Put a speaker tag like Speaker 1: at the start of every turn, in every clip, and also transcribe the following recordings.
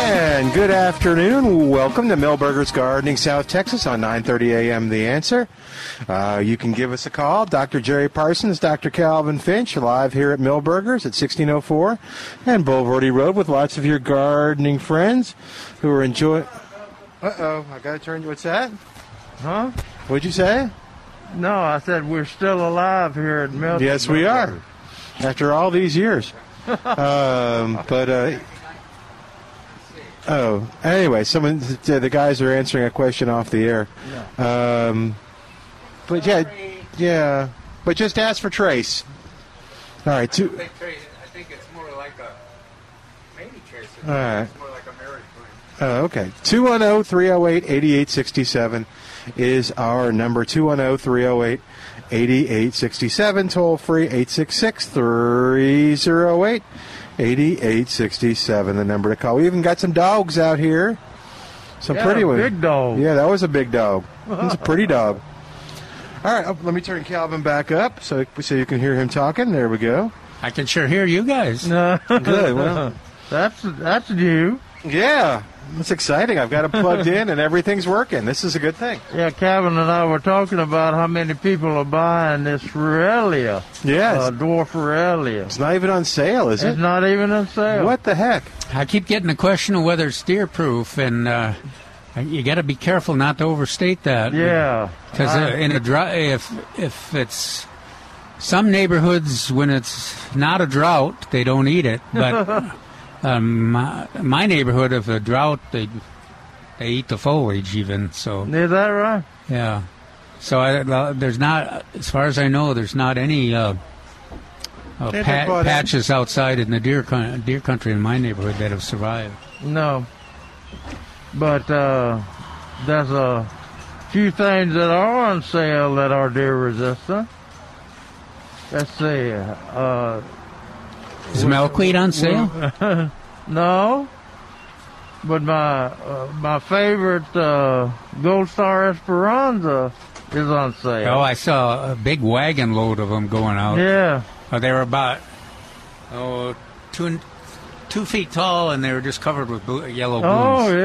Speaker 1: And good afternoon. Welcome to Millburgers Gardening, South Texas on 9:30 a.m. The Answer. Uh, you can give us a call. Dr. Jerry Parsons, Dr. Calvin Finch, live here at Millburgers at 1604 and Boulevardy Road with lots of your gardening friends who are enjoying. Uh oh, I gotta turn. What's that? Huh? What'd you say?
Speaker 2: No, I said we're still alive here at Milton.
Speaker 1: Yes, we are. After all these years. um, but uh, oh, anyway, someone the the guys are answering a question off the air. Um, but yeah, yeah. But just ask for Trace. All right, two.
Speaker 3: I think, Trace- I think it's more like a maybe Trace.
Speaker 1: All right.
Speaker 3: It's more like a marriage plan.
Speaker 1: Oh, okay. 210 308 8867 is our number oh, 210 308 8867. Toll free 866 308 8867, the number to call. We even got some dogs out here. Some
Speaker 2: Yeah,
Speaker 1: pretty ones.
Speaker 2: big dog.
Speaker 1: Yeah, that was a big dog. It's a pretty dog. All right, oh, let me turn Calvin back up so, so you can hear him talking. There we go.
Speaker 4: I can sure hear you guys.
Speaker 2: No.
Speaker 1: Good, well.
Speaker 2: that's that's new.
Speaker 1: Yeah, that's exciting. I've got it plugged in and everything's working. This is a good thing.
Speaker 2: Yeah, Calvin and I were talking about how many people are buying this Borrelia,
Speaker 1: Yes.
Speaker 2: uh, dwarf Borrelia.
Speaker 1: It's not even on sale, is
Speaker 2: It's
Speaker 1: it?
Speaker 2: not even on sale.
Speaker 1: What the heck?
Speaker 4: I keep getting the question of whether it's deer proof, and uh, you got to be careful not to overstate that.
Speaker 2: Yeah.
Speaker 4: Because uh,
Speaker 2: I-
Speaker 4: in a drought, if if it's some neighborhoods when it's not a drought, they don't eat it. But um, my, my neighborhood, if a drought, they they eat the foliage even. So
Speaker 2: Is that right?
Speaker 4: yeah. So I, uh, there's not, as far as I know, there's not any uh, uh,
Speaker 1: They
Speaker 4: pa-
Speaker 1: don't grow that.
Speaker 4: patches outside in the deer coun deer country in my neighborhood that have survived.
Speaker 2: No. But uh, there's a few things that are on sale that are deer resistant. Let's see. Uh,
Speaker 4: Is milkweed on sale?
Speaker 2: no. But my uh, my favorite uh, Gold Star Esperanza is on
Speaker 4: Oh,
Speaker 2: sale.
Speaker 4: I saw a big wagon load of them going out.
Speaker 2: yeah.
Speaker 4: Uh, they were about oh, two, two feet tall, and they were just covered with blue, yellow
Speaker 2: Oh
Speaker 4: blooms.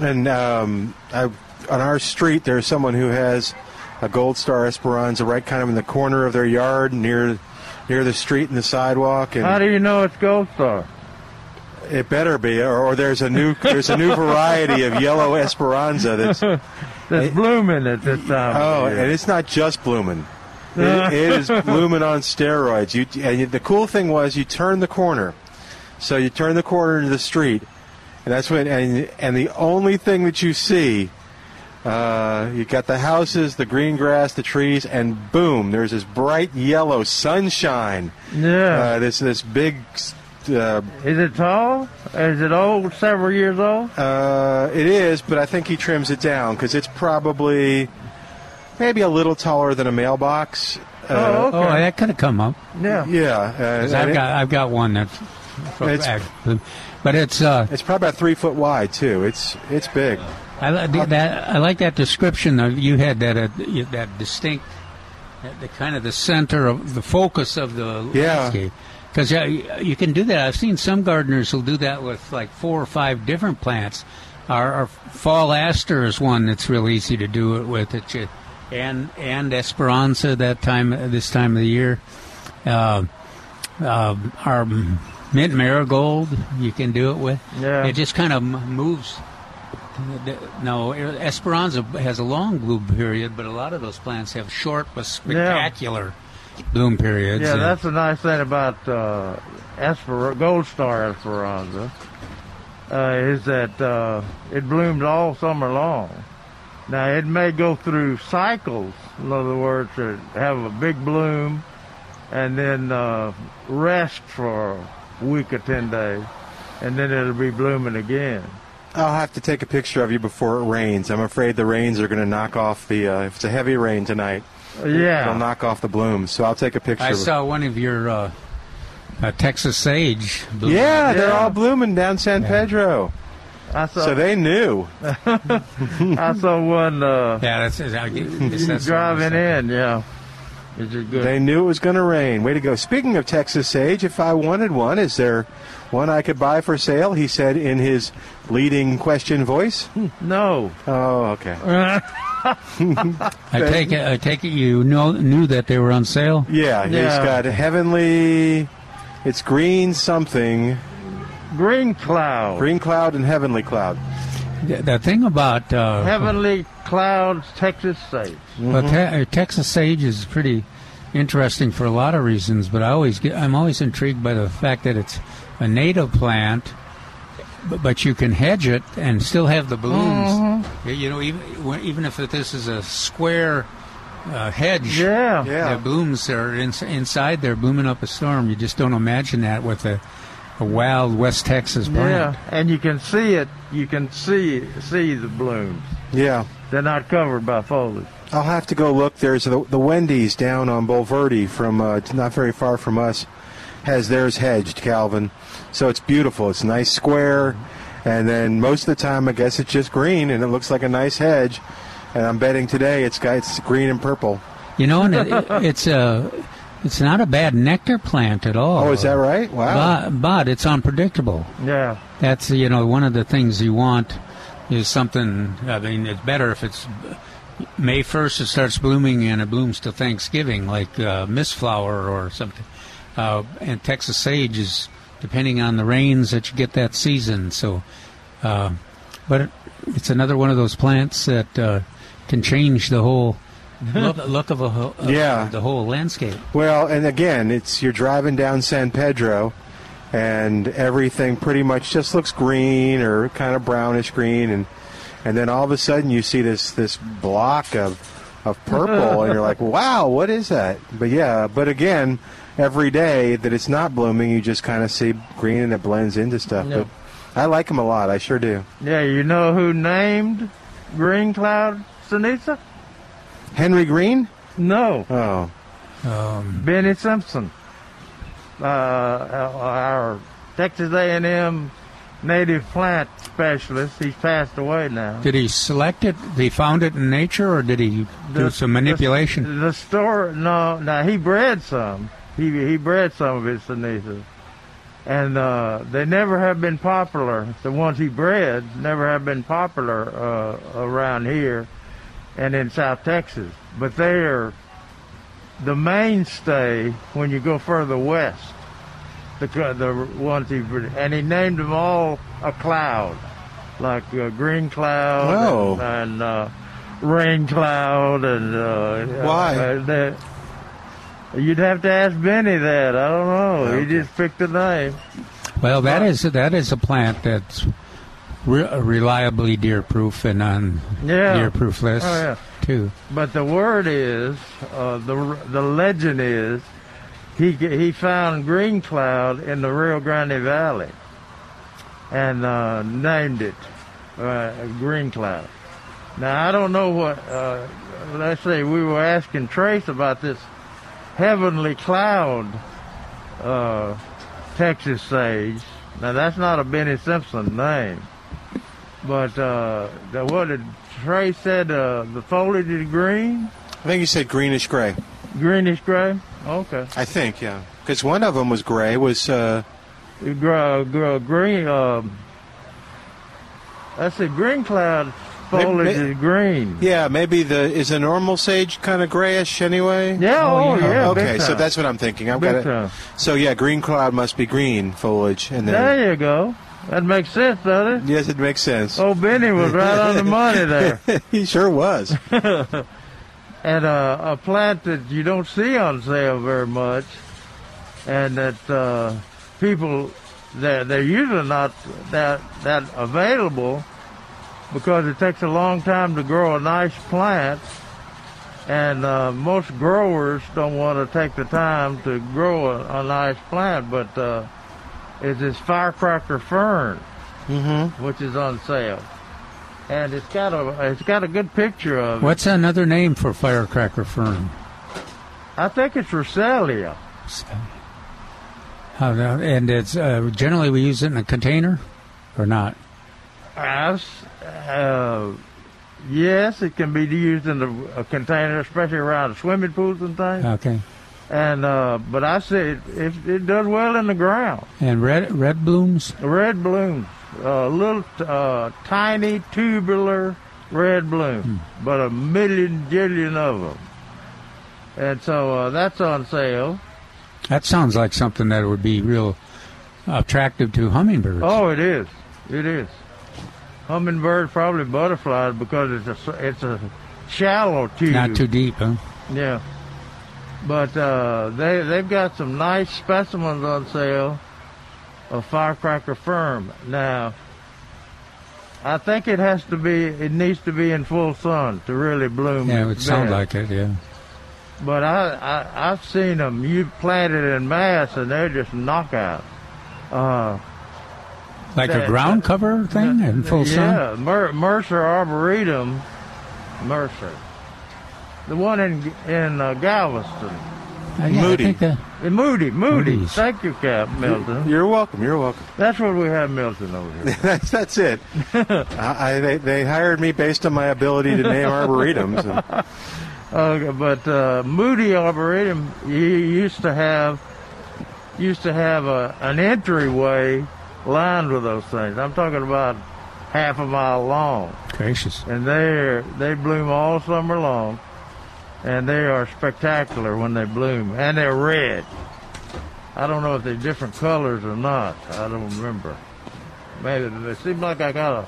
Speaker 2: yeah.
Speaker 1: And um, I, on our street, there's someone who has a gold star esperanza right kind of in the corner of their yard near near the street and the sidewalk. And
Speaker 2: How do you know it's Gold Star?
Speaker 1: it better be, or, or there's a new there's a new variety of yellow esperanza that's oh,
Speaker 2: That's blooming at this time. of year.
Speaker 1: and it's not just blooming. It, it is blooming on steroids. You and you- the cool thing was you turn the corner, so you turn the corner into the street, and that's when and and the only thing that you see Uh, you got the houses, the green grass, the trees, and boom, there's this bright yellow sunshine.
Speaker 2: yeah.
Speaker 1: Uh, this this big. Uh,
Speaker 2: is it tall? Is it old? Several years old?
Speaker 1: uh, it is, but I think he trims it down because it's probably maybe a little taller than a mailbox.
Speaker 2: Oh,
Speaker 1: Uh,
Speaker 2: okay.
Speaker 4: Oh, that could have come up.
Speaker 2: yeah.
Speaker 1: Yeah,
Speaker 4: 'Cause
Speaker 1: uh,
Speaker 4: I've
Speaker 1: and it-
Speaker 4: got I've got one that's,
Speaker 1: It's-
Speaker 4: but it's uh,
Speaker 1: it's probably about three foot wide too. It's it's big.
Speaker 4: I like the- that. I like that description of you had that uh, you- that distinct, that the kind of the center of the focus of the
Speaker 1: Yeah.
Speaker 4: landscape. Because yeah, you you can do that. I've seen some gardeners who'll do that with like four or five different plants. Our, our fall aster is one that's real easy to do it with. It ju- and and esperanza that time this time of the year. Uh, uh, our mint marigold you can do it with.
Speaker 2: Yeah.
Speaker 4: It just kind of m- moves no, Esperanza has a long bloom period, but a lot of those plants have short but spectacular bloom periods.
Speaker 2: Yeah,
Speaker 4: And
Speaker 2: uh, that's the nice thing about uh, Esper- Gold Star Esperanza uh, is that uh, it blooms all summer long. Now it may go through cycles. In other words, it have a big bloom and then uh, rest for a week or ten days, and then it'll be blooming again.
Speaker 1: I'll have to take a picture of you before it rains. I'm afraid the rains are going to knock off the. Uh, if it's a heavy rain tonight,
Speaker 2: Yeah.
Speaker 1: it'll knock off the blooms. So I'll take a picture.
Speaker 4: I
Speaker 1: of it.
Speaker 4: saw one of your uh, uh, Texas sage. blue-
Speaker 1: Yeah, they're
Speaker 2: Yeah.
Speaker 1: all blooming down San Pedro.
Speaker 2: I saw
Speaker 1: So they knew.
Speaker 2: I saw one uh,
Speaker 4: Yeah, that's, that's, that's, that's
Speaker 2: driving in. Yeah, it's just good.
Speaker 1: They knew it was going to rain. Way to go. Speaking of Texas sage, if I wanted one, is there one I could buy for sale? He said in his leading question voice.
Speaker 2: Hmm, no,
Speaker 1: Oh, okay.
Speaker 4: I take it. I take it. You know, knew that they were on sale.
Speaker 1: Yeah, he's
Speaker 2: Yeah.
Speaker 1: got heavenly. It's green something,
Speaker 2: green cloud,
Speaker 1: green cloud and heavenly cloud.
Speaker 4: The, the thing about uh,
Speaker 2: heavenly clouds, Texas sage.
Speaker 4: Well,
Speaker 2: Mm-hmm.
Speaker 4: te- uh, Texas sage is pretty interesting for a lot of reasons, but I always get, I'm always intrigued by the fact that it's a native plant, but, but you can hedge it and still have the blooms.
Speaker 2: Mm-hmm.
Speaker 4: You- You know, even when- even if this is a square uh, hedge,
Speaker 2: Yeah.
Speaker 1: Yeah.
Speaker 4: the blooms are in, inside there, blooming up a storm. You just don't imagine that with a, a wild West Texas
Speaker 2: Yeah,
Speaker 4: plant.
Speaker 2: and you can see it. You can see see the blooms.
Speaker 1: Yeah.
Speaker 2: They're not covered by foliage.
Speaker 1: I'll have to go look. There's the, the Wendy's down on Bolverde, from uh, it's not very far from us, has theirs hedged, Calvin. So it's beautiful. It's a nice square, and then most of the time, I guess it's just green, and it looks like a nice hedge. And I'm betting today it's got it's green and purple.
Speaker 4: You know, and it, it's a it's not a bad nectar plant at all.
Speaker 1: Oh, is that right? Wow.
Speaker 4: But, but it's unpredictable.
Speaker 2: Yeah,
Speaker 4: That's you know one of the things you want is something. I mean, it's better if it's May first it starts blooming and it blooms till Thanksgiving, like uh, mist flower or something. Uh, and Texas sage is depending on the rains that you get that season. So, uh, but it, it's another one of those plants that uh, can change the whole look, look of a ho- of
Speaker 1: Yeah.
Speaker 4: the whole landscape.
Speaker 1: Well, and again, it's you're driving down San Pedro, and everything pretty much just looks green or kind of brownish green, and and then all of a sudden you see this this block of of purple, and you're like, wow, what is that? But yeah, but again, every day that it's not blooming, you just kind of see green and it blends into stuff.
Speaker 2: Yeah.
Speaker 1: But I like them a lot. I sure do.
Speaker 2: yeah. You know who named green cloud Sinisa?
Speaker 1: Henry Green.
Speaker 2: No,
Speaker 1: Oh,
Speaker 2: Benny Simpson, uh, our Texas A&M native plant specialist. He's passed away now.
Speaker 4: Did he select it? Did he found it in nature, or did he do some manipulation?
Speaker 2: The, the store, no, no, he bred some. He he bred some of his Sinesas. And uh, they never have been popular. The ones he bred never have been popular uh, around here and in South Texas. But they are the mainstay when you go further west. The cl- the ones he bred. and he named them all a cloud, like uh, green cloud
Speaker 1: Oh.
Speaker 2: and, and uh, rain cloud and uh,
Speaker 1: Why?
Speaker 2: uh, that- you'd have to ask Benny that. I don't know. He just picked the name.
Speaker 4: Well, that is that is a plant that's re- reliably deer proof and on
Speaker 2: Yeah.
Speaker 4: deer proof lists
Speaker 2: Oh, yeah.
Speaker 4: too.
Speaker 2: But the word is, uh, the the legend is, he he found green cloud in the Rio Grande Valley, and uh, named it uh, green cloud. Now I don't know what. Uh, let's say we were asking Trace about this heavenly cloud, uh, Texas sage. Now that's not a Benny Simpson name. But uh, the, what did Trey said? Uh, the foliage is green,
Speaker 1: I think you said greenish gray.
Speaker 2: greenish gray. Okay,
Speaker 1: I think yeah, because one of them was gray. Was uh,
Speaker 2: It grow, grow green. Um, that's the green cloud foliage
Speaker 1: Maybe-
Speaker 2: is green.
Speaker 1: Yeah, maybe the is a normal sage kind of grayish anyway.
Speaker 2: Yeah,
Speaker 4: Oh,
Speaker 2: oh,
Speaker 4: yeah.
Speaker 2: yeah. big
Speaker 1: okay, so
Speaker 2: time.
Speaker 1: that's what I'm thinking. I've
Speaker 2: Big
Speaker 1: got it.
Speaker 2: time.
Speaker 1: So yeah, green cloud must be green foliage, and then
Speaker 2: there you go. That makes sense, doesn't it?
Speaker 1: yes, it makes sense.
Speaker 2: Oh, Benny was right on the money there.
Speaker 1: he sure was.
Speaker 2: and uh, a plant that you don't see on sale very much, and that uh, people they're, they're usually not that that available because it takes a long time to grow a nice plant, and uh, most growers don't want to take the time to grow a, a nice plant. But uh, it's this firecracker fern, mm-hmm. which is on sale, and it's got a it's got a good picture of. it.
Speaker 4: What's another name for firecracker fern?
Speaker 2: I think it's Rosalia.
Speaker 4: How the- And it's uh, generally we use it in a container, or not?
Speaker 2: As, uh, yes, it can be used in a, a container, especially around swimming pools and things.
Speaker 4: Okay.
Speaker 2: And uh, but I say it, it, it does well in the ground.
Speaker 4: And red red blooms.
Speaker 2: Red blooms, a little uh, tiny tubular red bloom,
Speaker 4: Hmm.
Speaker 2: but a million jillion of them. And so uh, that's on sale.
Speaker 4: That sounds like something that would be real attractive to hummingbirds.
Speaker 2: Oh, it is. It is. Hummingbird, probably butterflies, because it's a it's a shallow tube.
Speaker 4: not too deep, huh?
Speaker 2: Yeah. But uh, they they've got some nice specimens on sale of firecracker firm. Now, I think it has to be it needs to be in full sun to really bloom.
Speaker 4: Yeah, it would
Speaker 2: its
Speaker 4: sound
Speaker 2: best.
Speaker 4: like it. Yeah.
Speaker 2: But I, I I've seen them. You planted in mass, and they're just knockout. Uh,
Speaker 4: Like a
Speaker 2: That-
Speaker 4: ground cover thing in full sun.
Speaker 2: Yeah, Mer- Mercer Arboretum, Mercer, the one in in uh, Galveston.
Speaker 4: I- yeah, I
Speaker 1: Moody.
Speaker 4: think that-
Speaker 2: Uh, Moody, Moody.
Speaker 4: Moody's.
Speaker 2: Thank you, Cap Milton.
Speaker 1: You're welcome. You're welcome.
Speaker 2: That's what we have Milton over here.
Speaker 1: That's that's it. I, I, they, they hired me based on my ability to name arboretums. And,
Speaker 2: Uh, but uh, Moody Arboretum you used to have used to have a, an entryway lined with those things. I'm talking about half a mile long.
Speaker 4: gracious.
Speaker 2: and they they bloom all summer long, and they are spectacular when they bloom, and they're red. I don't know if they're different colors or not. I don't remember. Maybe but it seems like I got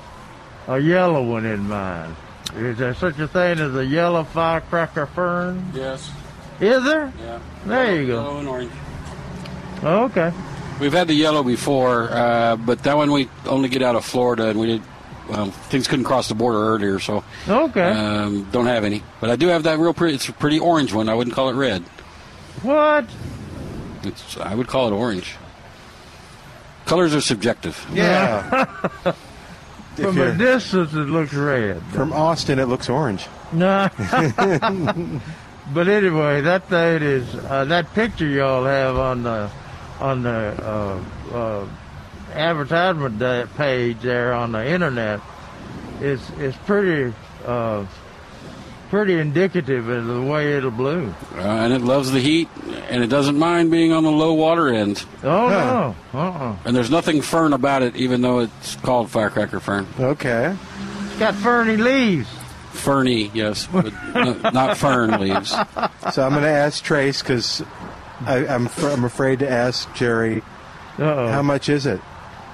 Speaker 2: a, a yellow one in mind. Is there such a thing as a yellow firecracker fern?
Speaker 5: Yes.
Speaker 2: Is there?
Speaker 5: Yeah.
Speaker 2: There you go. Oh,
Speaker 5: Yellow and orange.
Speaker 2: Okay.
Speaker 5: We've had the yellow before, uh, but that one we only get out of Florida, and we did um, things couldn't cross the border earlier, so
Speaker 2: Okay.
Speaker 5: um, don't have any. But I do have that real pretty. It's a pretty orange one. I wouldn't call it red.
Speaker 2: what?
Speaker 5: It's I would call it orange. Colors are subjective.
Speaker 1: yeah. if
Speaker 2: From a
Speaker 1: you're
Speaker 2: distance, it looks red.
Speaker 1: from Austin, it looks orange.
Speaker 2: No. but anyway, that thing is uh, that picture y'all have on the on the uh, uh, advertisement da- page there on the internet is is pretty uh, pretty indicative of the way it'll bloom.
Speaker 5: Uh, and it loves the heat, and it doesn't mind being on the low water end.
Speaker 2: Oh
Speaker 1: Huh.
Speaker 2: no, uh-uh.
Speaker 5: And there's nothing fern about it, even though it's called firecracker fern.
Speaker 1: Okay.
Speaker 2: it's got ferny leaves.
Speaker 5: Ferny, yes, but n- not fern leaves.
Speaker 1: So I'm going to ask Trace because I'm fr- I'm afraid to ask Jerry how
Speaker 2: Uh-oh.
Speaker 1: much is it.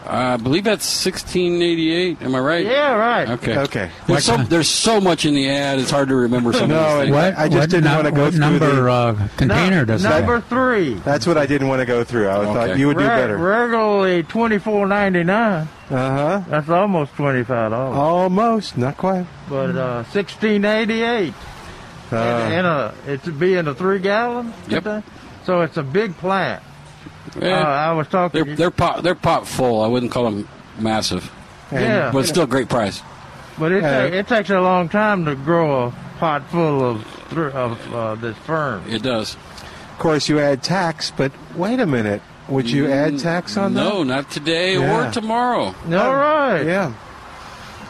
Speaker 5: I believe that's 1688. Am I right?
Speaker 2: Yeah, right.
Speaker 5: Okay.
Speaker 1: Okay.
Speaker 5: There's so, there's so much in the ad, it's hard to remember some
Speaker 1: No,
Speaker 5: of these things.
Speaker 1: I just
Speaker 4: what
Speaker 1: didn't
Speaker 4: num-
Speaker 1: wanna go
Speaker 4: what
Speaker 1: through
Speaker 4: number
Speaker 1: the-
Speaker 4: uh,
Speaker 2: No-
Speaker 4: container does that?
Speaker 2: number three.
Speaker 1: That's what I didn't want to go through. I thought
Speaker 5: Okay.
Speaker 1: you would do
Speaker 2: Re-
Speaker 1: better.
Speaker 2: regularly twenty four ninety nine.
Speaker 1: Uh huh.
Speaker 2: That's almost twenty five dollars.
Speaker 1: Almost, not quite.
Speaker 2: But uh, 1688, and,
Speaker 1: Uh,
Speaker 2: and a, it's be in a three gallon.
Speaker 5: Yep.
Speaker 2: I think. So it's a big plant.
Speaker 5: Eh,
Speaker 2: Uh, I was talking.
Speaker 5: they're they're pot they're pot full. I wouldn't call them massive,
Speaker 2: yeah,
Speaker 5: but still great price.
Speaker 2: but it,
Speaker 1: Yeah.
Speaker 2: ta- it takes a long time to grow a pot full of thr of uh, this fern.
Speaker 5: It does.
Speaker 1: of course, you add tax, but wait a minute. Would you add tax on that?
Speaker 5: Mm, No, not today
Speaker 1: Yeah.
Speaker 5: or tomorrow.
Speaker 2: All right.
Speaker 1: Yeah.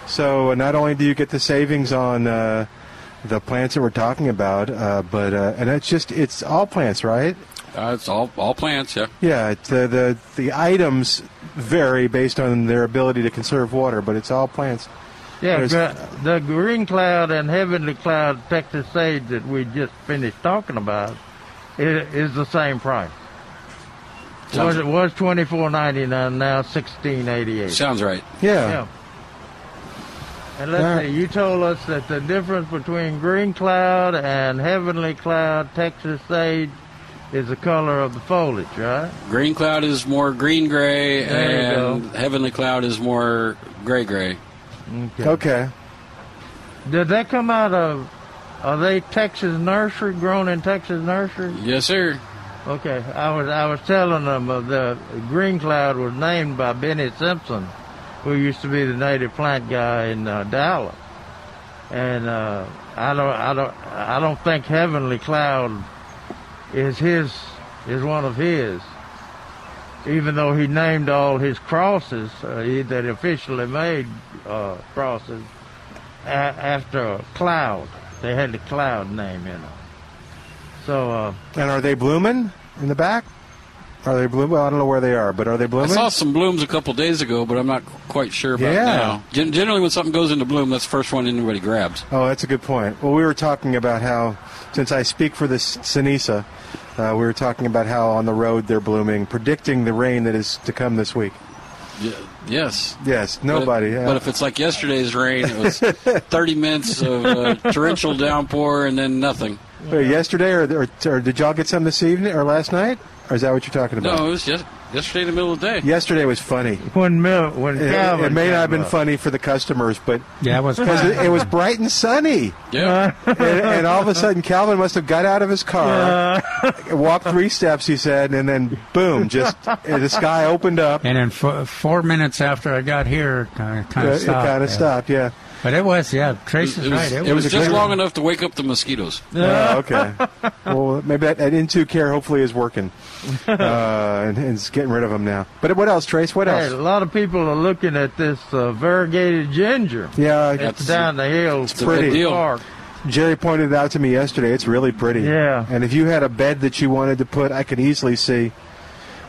Speaker 1: So uh, not only do you get the savings on uh, the plants that we're talking about, uh, but uh, and it's just it's all plants, right?
Speaker 5: Uh, it's all all plants. Yeah.
Speaker 1: Yeah. It's the the the items vary based on their ability to conserve water, but it's all plants.
Speaker 2: Yeah,
Speaker 1: There's-
Speaker 2: gr- the green cloud and heavenly cloud Texas sage that we just finished talking about i- is the same price.
Speaker 5: Sounds-
Speaker 2: was it was twenty four ninety nine now sixteen eighty eight.
Speaker 5: Sounds right.
Speaker 1: Yeah.
Speaker 2: Yeah. And let's
Speaker 1: All right.
Speaker 2: see, you told us that the difference between green cloud and heavenly cloud, Texas sage, is the color of the foliage, right?
Speaker 5: Green cloud is more green gray,
Speaker 2: There you
Speaker 5: and heavenly cloud is more gray gray.
Speaker 1: Okay.
Speaker 2: Did they come out of? Are they Texas nursery grown in Texas nursery?
Speaker 5: Yes, sir.
Speaker 2: Okay, I was I was telling them uh, the green cloud was named by Benny Simpson, who used to be the native plant guy in uh, Dallas, and uh, I don't I don't I don't think heavenly cloud is his is one of his, even though he named all his crosses uh, he, that officially made uh, crosses a- after cloud. They had the cloud name in them, so. Uh,
Speaker 1: And are they blooming in the back? Are they blooming? Well, I don't know where they are, but are they
Speaker 5: I
Speaker 1: blooming?
Speaker 5: saw some blooms a couple days ago, but I'm not quite sure about
Speaker 1: Yeah.
Speaker 5: now. Gen- generally, when something goes into bloom, that's the first one anybody grabs.
Speaker 1: Oh, that's a good point. Well, we were talking about how, since I speak for the S- Sinisa, uh, we were talking about how on the road they're blooming, predicting the rain that is to come this week.
Speaker 5: Y- yes.
Speaker 1: Yes,
Speaker 5: But if-
Speaker 1: nobody.
Speaker 5: But if,
Speaker 1: uh,
Speaker 5: it's like yesterday's rain, it was 30 minutes of uh, torrential downpour and then nothing.
Speaker 1: uh, yesterday, or, or, or did y'all get some this evening or last night? Or is that what you're talking about?
Speaker 5: No, it was just yesterday in the middle of the day.
Speaker 1: Yesterday was funny.
Speaker 2: When Mil- when
Speaker 1: It,
Speaker 2: Calvin
Speaker 1: it may not
Speaker 2: came
Speaker 1: have been
Speaker 2: up.
Speaker 1: funny for the customers, but
Speaker 4: Yeah, it was.
Speaker 1: 'cause it, it was bright and sunny.
Speaker 6: Uh,
Speaker 5: Yeah.
Speaker 1: and, and all of a sudden, Calvin must have got out of his car, walked three steps, he said, and then boom, just eh, the sky opened up.
Speaker 4: And then fo- four minutes after I got here, it kind of,
Speaker 1: Uh,
Speaker 4: kind of
Speaker 1: it
Speaker 4: stopped.
Speaker 1: kind of
Speaker 4: yeah.
Speaker 1: stopped, yeah.
Speaker 4: But it was, yeah. Trace
Speaker 5: It
Speaker 4: is
Speaker 5: was,
Speaker 4: right.
Speaker 5: it was
Speaker 1: a
Speaker 5: just
Speaker 1: great
Speaker 5: long
Speaker 1: one.
Speaker 5: enough to wake up the mosquitoes.
Speaker 1: Oh, okay. well, maybe that, that in-two care hopefully is working. Uh, and, and it's getting rid of them now. But what else, Trace? What
Speaker 2: Hey,
Speaker 1: else?
Speaker 2: a lot of people are looking at this uh, variegated ginger.
Speaker 1: Yeah,
Speaker 2: It's
Speaker 5: That's-
Speaker 2: down the hill.
Speaker 5: a good
Speaker 2: from the
Speaker 5: deal.
Speaker 2: park.
Speaker 1: Jerry pointed it out to me yesterday. It's really pretty.
Speaker 2: Yeah.
Speaker 1: And if you had a bed that you wanted to put, I could easily see.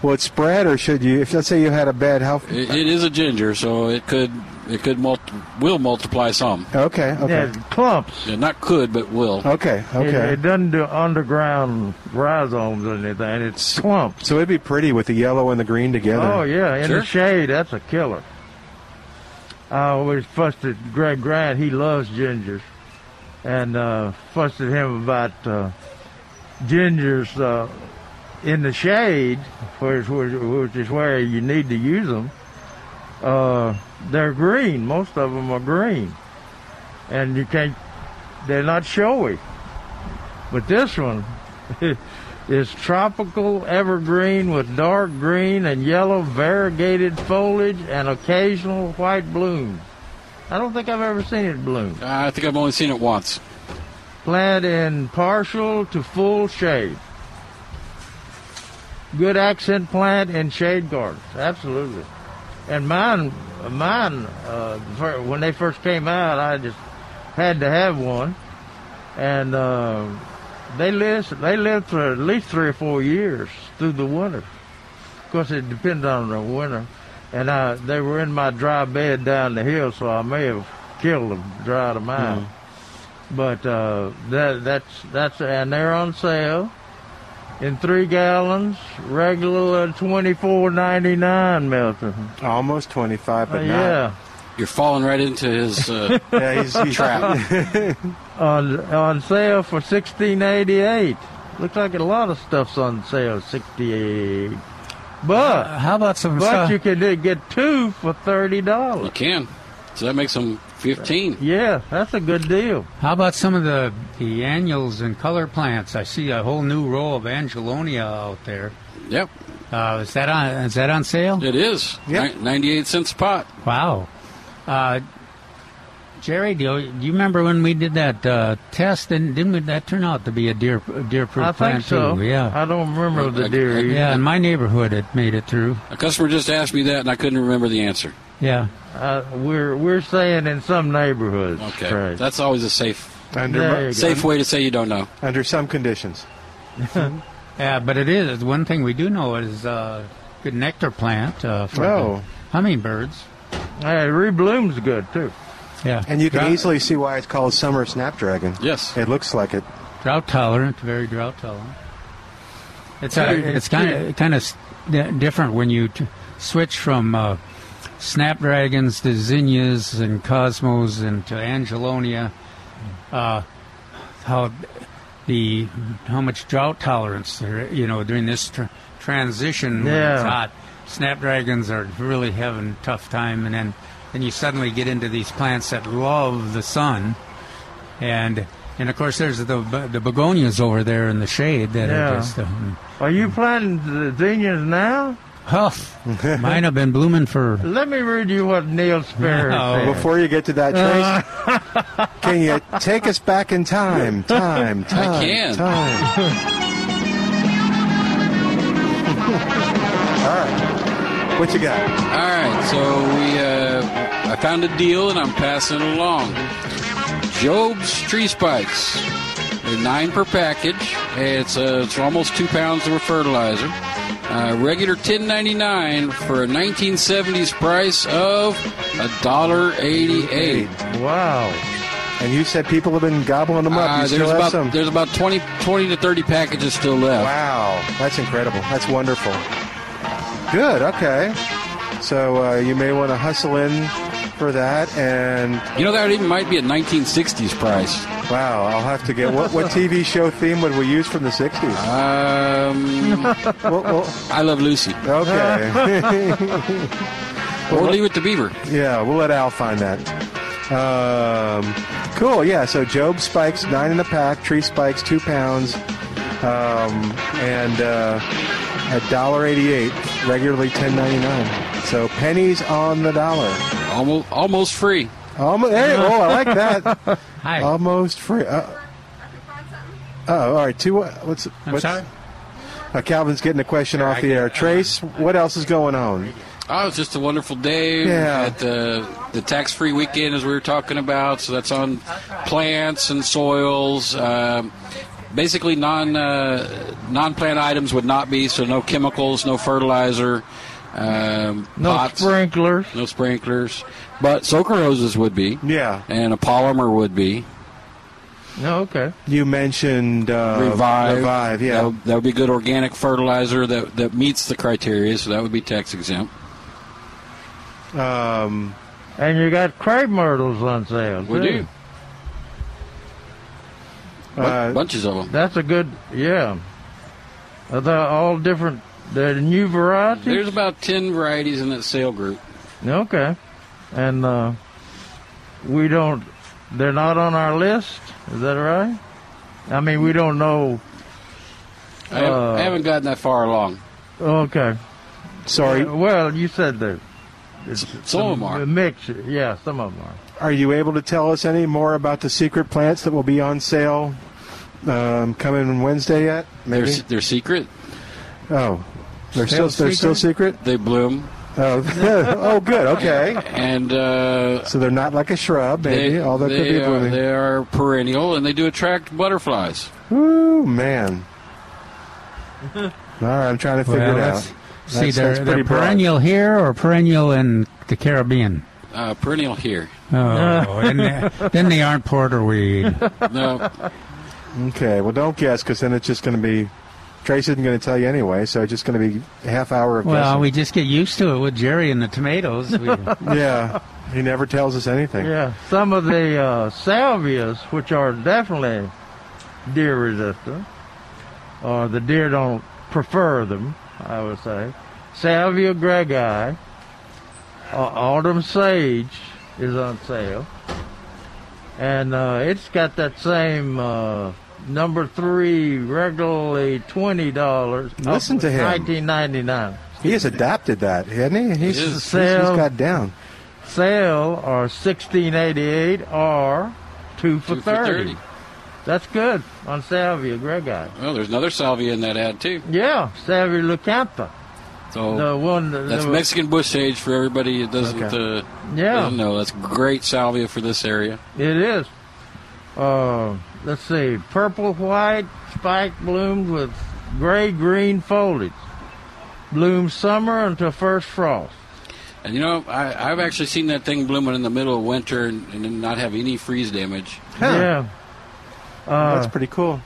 Speaker 1: Will it spread, or should you? If let's say you had a bed, how?
Speaker 5: It, it is a ginger, so it could it could multi- will multiply some.
Speaker 1: Okay, okay,
Speaker 2: Yeah, clumps.
Speaker 5: Yeah, not could, but will.
Speaker 1: okay,
Speaker 2: It, uh,
Speaker 1: okay.
Speaker 2: it doesn't do underground rhizomes or anything. It's clumps.
Speaker 1: So it'd be pretty with the yellow and the green together.
Speaker 2: Oh yeah, in
Speaker 5: Sure.
Speaker 2: the shade, that's a killer. I always fussed at Greg Grant. He loves gingers, and uh, fussed at him about uh, gingers uh, in the shade, which, which, which is where you need to use them. Uh, they're green. Most of them are green, and you can't. They're not showy. But this one is tropical evergreen with dark green and yellow variegated foliage and occasional white bloom. I don't think I've ever seen it bloom.
Speaker 5: I think I've only seen it once.
Speaker 2: Plant in partial to full shade. Good accent plant in shade gardens, absolutely. And mine, mine, uh, fir- when they first came out, I just had to have one, and uh, they lived they lived for at least three or four years through the winter. Of course, it depended on the winter, and I, they were in my dry bed down the hill, so I may have killed them, dried them out. But uh, that, that's that's and they're on sale in three gallons, regular twenty four ninety nine, Milton.
Speaker 1: Almost 25,
Speaker 2: Uh,
Speaker 1: but
Speaker 2: yeah,
Speaker 5: You're falling right into his. Uh,
Speaker 1: not. Yeah, he's, he's
Speaker 5: Trap.
Speaker 2: on on sale for sixteen eighty eight. Looks like a lot of stuff's on sale sixty eight, but
Speaker 4: Uh, How about some
Speaker 2: but
Speaker 4: stuff?
Speaker 2: you can do- get two for thirty
Speaker 5: you
Speaker 2: dollars.
Speaker 5: can. So that makes them 15.
Speaker 2: Yeah, that's a good deal.
Speaker 4: How about some of the, the annuals and color plants? I see a whole new row of Angelonia out there.
Speaker 5: Yep,
Speaker 4: Uh, is that on? Is that on sale?
Speaker 5: it is.
Speaker 1: Yep.
Speaker 5: Ni- 98 cents a pot.
Speaker 4: Wow. Uh, Jerry, do you, do you remember when we did that uh, test? And didn't we, that turn out to be a deer deer proof
Speaker 2: I
Speaker 4: plant
Speaker 2: think so.
Speaker 4: too? Yeah.
Speaker 2: I don't remember
Speaker 5: I-
Speaker 2: the deer.
Speaker 5: I-
Speaker 4: yeah, in my neighborhood, it made it through.
Speaker 5: A customer just asked me that, and I couldn't remember the answer.
Speaker 4: Yeah.
Speaker 2: Uh, we're we're saying in some neighborhoods.
Speaker 5: Okay,
Speaker 2: Right.
Speaker 5: that's always a safe
Speaker 2: There
Speaker 1: under,
Speaker 2: you go.
Speaker 5: safe way to say you don't know.
Speaker 1: under some conditions.
Speaker 4: Yeah, but it is. One thing we do know is uh, good nectar plant uh, for
Speaker 1: Oh.
Speaker 4: the hummingbirds.
Speaker 2: Hey, reblooms good too.
Speaker 4: Yeah.
Speaker 1: And you can
Speaker 4: Drought-
Speaker 1: easily see why it's called Summer Snapdragon.
Speaker 5: Yes.
Speaker 1: It looks like it.
Speaker 4: drought tolerant, very drought tolerant. It's uh, it's kind of kind of different when you t- switch from uh, snapdragons to zinnias and cosmos and to angelonia. Uh, how the how much drought tolerance there. You know, during this tr- transition when it's
Speaker 2: Yeah.
Speaker 4: hot, snapdragons are really having a tough time, and then then you suddenly get into these plants that love the sun, and and of course there's the bu- the begonias over there in the shade that
Speaker 2: Yeah.
Speaker 4: are just. Um,
Speaker 2: Are you planting the zinnias now?
Speaker 4: Huh. Mine have been blooming for.
Speaker 2: Let me read you what Neil Sperry
Speaker 5: Oh.
Speaker 4: No.
Speaker 2: said. Uh,
Speaker 1: Before you get to that, Trace, can you take us back in time? Time, time,
Speaker 5: can.
Speaker 1: time. All right. What you got?
Speaker 5: All right, so we uh, I found a deal and I'm passing it along. Job's tree spikes, They're nine per package. It's uh, it's almost two pounds of fertilizer. Uh, regular ten ninety nine for a nineteen seventies price of a dollar eighty eight.
Speaker 2: Wow.
Speaker 1: And you said people have been gobbling them up. you
Speaker 5: Uh, there's
Speaker 1: still have
Speaker 5: about
Speaker 1: some.
Speaker 5: there's about 20, 20 to thirty packages still left.
Speaker 1: Wow, that's incredible. That's wonderful. Good. Okay. So uh, you may want to hustle in for that. And
Speaker 5: You know that even might be a nineteen sixties price.
Speaker 1: wow, I'll have to get what, what TV show theme would we use from the '60s?
Speaker 5: Um,
Speaker 1: Well, well,
Speaker 5: I love Lucy.
Speaker 1: okay.
Speaker 5: Or leave it to Beaver.
Speaker 1: yeah, we'll let Al find that. Um, cool. Yeah. So Job spikes nine in a pack. Tree spikes two pounds. Um, and uh, a dollar eighty-eight. Regularly ten ninety-nine. So pennies on the dollar.
Speaker 5: Almost almost free.
Speaker 1: Almost, hey, oh, I like that.
Speaker 4: Hi.
Speaker 1: Almost free. Uh, oh, all right. Two. uh, What's?
Speaker 4: I'm
Speaker 1: what's
Speaker 4: sorry?
Speaker 1: Uh, Calvin's getting a question off the air. Trace,
Speaker 4: Uh-huh.
Speaker 1: what else is going on?
Speaker 5: Oh, it's just a wonderful day.
Speaker 1: Yeah.
Speaker 5: At the, the tax free weekend, as we were talking about. So that's on plants and soils. Um, basically, non uh, non plant items would not be. So no chemicals, no fertilizer, um,
Speaker 2: No
Speaker 5: pots,
Speaker 2: sprinklers.
Speaker 5: no sprinklers. But soaker hoses would be.
Speaker 1: Yeah.
Speaker 5: And a polymer would be.
Speaker 2: No, okay.
Speaker 1: You mentioned uh,
Speaker 5: Revive.
Speaker 1: Revive.
Speaker 5: That
Speaker 1: Yeah.
Speaker 5: would, that would be good organic fertilizer that, that meets the criteria. So that would be tax exempt.
Speaker 1: Um,
Speaker 2: And you got crab myrtles on sale.
Speaker 5: We
Speaker 2: too.
Speaker 5: do. Bu-
Speaker 1: Uh,
Speaker 5: bunches of them.
Speaker 2: That's a good, yeah. Are they all different? They're new varieties?
Speaker 5: There's about 10 varieties in that sale group.
Speaker 2: Okay. And uh, we don't, they're not on our list. Is that right? I mean, we don't know.
Speaker 5: I, haven't,
Speaker 2: Uh,
Speaker 5: I haven't gotten that far along.
Speaker 2: Okay.
Speaker 1: sorry.
Speaker 2: Well, you said that.
Speaker 5: Some of them
Speaker 2: The
Speaker 5: are.
Speaker 2: mix, yeah, some of them are.
Speaker 1: Are you able to tell us any more about the secret plants that will be on sale um, coming Wednesday yet?
Speaker 5: They're,
Speaker 1: Maybe.
Speaker 5: se- they're secret.
Speaker 1: Oh, they're still
Speaker 2: Still
Speaker 1: they're still secret.
Speaker 5: They bloom.
Speaker 1: Oh, oh, good. Okay.
Speaker 5: And uh,
Speaker 1: So they're not like a shrub, maybe,
Speaker 5: they,
Speaker 1: although it could
Speaker 5: they
Speaker 1: be a
Speaker 5: are,
Speaker 1: blooming.
Speaker 5: they are perennial and they do attract butterflies.
Speaker 1: Ooh, man. All right, I'm trying to figure
Speaker 4: Well,
Speaker 1: it
Speaker 4: that's-
Speaker 1: out.
Speaker 4: See,
Speaker 1: That's-
Speaker 4: they're,
Speaker 1: that's
Speaker 4: they're
Speaker 1: pretty broad.
Speaker 4: perennial here or perennial in the Caribbean.
Speaker 5: Uh, perennial here.
Speaker 4: Oh, and they- then they aren't porterweed.
Speaker 5: No,
Speaker 1: Okay, well, don't guess because then it's just going to be. Trace isn't going to tell you anyway, so it's just going to be a half hour of
Speaker 4: Well,
Speaker 1: guessing.
Speaker 4: we just get used to it with Jerry and the tomatoes. We,
Speaker 1: yeah, he never tells us anything.
Speaker 2: Yeah, some of the uh, salvias, which are definitely deer resistant, or the deer don't prefer them, I would say. Salvia gregi, uh, autumn sage is on sale, and uh, it's got that same uh, number three, regularly twenty dollars.
Speaker 1: Listen to him.
Speaker 2: Nineteen ninety nine.
Speaker 1: He has adapted that, hasn't he? He's,
Speaker 5: It is.
Speaker 1: he's- he's got down.
Speaker 2: Sale are sixteen eighty eight or two for
Speaker 5: two for
Speaker 2: thirty.
Speaker 5: 30.
Speaker 2: That's good on Salvia gregi.
Speaker 5: Well, there's another salvia in that ad, too.
Speaker 2: Yeah, Salvia leucantha.
Speaker 5: So
Speaker 2: The one that-
Speaker 5: Oh, that's
Speaker 2: that-
Speaker 5: Mexican bush sage for everybody that doesn't,
Speaker 1: Okay.
Speaker 5: uh,
Speaker 2: Yeah,
Speaker 5: doesn't know. That's great salvia for this area.
Speaker 2: it is. Uh, let's see, purple white spike blooms with gray green foliage. Blooms summer until first frost.
Speaker 5: And you know, I, I've actually seen that thing blooming in the middle of winter and, and then not have any freeze damage.
Speaker 1: Huh,
Speaker 2: Yeah. Uh,
Speaker 1: that's pretty cool.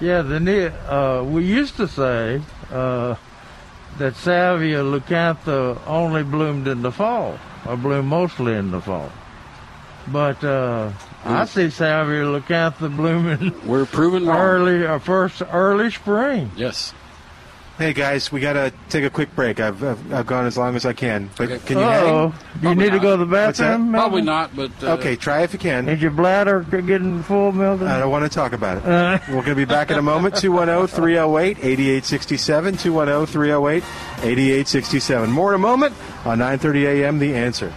Speaker 2: Yeah, the ne- uh, we used to say uh, that salvia leucantha only bloomed in the fall, or bloomed mostly in the fall. But uh, I see salvia leucantha blooming
Speaker 5: We're proven wrong.
Speaker 2: early, uh, first early spring.
Speaker 5: Yes.
Speaker 1: Hey guys, we gotta take a quick break. I've I've, I've gone as long as I can, but
Speaker 5: Okay.
Speaker 1: can you
Speaker 2: oh,
Speaker 1: hang?
Speaker 2: you
Speaker 5: Probably
Speaker 2: need to
Speaker 5: not.
Speaker 2: go to the
Speaker 1: What's that?
Speaker 2: bathroom. Melvin?
Speaker 5: Probably not, but uh,
Speaker 1: Okay, try if you can.
Speaker 2: Is your bladder getting full, Milton?
Speaker 1: I don't want to talk about it.
Speaker 2: Uh.
Speaker 1: We're going to be back in a moment. oh, 210 308 8867. 210 308 8867. More in a moment on 930 a.m. The answer.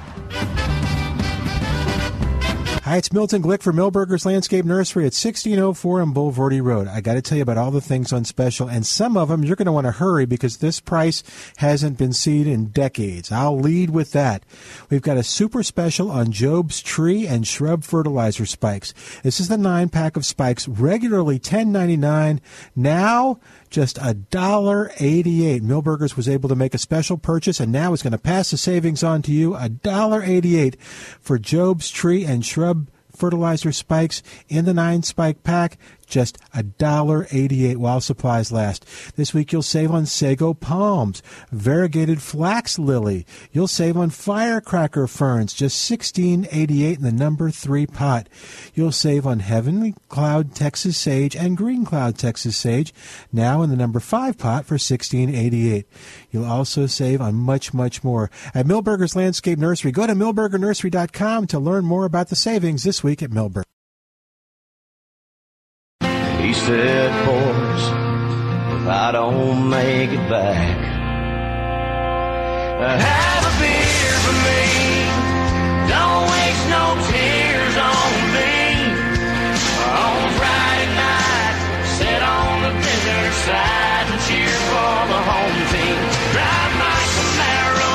Speaker 1: Hi, it's Milton Glick for Millburgers Landscape Nursery at 1604 on Boulevardy Road. I got to tell you about all the things on special, and some of them you're going to want to hurry because this price hasn't been seen in decades. I'll lead with that. We've got a super special on Job's tree and shrub fertilizer spikes. This is the nine pack of spikes, regularly $10.99. Now, just a dollar eighty-eight. Millburgers was able to make a special purchase, and now it's going to pass the savings on to you. A dollar eighty-eight for Job's tree and shrub fertilizer spikes in the nine spike pack. Just a dollar eighty-eight while supplies last. This week you'll save on sago palms, variegated flax lily. You'll save on firecracker ferns. Just sixteen eighty-eight in the number three pot. You'll save on heavenly cloud Texas sage and green cloud Texas sage, now in the number five pot for sixteen eighty-eight. You'll also save on much, much more at Millburgers Landscape Nursery. Go to millburgernursery.com to learn more about the savings this week at Millburger.
Speaker 7: He said, boys, if I don't make it back, uh, have a beer for me. Don't waste no tears on me. On Friday night, sit on the dinner side and cheer for the home team. Drive my Camaro,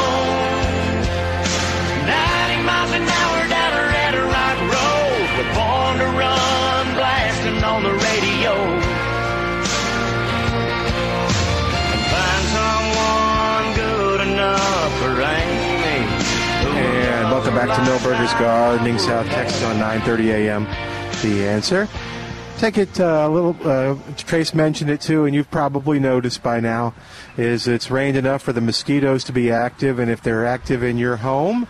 Speaker 7: 90 miles an hour down a red rock road. We're born to run, blasting on the radio. Find someone good enough for Amy.
Speaker 1: And welcome back to Millburgers Gardening, South Texas on 9:30 a.m. The answer. Take it uh, a little. Uh, Trace mentioned it too, and you've probably noticed by now, is it's rained enough for the mosquitoes to be active, and if they're active in your home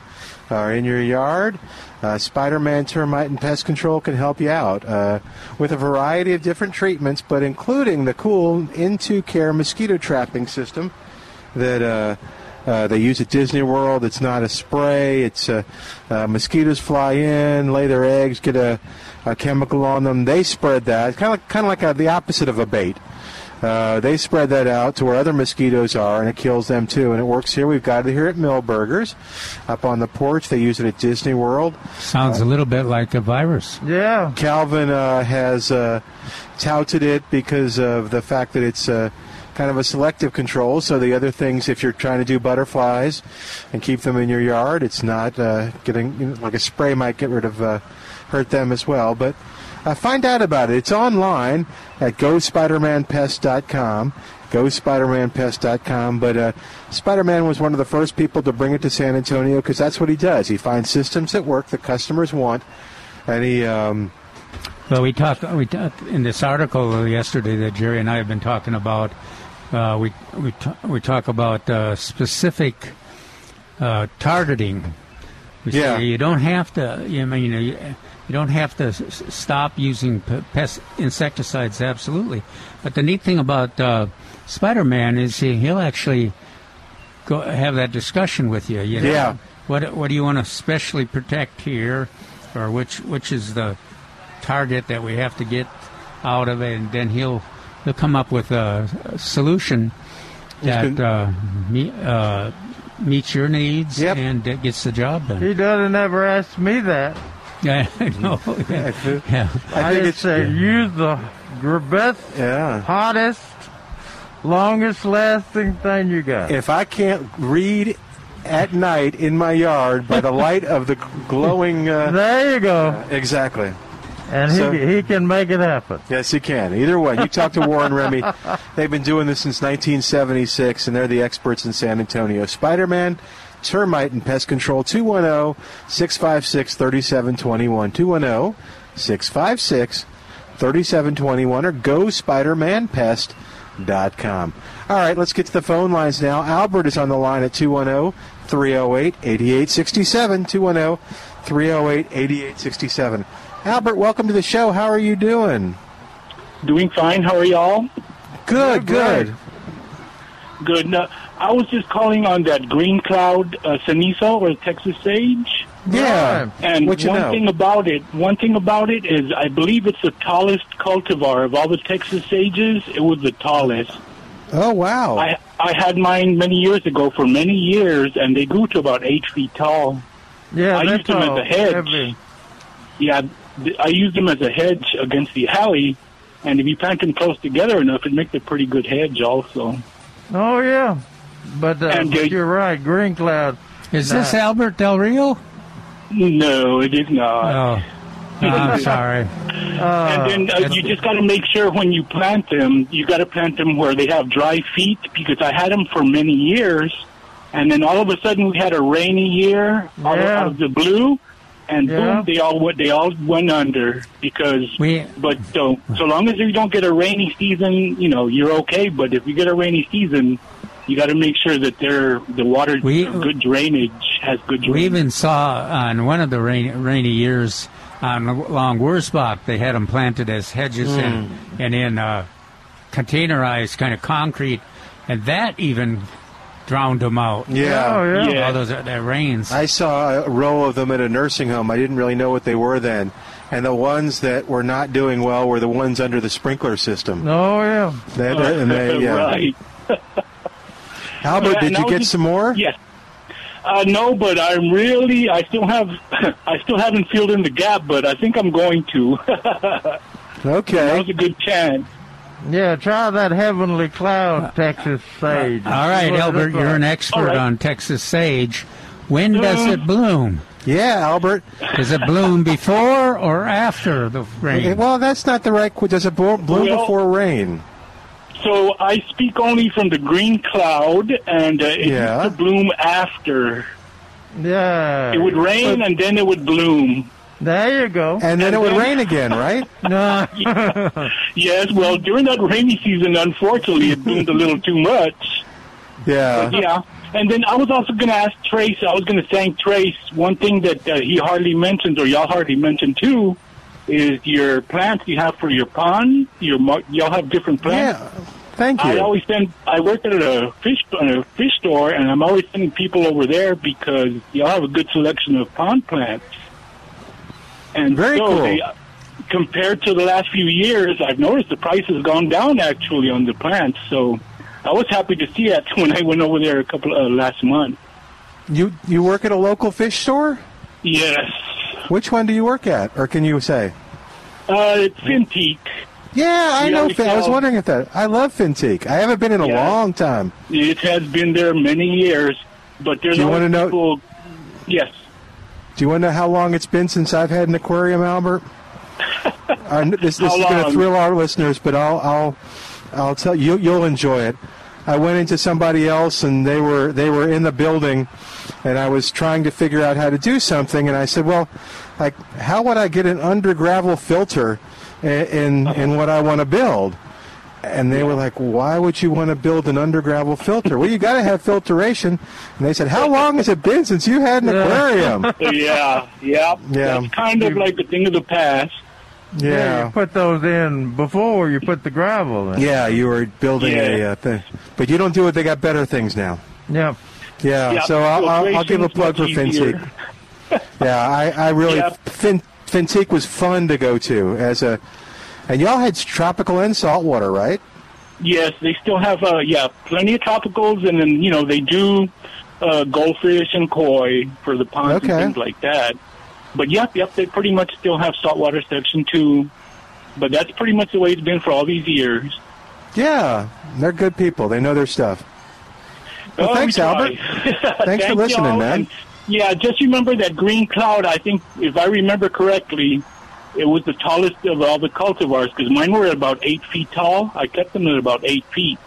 Speaker 1: or in your yard, uh, Spider-Man Termite and Pest Control can help you out uh, with a variety of different treatments, but including the cool Into Care mosquito trapping system that uh, uh, they use at Disney World. It's not a spray. It's uh, uh, mosquitoes fly in, lay their eggs, get a, a chemical on them. They spread that. It's kind of kind of like a, the opposite of a bait. Uh, they spread that out to where other mosquitoes are, and it kills them too. And it works here. We've got it here at Millburgers, up on the porch. They use it at Disney World.
Speaker 4: Sounds a little bit like a virus.
Speaker 2: Yeah.
Speaker 1: Calvin uh, has uh, touted it because of the fact that it's uh, kind of a selective control. So the other things, if you're trying to do butterflies and keep them in your yard, it's not uh, getting you know, like a spray might get rid of uh, hurt them as well. But uh, find out about it. It's online at gospidermanpest.com. GoSpiderManPest.com. But uh, Spider Man was one of the first people to bring it to San Antonio because that's what he does. He finds systems that work that customers want, and he um,
Speaker 4: Well, we talked we talked in this article yesterday that Jerry and I have been talking about. Uh, we we ta- we talk about uh, specific uh, targeting. We say
Speaker 1: Yeah.
Speaker 4: you don't have to. You know, you know you, you don't have to s- s- stop using p- pest insecticides absolutely. But the neat thing about uh, Spider-Man is he, he'll actually go have that discussion with you. you know?
Speaker 1: Yeah.
Speaker 4: What what do you want to specially protect here, or which which is the target that we have to get out of it, and then he'll he'll come up with a, a solution that
Speaker 1: been-
Speaker 4: uh, me, uh, meets your needs
Speaker 1: Yep.
Speaker 4: and that gets the job done.
Speaker 2: He doesn't ever ask me that.
Speaker 4: Yeah, I know. Yeah. Yeah.
Speaker 2: I,
Speaker 1: think
Speaker 2: just say use the gr- best,
Speaker 1: yeah.
Speaker 2: hottest, longest lasting thing you got.
Speaker 1: If I can't read at night in my yard by the light of the glowing, uh,
Speaker 2: there you go.
Speaker 1: exactly.
Speaker 2: And he,
Speaker 1: So-
Speaker 2: he can make it happen.
Speaker 1: Yes, you can. Either way, you talk to Warren Remy. They've been doing this since 1976, and they're the experts in San Antonio. Spider Man, Termite, and Pest Control, oh, 210 656 3721. 210 656 3721 or go spidermanpest.com. All right, let's get to the phone lines now. Albert is on the line at oh, 210 308 8867. 210 308 8867. Albert, welcome to the show. How are you doing?
Speaker 8: Doing fine. How are y'all?
Speaker 1: Good, good.
Speaker 8: Good. Now, I was just calling on that green cloud uh, cenizo or Texas sage.
Speaker 1: Yeah.
Speaker 8: And
Speaker 1: what you
Speaker 8: one
Speaker 1: know?
Speaker 8: thing about it, one thing about it is, I believe it's the tallest cultivar of all the Texas sages. It was the tallest.
Speaker 1: Oh, wow.
Speaker 8: I I had mine many years ago for many years, and they grew to about eight feet tall.
Speaker 2: Yeah,
Speaker 8: I
Speaker 2: that's
Speaker 8: used them as
Speaker 2: all.
Speaker 8: a hedge.
Speaker 2: Every-
Speaker 8: Yeah, th- I used them as a hedge against the alley, and if you plant them close together enough, it makes a pretty good hedge also.
Speaker 2: oh yeah, but, uh,
Speaker 8: And, uh,
Speaker 2: but you're right. Green cloud.
Speaker 4: Is this
Speaker 2: Nah.
Speaker 4: Albert Del Rio?
Speaker 8: No, it is not.
Speaker 4: Oh, I'm sorry. Oh.
Speaker 2: Uh,
Speaker 8: And then uh, you just got to make sure when you plant them, you got to plant them where they have dry feet because I had them for many years, and then all of a sudden we had a rainy year out, of-
Speaker 2: Yeah.
Speaker 8: out of the blue, and
Speaker 2: Yeah.
Speaker 8: boom, they all went they all went under because.
Speaker 4: We
Speaker 8: But so so long as you don't get a rainy season, you know you're okay. But if you get a rainy season, you got to make sure that they're the water
Speaker 4: We-
Speaker 1: e-
Speaker 8: good drainage has good drainage.
Speaker 4: we even saw on one of the rainy, rainy years on along Wurzbach, they had them planted as hedges and and in uh, containerized kind of concrete, and that even drowned them out.
Speaker 1: yeah.
Speaker 2: oh yeah.
Speaker 8: Yeah.
Speaker 4: All those that rains.
Speaker 1: I saw a row of them at a nursing home. I didn't really know what they were then. And the ones that were not doing well were the ones under the sprinkler system.
Speaker 2: Oh yeah.
Speaker 1: That- uh, and they- yeah.
Speaker 8: right.
Speaker 1: Albert,
Speaker 8: Yeah,
Speaker 1: did
Speaker 8: and
Speaker 1: you
Speaker 8: I was
Speaker 1: get
Speaker 8: just-
Speaker 1: some more?
Speaker 8: Yes. Uh, no, but I'm really. I still have. I still haven't filled in the gap, but I think I'm going to. that
Speaker 1: Okay.
Speaker 8: was a good chance.
Speaker 2: Yeah, try that heavenly cloud, Texas sage.
Speaker 4: Uh, All right, Albert, you're an expert
Speaker 8: All right.
Speaker 4: on Texas sage. When does it bloom?
Speaker 1: Yeah, Albert.
Speaker 4: Does it bloom before or after the
Speaker 1: Okay,
Speaker 4: rain?
Speaker 1: well, that's not the right. Does it bloom bloom
Speaker 8: Well-
Speaker 1: before rain?
Speaker 8: So I speak only from the green cloud, and uh, it
Speaker 1: Yeah.
Speaker 8: used to bloom after.
Speaker 2: Yeah.
Speaker 8: It would rain, and then it would bloom.
Speaker 2: There you go.
Speaker 1: And
Speaker 8: And
Speaker 1: then it would
Speaker 8: then-
Speaker 1: rain again, right?
Speaker 2: No.
Speaker 8: Yes. Well, during that rainy season, unfortunately, it bloomed a little too much.
Speaker 1: Yeah.
Speaker 8: Yeah. And then I was also going to ask Trace, I was going to thank Trace. One thing that uh, he hardly mentions, or y'all hardly mentioned too, is your plants you have for your pond. Your mar- Y'all have different plants.
Speaker 1: Yeah. Thank
Speaker 8: I
Speaker 1: you.
Speaker 8: always send, I work at a fish, at a fish store, and I'm always sending people over there because y'all have a good selection of pond plants. And
Speaker 1: Very
Speaker 8: so
Speaker 1: cool.
Speaker 8: they, compared to the last few years, I've noticed the price has gone down actually on the plants. So I was happy to see that when I went over there a couple uh, last month.
Speaker 1: You you work at a local fish store?
Speaker 8: Yes,
Speaker 1: Which one do you work at, or can you say?
Speaker 8: uh, it's Fintique.
Speaker 1: Yeah, I
Speaker 8: Yeah,
Speaker 1: know.
Speaker 8: we
Speaker 1: Fin- I was
Speaker 8: sell-
Speaker 1: wondering if that. I love Fintique. I haven't been in a
Speaker 8: Yeah.
Speaker 1: long time.
Speaker 8: It has been there many years, but there's
Speaker 1: Do you
Speaker 8: always
Speaker 1: wanna know-
Speaker 8: people. Yes.
Speaker 1: Do you want to know how long it's been since I've had an aquarium, Albert? I kn- this this
Speaker 8: How
Speaker 1: is going to
Speaker 8: long?
Speaker 1: thrill our listeners, but I'll I'll I'll tell you you'll enjoy it. I went into somebody else, and they were they were in the building, and I was trying to figure out how to do something, and I said, well, like how would I get an under gravel filter in in,
Speaker 8: Uh-huh.
Speaker 1: in what I want to build? And they were like, "Why would you want to build an under gravel filter? Well, you got to have filtration." And they said, "How long has it been since you had an aquarium?"
Speaker 8: yeah. Yeah.
Speaker 1: Yeah.
Speaker 8: That's kind of like a thing of the past.
Speaker 2: Yeah, you put those in before you put the gravel in.
Speaker 1: Yeah, you were building a
Speaker 8: Yeah.
Speaker 1: uh, thing, but you don't do it. They got better things now.
Speaker 2: Yeah.
Speaker 1: Yeah,
Speaker 8: Yeah,
Speaker 1: so I'll, I'll, I'll give a
Speaker 8: filtration's
Speaker 1: plug for
Speaker 8: much easier.
Speaker 1: FinSeek. Yeah, I, I really
Speaker 8: Yeah.
Speaker 1: Fin, FinSeek was fun to go to as a, and y'all had tropical and saltwater, right?
Speaker 8: Yes, they still have uh yeah, plenty of tropicals and then you know, they do uh goldfish and koi for the ponds
Speaker 1: Okay.
Speaker 8: and things like that. But yep, yep, they pretty much still have saltwater section too. But that's pretty much the way it's been for all these years.
Speaker 1: Yeah, they're good people. They know their stuff. Well,
Speaker 8: Oh,
Speaker 1: thanks,
Speaker 8: we try.
Speaker 1: Albert. Thanks for
Speaker 8: Thank
Speaker 1: listening,
Speaker 8: y'all.
Speaker 1: man.
Speaker 8: And, yeah, just remember that green cloud. I think, if I remember correctly, it was the tallest of all the cultivars because mine were about eight feet tall. I kept them at about eight feet,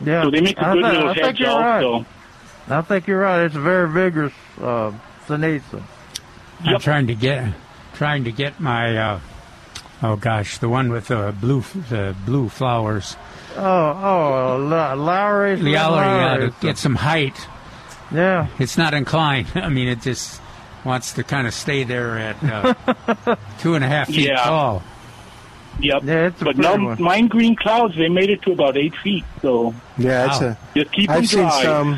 Speaker 2: Yeah.
Speaker 8: so they make a
Speaker 2: I,
Speaker 8: good
Speaker 2: thi-
Speaker 8: little
Speaker 2: I think
Speaker 8: hedge
Speaker 2: you're
Speaker 8: also.
Speaker 2: right. I think you're right. It's a very vigorous uh, Sinisa.
Speaker 4: I'm
Speaker 8: Yep.
Speaker 4: trying to get trying to get my uh, oh gosh, the one with the blue f- the blue flowers.
Speaker 2: Oh, oh, uh, Lowry.
Speaker 4: Lowry, uh, to get some height.
Speaker 2: Yeah.
Speaker 4: It's not inclined. I mean, it just wants to kind of stay there at uh, two and a half feet
Speaker 8: Yeah.
Speaker 4: tall.
Speaker 8: Yep.
Speaker 2: Yeah, it's a
Speaker 8: but
Speaker 2: pretty
Speaker 8: now
Speaker 2: one.
Speaker 8: mine green clouds, they made it to about eight feet. So
Speaker 1: Yeah, it's
Speaker 4: Wow.
Speaker 1: a.
Speaker 8: just keep them
Speaker 1: I've seen
Speaker 8: dry.
Speaker 1: some.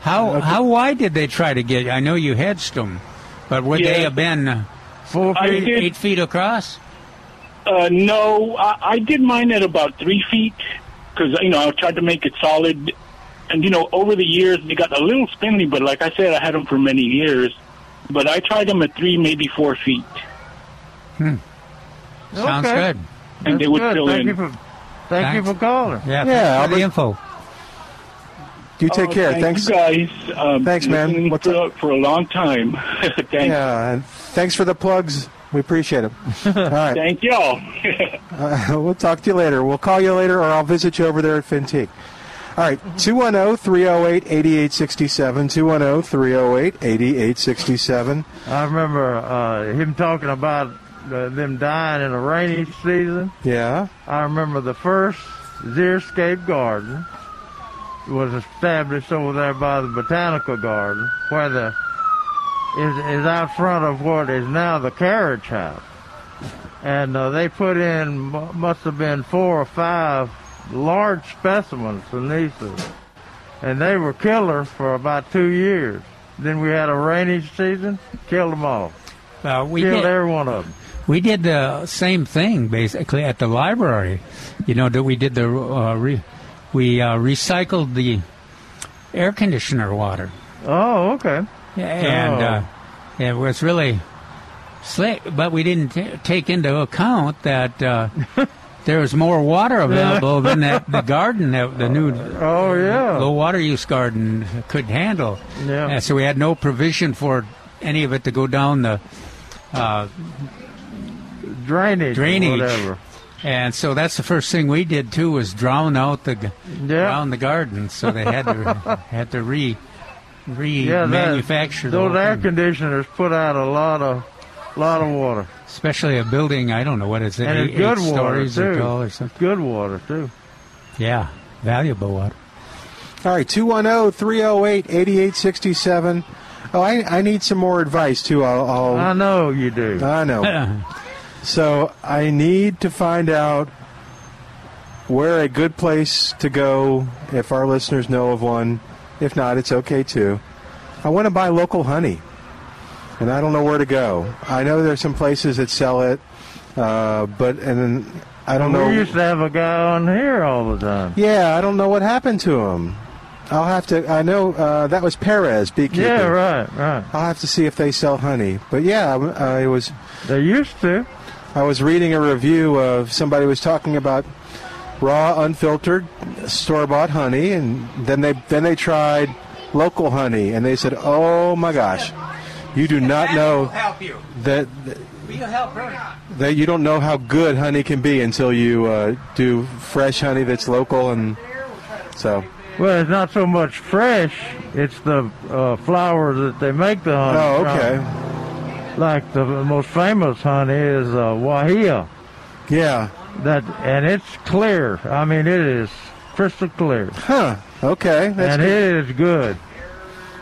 Speaker 4: How how wide did they try to get? I know you hedged them, but would they
Speaker 8: Yeah.
Speaker 4: have been uh, four
Speaker 8: I
Speaker 4: feet,
Speaker 8: did-
Speaker 4: eight feet across?
Speaker 8: Uh, no, I, I did mine at about three feet because you know I tried to make it solid, and you know over the years they got a little spindly, but like I said, I had them for many years. But I tried them at three, maybe four feet,
Speaker 4: Sounds
Speaker 2: Hmm. Okay.
Speaker 4: good.
Speaker 8: and they
Speaker 2: That's
Speaker 8: would
Speaker 2: good.
Speaker 8: fill
Speaker 2: thank
Speaker 8: in.
Speaker 2: You for, thank you
Speaker 4: Thanks.
Speaker 2: for calling.
Speaker 1: Yeah,
Speaker 4: Yeah, yeah for the info.
Speaker 1: You take
Speaker 8: Oh,
Speaker 1: care.
Speaker 8: thank
Speaker 1: Thanks.
Speaker 8: you guys. Um,
Speaker 1: Thanks, man.
Speaker 8: listening
Speaker 1: What's
Speaker 8: for, for a long time. thanks.
Speaker 1: Yeah, and thanks for the plugs. We appreciate it. All right,
Speaker 8: Thank y'all.
Speaker 1: Uh, we'll talk to you later. We'll call you later, or I'll visit you over there at Fintique. All right, oh, 210 308 8867. 210 308 8867.
Speaker 2: I remember uh, him talking about uh, them dying in a rainy season.
Speaker 1: Yeah.
Speaker 2: I remember the first xeriscape garden was established over there by the botanical garden, where the is is out front of what is now the carriage house, and uh, they put in mu- must have been four or five large specimens and these, and they were killers for about two years. Then we had a rainy season, killed them all,
Speaker 4: Uh, we
Speaker 2: killed
Speaker 4: did,
Speaker 2: every one of them.
Speaker 4: we did the same thing basically at the library. You know that we did the uh, re, we uh, recycled the air conditioner water.
Speaker 2: Oh, okay.
Speaker 4: and
Speaker 2: Oh.
Speaker 4: uh, it was really slick. But we didn't t- take into account that uh, there was more water available than that the garden that the new
Speaker 2: Oh, yeah.
Speaker 4: low water use garden could handle.
Speaker 2: Yeah.
Speaker 4: And so we had no provision for any of it to go down the. Uh,
Speaker 2: drainage, or
Speaker 4: Drainage.
Speaker 2: whatever.
Speaker 4: and so that's the first thing we did too was drown out the g-
Speaker 2: Yeah.
Speaker 4: drown the garden. So they had to had to re re
Speaker 2: Yeah, that-
Speaker 4: manufacture the
Speaker 2: Those
Speaker 4: whole
Speaker 2: air
Speaker 4: thing.
Speaker 2: conditioners put out a lot of, lot of water,
Speaker 4: especially a building. I don't know what it's
Speaker 2: and
Speaker 4: eight,
Speaker 2: it's good
Speaker 4: eight
Speaker 2: water
Speaker 4: stories or tall
Speaker 2: too.
Speaker 4: or
Speaker 2: It's
Speaker 4: something.
Speaker 2: good water too.
Speaker 4: Yeah, valuable water.
Speaker 1: All right, oh, 210 308 8867. Oh, I, I need some more advice, too. I'll, I'll,
Speaker 2: I know you do.
Speaker 1: I know. So I need to find out where a good place to go. If our listeners know of one, if not, it's okay too. I want to buy local honey, and I don't know where to go. I know there's some places that sell it, uh, but and then I don't
Speaker 2: We
Speaker 1: know.
Speaker 2: used to have a guy on here all the time.
Speaker 1: Yeah, I don't know what happened to him. I'll have to. I know uh, that was Perez beekeeper.
Speaker 2: Yeah, right, right.
Speaker 1: I'll have to see if they sell honey. But yeah, I, I was.
Speaker 2: They used to.
Speaker 1: I was reading a review of somebody was talking about raw, unfiltered, store-bought honey, and then they then they tried local honey, and they said, "Oh my gosh, you do not know
Speaker 4: help you.
Speaker 1: that
Speaker 4: Will you help her?
Speaker 1: that you don't know how good honey can be until you uh, do fresh honey that's local." And so,
Speaker 2: Well, it's not so much fresh; it's the uh, flowers that they make the honey.
Speaker 1: oh
Speaker 2: from.
Speaker 1: okay,
Speaker 2: Like the most famous honey is uh, wahia.
Speaker 1: yeah,
Speaker 2: That and it's clear. I mean, it is crystal clear.
Speaker 1: huh, okay, that's
Speaker 2: and
Speaker 1: good.
Speaker 2: it is good.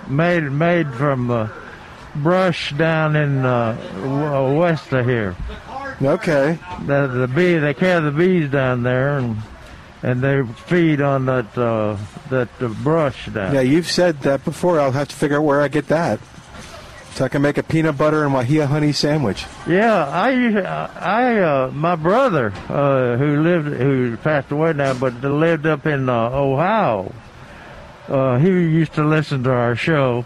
Speaker 2: Made made from uh, brush down in uh, w- uh, west of here.
Speaker 1: okay,
Speaker 2: The, the bee they carry the bees down there and and they feed on that uh, that uh, brush down.
Speaker 1: yeah. You've said that before. I'll have to figure out where I get that. So I can make a peanut butter and wahia honey sandwich.
Speaker 2: Yeah, I used- I uh, my brother uh, who lived who passed away now, but lived up in uh, Ohio. Uh, he used to listen to our show.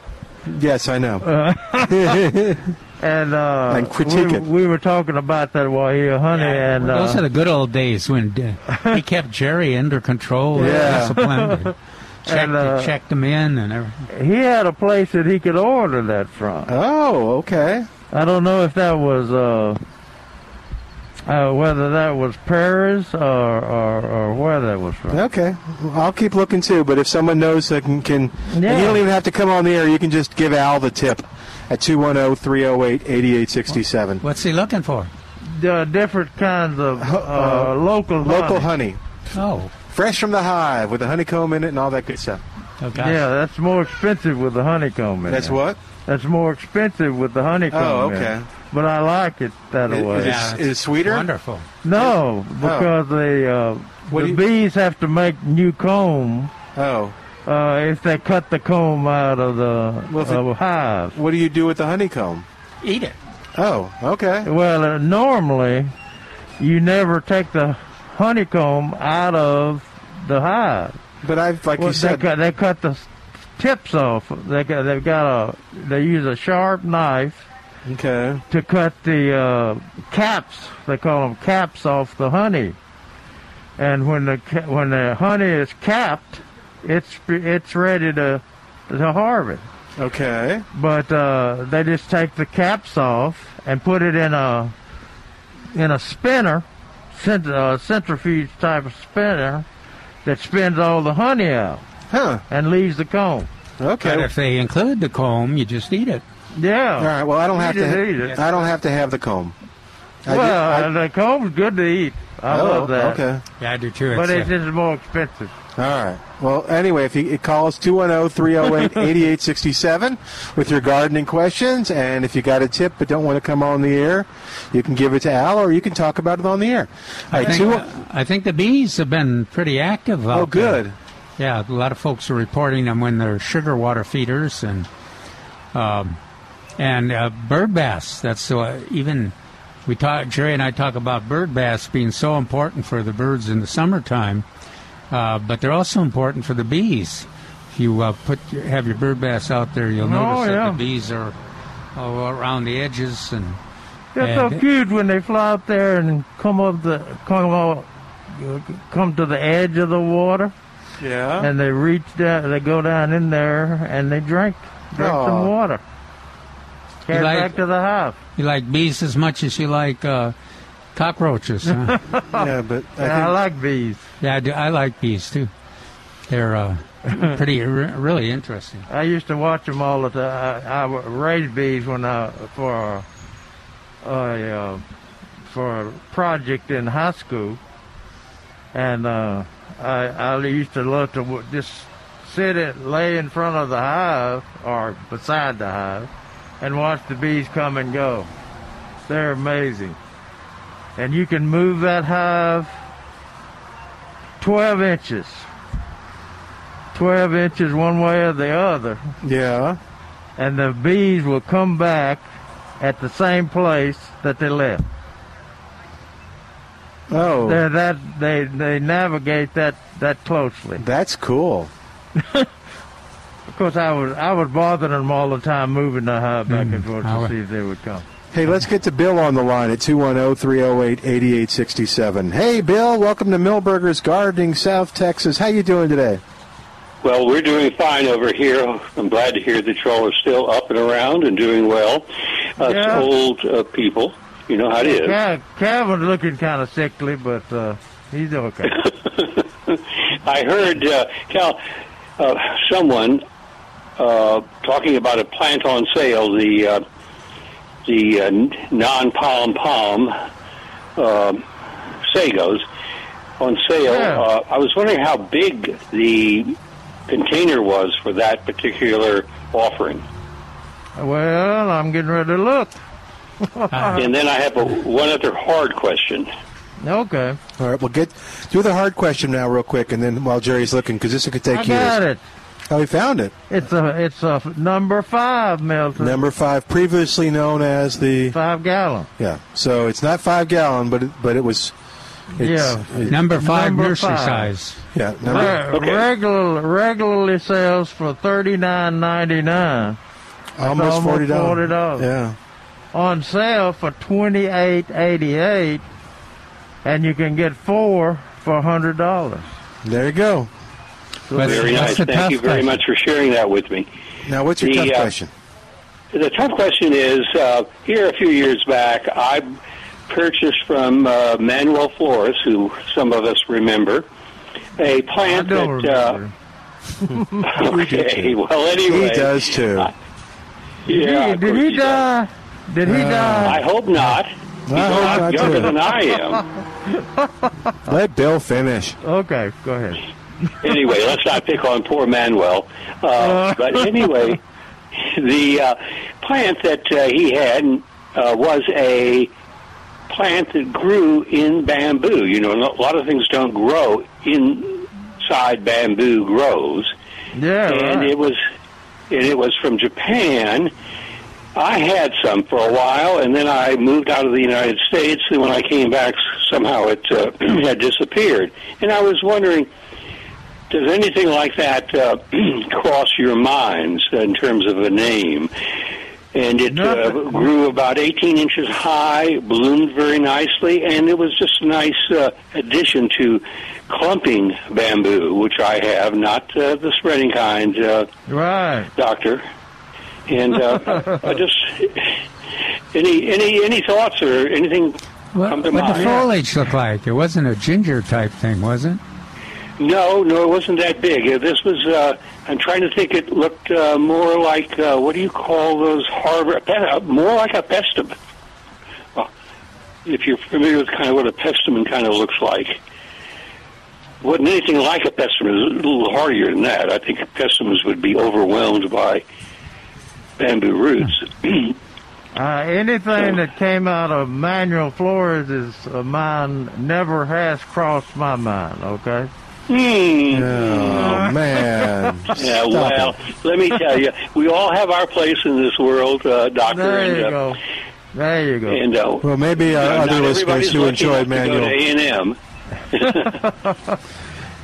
Speaker 1: Yes, I know.
Speaker 2: And, uh,
Speaker 1: And critique
Speaker 2: we,
Speaker 1: it.
Speaker 2: we were talking about that while here, honey, and uh,
Speaker 4: Those are the good old days when uh, he kept Jerry under control
Speaker 1: Yeah.
Speaker 4: and disciplined. Checked,
Speaker 2: And, uh,
Speaker 4: checked him in and everything.
Speaker 2: he had a place that he could order that from.
Speaker 1: oh, okay.
Speaker 2: I don't know if that was uh, uh, whether that was Paris or, or, or where that was from.
Speaker 1: Okay. I'll keep looking too, but if someone knows that can, can and
Speaker 2: Yeah.
Speaker 1: you don't even have to come on the air, you can just give Al the tip at 210 308 8867.
Speaker 4: What's he looking for?
Speaker 2: There are different kinds of uh, local
Speaker 1: Local
Speaker 2: honey.
Speaker 1: honey.
Speaker 4: Oh,
Speaker 1: Fresh from the hive with the honeycomb in it and all that good stuff.
Speaker 4: Oh, gosh.
Speaker 2: Yeah, that's more expensive with the honeycomb in
Speaker 1: That's
Speaker 2: there.
Speaker 1: what?
Speaker 2: That's more expensive with the honeycomb.
Speaker 1: Oh,
Speaker 2: in it.
Speaker 1: okay.
Speaker 2: But I like it that
Speaker 1: Is-
Speaker 2: way.
Speaker 1: is it-
Speaker 4: Yeah,
Speaker 1: is it sweeter?
Speaker 4: Wonderful.
Speaker 2: No, because they uh,
Speaker 1: Oh. do
Speaker 2: the
Speaker 1: you-
Speaker 2: bees have to make new comb
Speaker 1: Oh,
Speaker 2: uh, if they cut the comb out of the
Speaker 1: Well, if it-
Speaker 2: of a hive.
Speaker 1: what do you do with the honeycomb?
Speaker 4: Eat it.
Speaker 1: Oh, okay.
Speaker 2: Well, uh, normally you never take the honeycomb out of the hive.
Speaker 1: But I've, like
Speaker 2: Well,
Speaker 1: you said,
Speaker 2: they, cut, they cut the s- tips off. They got, they've got a they use a sharp knife
Speaker 1: okay.
Speaker 2: to cut the uh, caps. They call them caps off the honey. And when the ca- when the honey is capped, it's it's ready to to harvest.
Speaker 1: Okay.
Speaker 2: But uh, they just take the caps off and put it in a in a spinner, cent- uh, centrifuge type of spinner that spins all the honey out
Speaker 1: Huh.
Speaker 2: and leaves the comb.
Speaker 4: But
Speaker 1: Okay.
Speaker 4: if they include the comb, you just eat it.
Speaker 2: Yeah.
Speaker 1: All right. Well, I don't
Speaker 2: You
Speaker 1: have
Speaker 2: just
Speaker 1: to.
Speaker 2: eat it.
Speaker 1: I don't have to have the comb. I
Speaker 2: well,
Speaker 1: do- I-
Speaker 2: the comb's good to eat. I
Speaker 1: oh,
Speaker 2: love that.
Speaker 1: Okay.
Speaker 4: Yeah, I do too.
Speaker 2: But it's
Speaker 4: uh,
Speaker 2: just more expensive.
Speaker 1: All right. Well, anyway, if you call us 210-308-8867 with your gardening questions, and if you got a tip but don't want to come on the air, you can give it to Al, or you can talk about it on the air. All
Speaker 4: I
Speaker 1: right,
Speaker 4: think,
Speaker 1: two-
Speaker 4: I think the bees have been pretty active.
Speaker 1: oh,
Speaker 4: out there.
Speaker 1: good.
Speaker 4: Yeah, a lot of folks are reporting them when they're sugar water feeders and um, and uh, bird bass. That's uh, even we talk. Jerry and I talk about bird bass being so important for the birds in the summertime, uh, but they're also important for the bees. If you uh, put your- have your bird bass out there, you'll
Speaker 2: Oh,
Speaker 4: notice
Speaker 2: yeah.
Speaker 4: that the bees are all around the edges and
Speaker 2: They're so
Speaker 4: And-
Speaker 2: cute when they fly up there and come up the come up, come to the edge of the water
Speaker 1: Yeah.
Speaker 2: and they reach down. They go down in there and they drink drink
Speaker 1: Aw.
Speaker 2: some water. Carry
Speaker 4: like-
Speaker 2: back to the hive.
Speaker 4: you like bees as much as you like uh, cockroaches. Huh?
Speaker 1: yeah, but I
Speaker 2: And I,
Speaker 1: think,
Speaker 2: like bees.
Speaker 4: Yeah, I, do. I like bees too. They're uh, pretty, re- really interesting.
Speaker 2: I used to watch them all the time. I, I raised bees when I for a, a uh, for a project in high school, and uh, I, I used to love to w- just sit and lay in front of the hive or beside the hive, and watch the bees come and go. They're amazing, and you can move that hive twelve inches. 12 inches one way or the other,
Speaker 1: yeah.
Speaker 2: and the bees will come back at the same place that they left.
Speaker 1: Oh,
Speaker 2: They're that they they navigate that that closely.
Speaker 1: that's cool.
Speaker 2: Of course, I was I was bothering them all the time, moving the hive back
Speaker 1: Mm.
Speaker 2: and forth
Speaker 4: I
Speaker 2: to
Speaker 4: would-
Speaker 2: see if they would come.
Speaker 1: Hey, let's get to Bill on the line at 210-308-8867. Hey, Bill, welcome to Millburgers Gardening, South Texas. How you doing today?
Speaker 9: Well, we're doing fine over here. I'm glad to hear that y'all are still up and around and doing well. Us
Speaker 2: Yeah.
Speaker 9: old uh, people, you know how it is.
Speaker 2: Cal, Calvin's looking kind of sickly, but uh, he's okay.
Speaker 9: I heard uh, Cal, uh, someone uh, talking about a plant on sale, the uh, the uh, non-palm palm um sagos on sale.
Speaker 2: Yeah.
Speaker 9: Uh, I was wondering how big the container was for that particular offering.
Speaker 2: well, I'm getting ready to look.
Speaker 4: uh,
Speaker 9: And then I have a, one other hard question.
Speaker 2: Okay,
Speaker 1: All right, well, get do the hard question now, real quick, and then while Jerry's looking, because this could take
Speaker 2: I
Speaker 1: years.
Speaker 2: got it.
Speaker 1: Oh, he found it.
Speaker 2: It's a it's a f- number five, Milton.
Speaker 1: Number five, previously known as the
Speaker 2: five gallon.
Speaker 1: yeah. So it's not five gallon, but it, but it was. It's,
Speaker 2: Yeah.
Speaker 1: it-
Speaker 4: Number five,
Speaker 2: Number
Speaker 4: nursery
Speaker 2: five.
Speaker 4: size.
Speaker 1: yeah. Number,
Speaker 2: Re-
Speaker 9: Okay.
Speaker 2: Regular, regularly sells for thirty nine ninety nine.
Speaker 1: almost
Speaker 2: almost
Speaker 1: forty dollars.
Speaker 2: $40.
Speaker 1: Yeah.
Speaker 2: On sale for twenty eight eighty eight, and you can get four for hundred dollars.
Speaker 1: There you go.
Speaker 4: That's-
Speaker 9: Very
Speaker 4: that's
Speaker 9: nice.
Speaker 4: the tough
Speaker 9: Thank you very
Speaker 4: question.
Speaker 9: much for sharing that with me.
Speaker 1: Now, what's your
Speaker 9: The,
Speaker 1: tough
Speaker 9: uh,
Speaker 1: question?
Speaker 9: The tough question is uh, here a few years back, I purchased from uh, Manuel Flores, who some of us remember, a
Speaker 2: I
Speaker 9: plant
Speaker 2: don't
Speaker 9: that. Uh,
Speaker 2: remember.
Speaker 9: okay, well,
Speaker 1: He
Speaker 9: anyway. Uh,
Speaker 1: does too.
Speaker 9: Yeah,
Speaker 2: Did
Speaker 9: of course
Speaker 2: he- did he,
Speaker 9: he does.
Speaker 2: die? Did he die?
Speaker 9: I hope not. He's a
Speaker 1: hope
Speaker 9: lot
Speaker 1: not,
Speaker 9: younger
Speaker 1: too.
Speaker 9: than I am.
Speaker 1: Let Bill finish.
Speaker 2: Okay, go ahead.
Speaker 9: anyway, let's not pick on poor Manuel. Uh, but anyway, the uh, plant that uh, he had uh, was a plant that grew in bamboo. You know, a lot of things don't grow inside bamboo grows.
Speaker 2: Yeah,
Speaker 9: and
Speaker 2: right.
Speaker 9: it was and it was from Japan. I had some for a while, and then I moved out of the United States. And when I came back, somehow it uh, had disappeared. And I was wondering, does anything like that uh, cross your minds in terms of a name? And it uh, grew about 18 inches high, bloomed very nicely, and it was just a nice uh, addition to clumping bamboo, which I have, not uh, the spreading kind, uh,
Speaker 2: Right.
Speaker 9: Doctor. And uh, I just any any any thoughts or anything come
Speaker 4: What,
Speaker 9: to
Speaker 4: what the
Speaker 9: mind?
Speaker 4: foliage looked like? It wasn't a ginger type thing, was it?
Speaker 9: No, no, it wasn't that big. Uh, This was, uh, I'm trying to think, it looked uh, more like, uh, what do you call those harbor, uh, more like a pestum. Well, if you're familiar with kind of what a pestum kind of looks like. Wasn't anything like a pestum. It was a little hardier than that. I think pestums would be overwhelmed by bamboo roots.
Speaker 2: Uh, anything that came out of Manuel Flores is uh, mine never has crossed my mind. Okay.
Speaker 1: Oh man.
Speaker 9: Hmm. Yeah, well, let me tell you, we all have our place in this world, uh, Doctor.
Speaker 2: There
Speaker 9: and,
Speaker 2: you
Speaker 9: uh,
Speaker 2: go. There you go.
Speaker 9: And, uh,
Speaker 1: Well, maybe uh,
Speaker 9: No, not
Speaker 1: other listeners
Speaker 9: everybody's
Speaker 1: who
Speaker 9: lucky
Speaker 1: enjoyed
Speaker 9: enough to go
Speaker 1: Manuel.
Speaker 9: to A&M.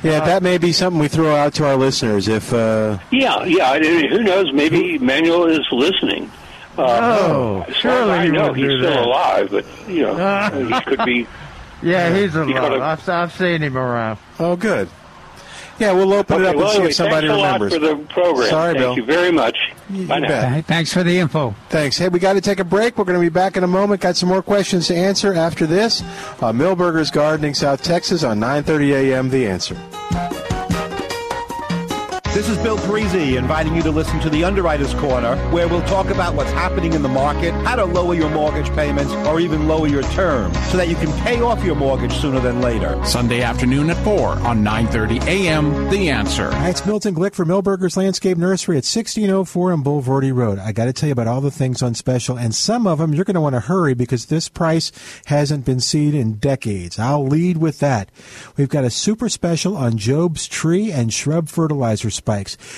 Speaker 1: Yeah, that may be something we throw out to our listeners. If uh,
Speaker 9: Yeah, yeah. I mean, who knows? Maybe Manuel is listening. Uh,
Speaker 2: Oh,
Speaker 9: as far as
Speaker 2: surely
Speaker 9: I
Speaker 2: he
Speaker 9: know
Speaker 2: would
Speaker 9: he's
Speaker 2: do
Speaker 9: still
Speaker 2: that.
Speaker 9: alive, but you know
Speaker 1: Ah.
Speaker 9: he could be.
Speaker 2: Yeah, he's a
Speaker 9: gotta-
Speaker 2: lot. I've, I've seen him around.
Speaker 1: oh, good. Yeah, we'll open it
Speaker 9: Okay,
Speaker 1: up
Speaker 9: well,
Speaker 1: and see
Speaker 9: anyway,
Speaker 1: if somebody
Speaker 9: thanks a
Speaker 1: remembers.
Speaker 9: lot for the program.
Speaker 1: Sorry,
Speaker 9: Thank
Speaker 1: Bill.
Speaker 9: you very much.
Speaker 1: You
Speaker 9: Bye now.
Speaker 1: bet.
Speaker 4: Th- Thanks for the info.
Speaker 1: Thanks. Hey, we got to take a break. We're going to be back in a moment. Got some more questions to answer after this. Uh, Millburgers Gardening, South Texas, on 9:30 a.m. The Answer.
Speaker 6: This is Bill Parisi inviting you to listen to the Underwriters Corner, where we'll talk about what's happening in the market, how to lower your mortgage payments, or even lower your term, so that you can pay off your mortgage sooner than later.
Speaker 10: Sunday afternoon at 4 on 9:30 a.m. The Answer.
Speaker 1: Hi, it's Milton Glick for Millburgers Landscape Nursery at 1604 on Boulevardy Road. I got to tell you about all the things on special, and some of them you're going to want to hurry because this price hasn't been seen in decades. I'll lead with that. We've got a super special on Job's tree and shrub fertilizer spikes.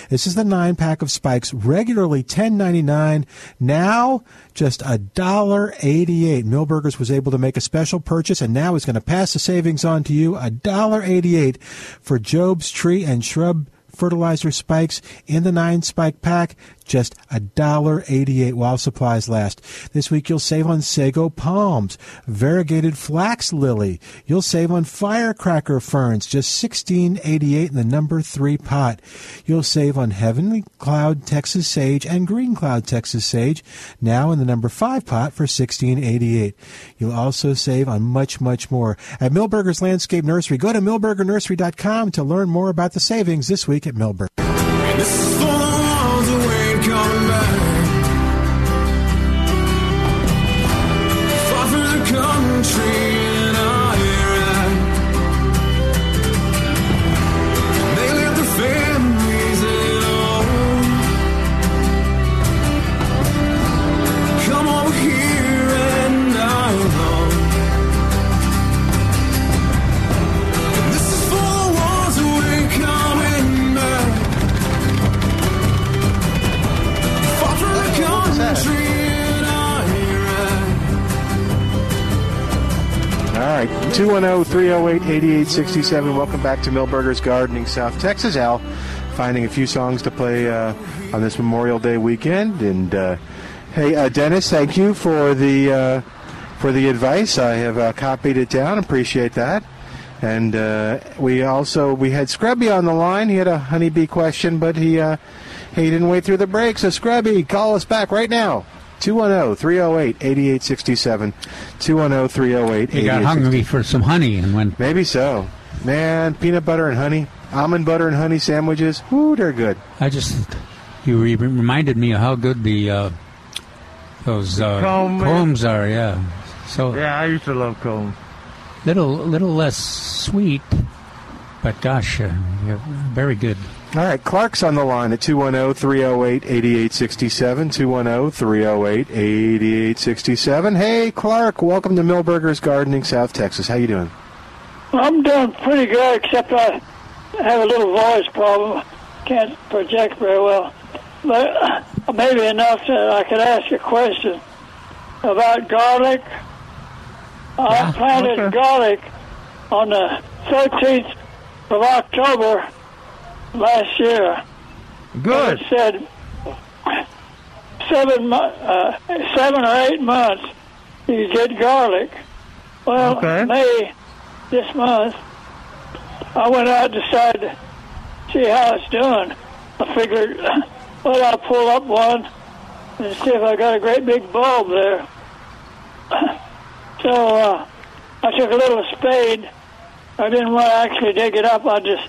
Speaker 1: This is the nine pack of spikes, regularly $10.99, now just a dollar eighty-eight. Millburgers was able to make a special purchase, and now is going to pass the savings on to you, a dollar eighty-eight for Job's tree and shrub fertilizer spikes in the nine spike pack just a dollar eighty eight while supplies last this week you'll save on sago palms variegated flax lily you'll save on firecracker ferns just sixteen eighty eight in the number three pot you'll save on heavenly cloud texas sage and green cloud texas sage now in the number five pot for sixteen eighty eight you'll also save on much much more at millburgers landscape nursery go to millburgernursery.com to learn more about the savings this week at millburger
Speaker 7: This is for the ones who ain't coming back. Far from the country and I ride. They left the families at home. Come over here and I know. This is for the ones who ain't coming back. Far from the country and I
Speaker 1: All right, oh, 210 308 8867. Welcome back to Millburgers Gardening, South Texas. Al finding a few songs to play uh, on this Memorial Day weekend. And uh, hey, uh, Dennis, thank you for the uh, for the advice. I have uh, copied it down. Appreciate that. And uh, we also we had Scrubby on the line. He had a honeybee question, but he uh, he didn't wait through the break. So Scrubby, call us back right now. oh, 210 308 8867. 210 308
Speaker 4: He got hungry for some honey and went.
Speaker 1: Maybe so. Man, peanut butter and honey, almond butter and honey sandwiches. Ooh, they're good.
Speaker 4: I just you re- reminded me of how good the uh, those uh,
Speaker 2: Comb-
Speaker 4: combs are. Yeah, so
Speaker 2: Yeah, I used to love cones.
Speaker 4: little little less sweet, But gosh, uh, yeah, very good.
Speaker 1: All right, Clark's on the line at oh, 210 308 8867. 210 308 8867. Hey, Clark, welcome to Millburgers Gardening, South Texas. How you doing?
Speaker 11: I'm doing pretty good, except I have a little voice problem. Can't project very well. But uh, maybe enough that I could ask a question about garlic. I planted garlic on the 13th of October last year.
Speaker 2: Good.
Speaker 11: It said seven, mo- uh, seven or eight months you get garlic. Well,
Speaker 2: Okay.
Speaker 11: May this month, I went out and decided to see how it's doing. I figured, well, I'll pull up one and see if I got a great big bulb there. So uh, I took a little spade. I didn't want to actually dig it up. I just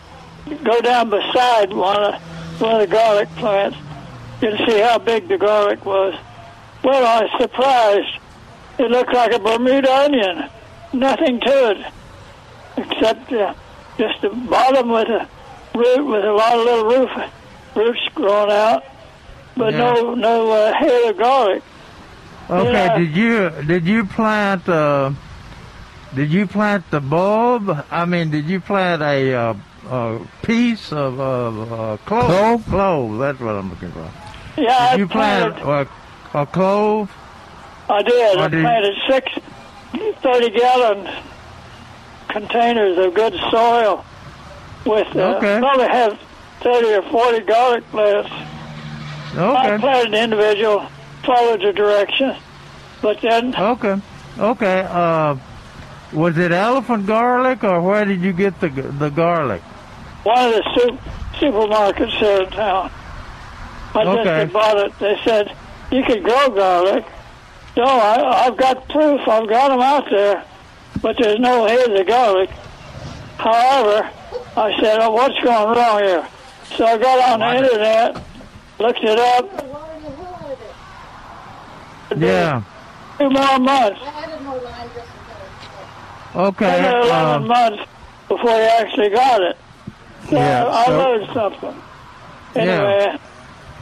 Speaker 11: go down beside one of, one of the garlic plants and see how big the garlic was. Well, I was surprised. It looked like a Bermuda onion. Nothing to it, except uh, just the bottom with a root with a lot of little roof, roots growing out, but no no uh, head of garlic.
Speaker 2: Okay.
Speaker 11: Yeah.
Speaker 2: Did you did you plant uh, did you plant the bulb? I mean, did you plant a, uh, a piece of of uh, clove? Clove. That's what I'm looking for.
Speaker 11: Yeah,
Speaker 2: did
Speaker 11: I
Speaker 2: you plant a, a clove?
Speaker 11: I did.
Speaker 2: Or
Speaker 11: I
Speaker 2: did-
Speaker 11: planted six 30 gallon containers of good soil with uh,
Speaker 2: Okay.
Speaker 11: probably have 30 or 40 garlic plants. I planted an individual, followed the direction, but then
Speaker 2: Okay. Okay. Uh, was it elephant garlic, or where did you get the the garlic?
Speaker 11: one of the soup, supermarkets here in town, my
Speaker 2: Okay.
Speaker 11: sister bought it. They said, you can grow garlic. No, I, I've got proof. I've got them out there, but there's no heads of garlic. However, I said, oh, what's going wrong here? So I got on the internet, looked it up,
Speaker 2: Yeah.
Speaker 11: two more months,
Speaker 2: Okay.
Speaker 11: ten or 11
Speaker 2: uh,
Speaker 11: months before you actually got it. So
Speaker 2: Yeah,
Speaker 11: I, I
Speaker 2: so-
Speaker 11: learned something.
Speaker 2: Yeah.
Speaker 11: Anyway,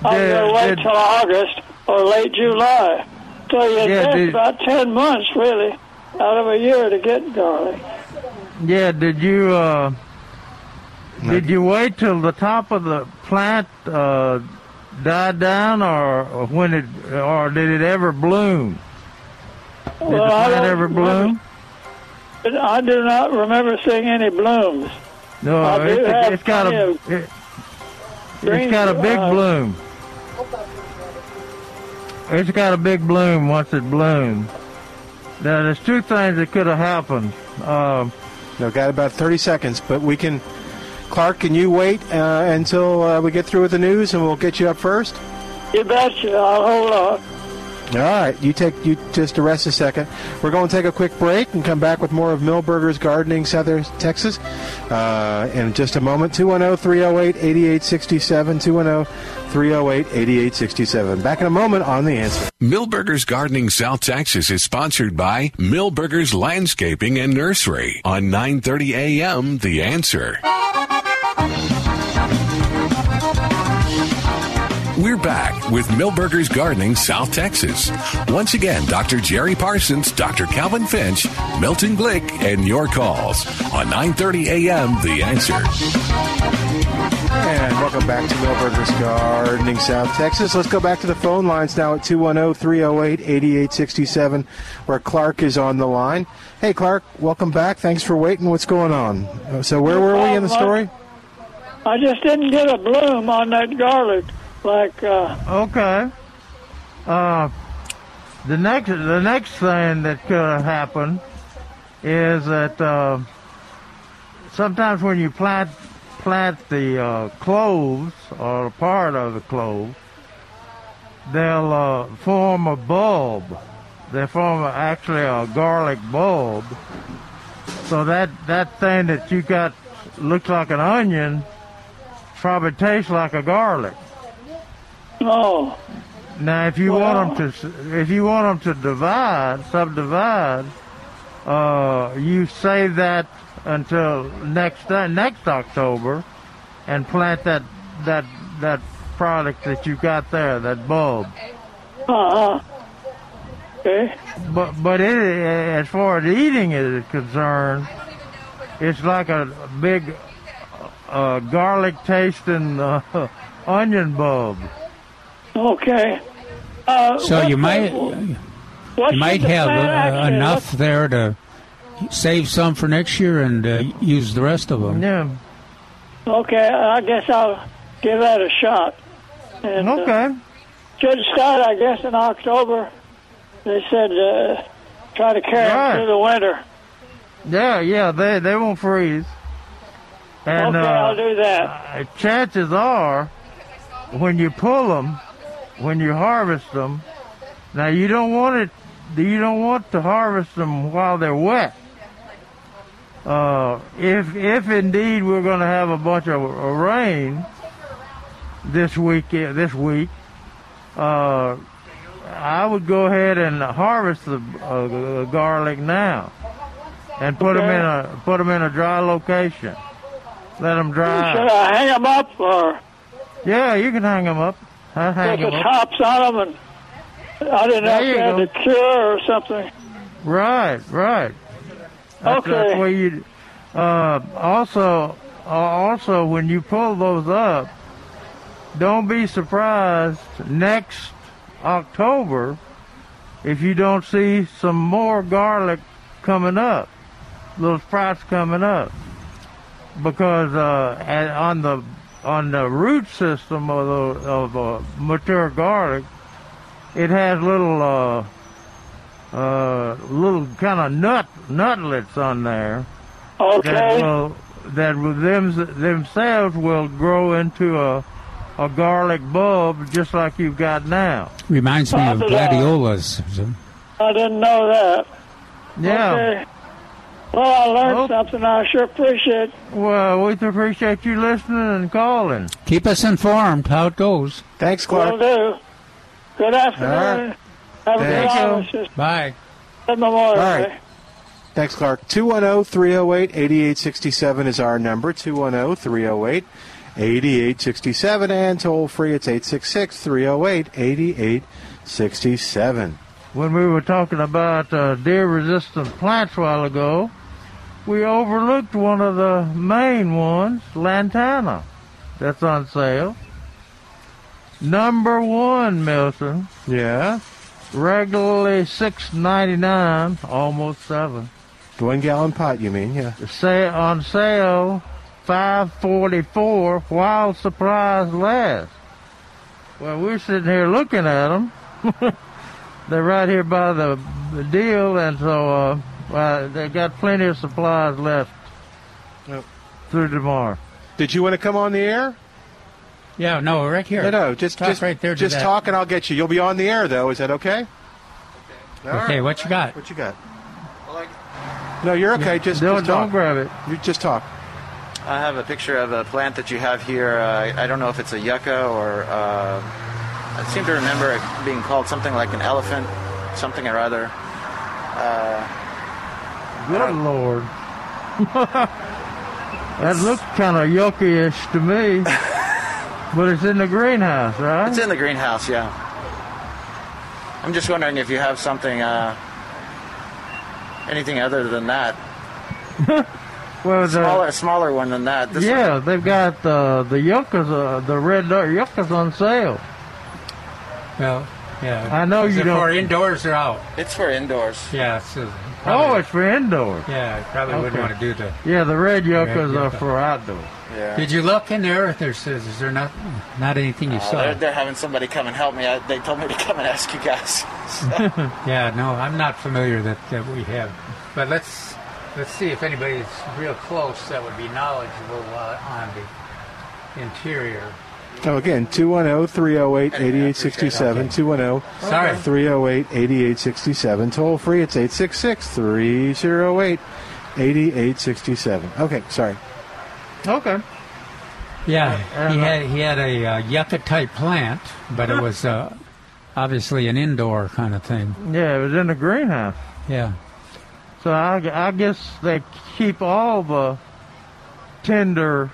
Speaker 11: I'm
Speaker 2: Yeah,
Speaker 11: going to wait
Speaker 2: did-
Speaker 11: till August or late July. So you
Speaker 2: Yeah,
Speaker 11: invest
Speaker 2: did-
Speaker 11: about 10 months, really, out of a year to get garlic.
Speaker 2: Yeah, did you uh, did you wait till the top of the plant uh, died down, or or when it, or did it ever bloom? Did
Speaker 11: Well,
Speaker 2: the
Speaker 11: I
Speaker 2: plant
Speaker 11: don't
Speaker 2: ever bloom?
Speaker 11: remember- But I do not remember seeing any blooms. I
Speaker 2: No,
Speaker 11: do
Speaker 2: it,
Speaker 11: have
Speaker 2: has got a
Speaker 11: plenty
Speaker 2: it,
Speaker 11: of
Speaker 2: it's
Speaker 11: green,
Speaker 2: got a big
Speaker 11: uh,
Speaker 2: bloom. It's got a big bloom once it blooms. Now, there's two things that could have happened. Um,
Speaker 1: I've got about 30 seconds, but we can. Clark, can you wait uh, until uh, we get through with the news and we'll get you up first?
Speaker 11: You betcha. I'll hold on.
Speaker 1: All right, you take you just rest a second. We're going to take a quick break and come back with more of Millburgers Gardening, Southern Texas, uh, in just a moment. 210-308-8867, 210-308-8867. Back in a moment on The Answer.
Speaker 12: Millburgers Gardening South Texas is sponsored by Millburgers Landscaping and Nursery on 930 AM The Answer. We're back with Millburgers Gardening South Texas. Once again, Dr. Jerry Parsons, Dr. Calvin Finch, Milton Glick, and your calls on 930 AM The Answer.
Speaker 1: And welcome back to Millburgers Gardening, South Texas. Let's go back to the phone lines now at 210-308-8867, where Clark is on the line. Hey, Clark, welcome back. Thanks for waiting. What's going on? Uh, So where were we in the story?
Speaker 11: I just didn't get a bloom on that garlic. Like, uh,
Speaker 2: Okay. Uh, the next the next thing that could have happened is that uh, sometimes when you plant plant the uh, cloves or a part of the clove, they'll uh, form a bulb. They form a, actually a garlic bulb. So that that thing that you got looks like an onion probably tastes like a garlic.
Speaker 11: no.
Speaker 2: Now, if you want 'em want them to, if you want 'em to divide, subdivide, uh, you save that until next uh, next October, and plant that that that product that you got there, that bulb.
Speaker 11: Uh-huh. Okay.
Speaker 2: But but it, as far as eating is concerned, it's like a big uh, garlic tasting uh, onion bulb.
Speaker 11: Okay. Uh,
Speaker 4: So
Speaker 11: what
Speaker 4: you might
Speaker 11: the-
Speaker 4: you might
Speaker 11: should the
Speaker 4: have
Speaker 11: plan
Speaker 4: uh,
Speaker 11: action-
Speaker 4: enough there to save some for next year and uh, use the rest of them.
Speaker 2: Yeah.
Speaker 11: Okay, I guess I'll give that a shot. And, okay. should start, I guess, in October. They said uh, try to carry
Speaker 2: Right.
Speaker 11: it through the winter.
Speaker 2: Yeah, yeah, they they won't freeze. And
Speaker 11: okay,
Speaker 2: uh,
Speaker 11: I'll do that.
Speaker 2: uh, chances are, when you pull them, when you harvest them, now you don't want it. You don't want to harvest them while they're wet. Uh, if if indeed we're going to have a bunch of uh, rain this week, this week, uh, I would go ahead and harvest the uh, the garlic now, and put them in a put 'em in a dry location. Let them dry.
Speaker 11: Should I hang them up or
Speaker 2: Yeah, you can hang them up. I hang
Speaker 11: put the
Speaker 2: 'em up.
Speaker 11: tops on them? And I didn't
Speaker 2: There
Speaker 11: have
Speaker 2: you
Speaker 11: to have
Speaker 2: go.
Speaker 11: the cure or something.
Speaker 2: Right, right. That's,
Speaker 11: Okay.
Speaker 2: That's where you. Uh, also, uh, also when you pull those up, don't be surprised next October if you don't see some more garlic coming up, little sprouts coming up, because uh, and on the on the root system of the, of uh, mature garlic, it has little. Uh, uh, little kind of nut nutlets on there. That
Speaker 11: Okay.
Speaker 2: will, that will them, themselves will grow into a a garlic bulb just like you've got now.
Speaker 4: Reminds me of
Speaker 2: Popular.
Speaker 4: gladiolas.
Speaker 11: I didn't know that.
Speaker 2: Yeah.
Speaker 11: Okay. Well, I learned something. I sure appreciate.
Speaker 2: Oh. Well, we appreciate you listening and calling.
Speaker 4: Keep us informed how it goes.
Speaker 1: Thanks,
Speaker 11: Will do. Good
Speaker 1: All
Speaker 11: afternoon. Have a good
Speaker 1: Thank you.
Speaker 11: holiday.
Speaker 4: Bye.
Speaker 11: Good Memorial
Speaker 1: All right.
Speaker 11: Day.
Speaker 1: Thanks, Clark. 210 308 8867 is our number. 210 308 8867. And toll free, it's 866 308 8867.
Speaker 2: When we were talking about uh, deer-resistant plants a while ago, we overlooked one of the main ones, lantana, that's on sale. Number one, Milton. Yeah. Regularly six ninety nine, almost seven.
Speaker 1: The one gallon pot, you mean? Yeah.
Speaker 2: Say on sale five forty four while supplies last. Well, we're sitting here looking at them. They're right here by the, the deal, and so uh, well, they got plenty of supplies left
Speaker 1: Yep.
Speaker 2: through tomorrow.
Speaker 1: Did you want to come on the air?
Speaker 4: Yeah, no, right here.
Speaker 1: No, no, just,
Speaker 4: Talk
Speaker 1: just,
Speaker 4: right there to
Speaker 1: just
Speaker 4: that.
Speaker 1: talk and I'll get you. You'll be on the air, though. Is that okay? All right.
Speaker 4: Okay, what you got?
Speaker 1: What you got? No, you're okay. Just,
Speaker 2: Don't-
Speaker 1: just talk.
Speaker 2: don't grab it.
Speaker 1: You just talk.
Speaker 13: I have a picture of a plant that you have here. Uh, I don't know if it's a yucca or uh, I seem to remember it being called something like an elephant, something or other. Uh,
Speaker 2: Good lord. that looks kind of yucky-ish to me. but it's in the greenhouse, right?
Speaker 13: it's in the greenhouse, yeah. I'm just wondering if you have something, uh, anything other than that.
Speaker 2: well, the,
Speaker 13: Smaller, a smaller one than that. This
Speaker 2: yeah, they've got uh, the yuccas, uh, the red yuccas on sale.
Speaker 4: Well, yeah.
Speaker 2: I know
Speaker 4: Is
Speaker 2: you
Speaker 4: it For
Speaker 2: don't-
Speaker 4: indoors or out?
Speaker 13: It's for indoors.
Speaker 4: Yeah. So
Speaker 2: oh, it's for indoor.
Speaker 4: Yeah, I probably wouldn't
Speaker 2: Okay.
Speaker 4: want to do that.
Speaker 2: Yeah, the red yuccas are
Speaker 4: yucca.
Speaker 2: for outdoor.
Speaker 13: Yeah.
Speaker 4: Did you look in there? If there's, is there not not anything you
Speaker 13: Uh,
Speaker 4: saw?
Speaker 13: they're, they're having somebody come and help me. I, they told me to come and ask you guys.
Speaker 4: yeah, no, I'm not familiar that, that we have. But let's let's see if anybody's real close that would be knowledgeable uh, on the interior.
Speaker 1: Oh, again, 210 308 8867. 210
Speaker 4: Sorry.
Speaker 1: 308 8867. Toll free, it's 866 308 8867. Okay, sorry.
Speaker 2: Okay.
Speaker 4: Yeah, he had he had a uh, yucca type plant, but it was uh, obviously an indoor kind of thing.
Speaker 2: Yeah, it was in the greenhouse.
Speaker 4: Yeah.
Speaker 2: So I, I guess they keep all the tender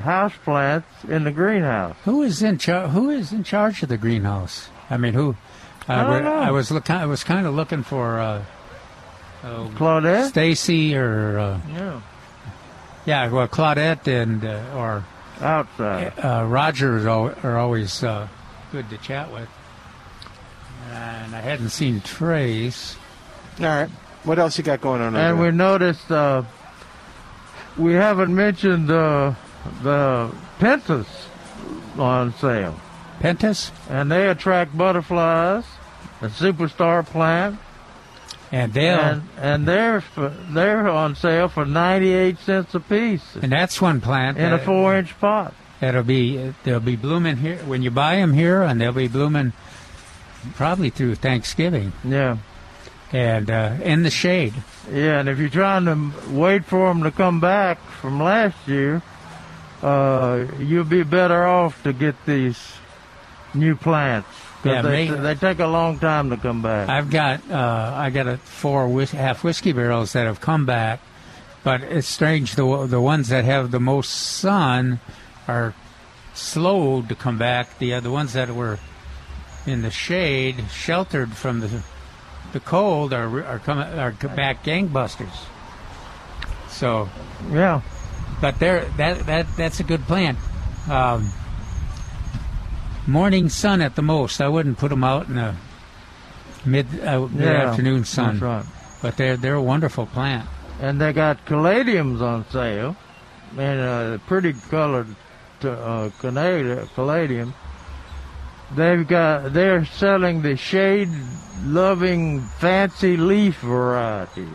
Speaker 2: house plants in the greenhouse.
Speaker 4: Who is in charge? Who is in charge of the greenhouse? I mean, who? Uh,
Speaker 2: I don't
Speaker 4: we're-
Speaker 2: know.
Speaker 4: I was look, I was kind of looking for uh, oh,
Speaker 2: Claudette?
Speaker 4: Stacy, or uh,
Speaker 2: Yeah.
Speaker 4: yeah, well, Claudette and uh, or
Speaker 2: outside.
Speaker 4: Uh, Roger is al- are always uh, good to chat with. And I hadn't seen Trace.
Speaker 1: All right. What else you got going on?
Speaker 2: And we noticed uh, we haven't mentioned uh, the pentas on sale.
Speaker 4: Pentas?
Speaker 2: And they attract butterflies, a superstar plant.
Speaker 4: And they'll-
Speaker 2: and, and they're for, they're on sale for ninety eight cents a piece
Speaker 4: And that's one plant.
Speaker 2: in a
Speaker 4: that-
Speaker 2: four inch pot.
Speaker 4: That'll be they'll be blooming here when you buy them here, and they'll be blooming probably through Thanksgiving.
Speaker 2: Yeah,
Speaker 4: and uh, in the shade.
Speaker 2: Yeah, and if you're trying to wait for them to come back from last year, uh, you'll be better off to get these new plants. 'cause
Speaker 4: Yeah,
Speaker 2: they,
Speaker 4: may-
Speaker 2: they take a long time to come back.
Speaker 4: I've got uh, I got a four whis- half whiskey barrels that have come back, but it's strange the the ones that have the most sun are slow to come back. The other ones that were in the shade, sheltered from the the cold, are are coming are back gangbusters. So
Speaker 2: yeah,
Speaker 4: but there that that that's a good plan. Um, morning sun at the most. I wouldn't put them out in the mid uh, mid afternoon sun.
Speaker 2: That's right.
Speaker 4: But they're they're a wonderful plant.
Speaker 2: And they got caladiums on sale, and a pretty colored t- uh, canada- caladium. They've got they're selling the shade loving fancy leaf varieties.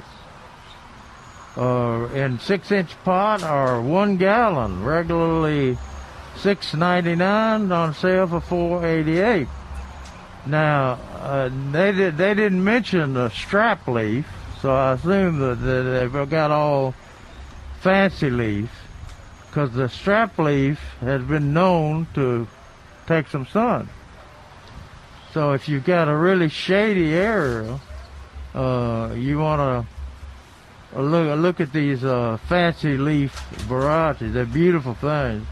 Speaker 2: Uh, in six inch pot or one gallon, regularly six ninety nine on sale for four eighty eight. Now uh, they did, they didn't mention the strap leaf, so I assume that that they've got all fancy leaf, because the strap leaf has been known to take some sun. So if you've got a really shady area, uh, you want to look look at these uh, fancy leaf varieties. They're beautiful things,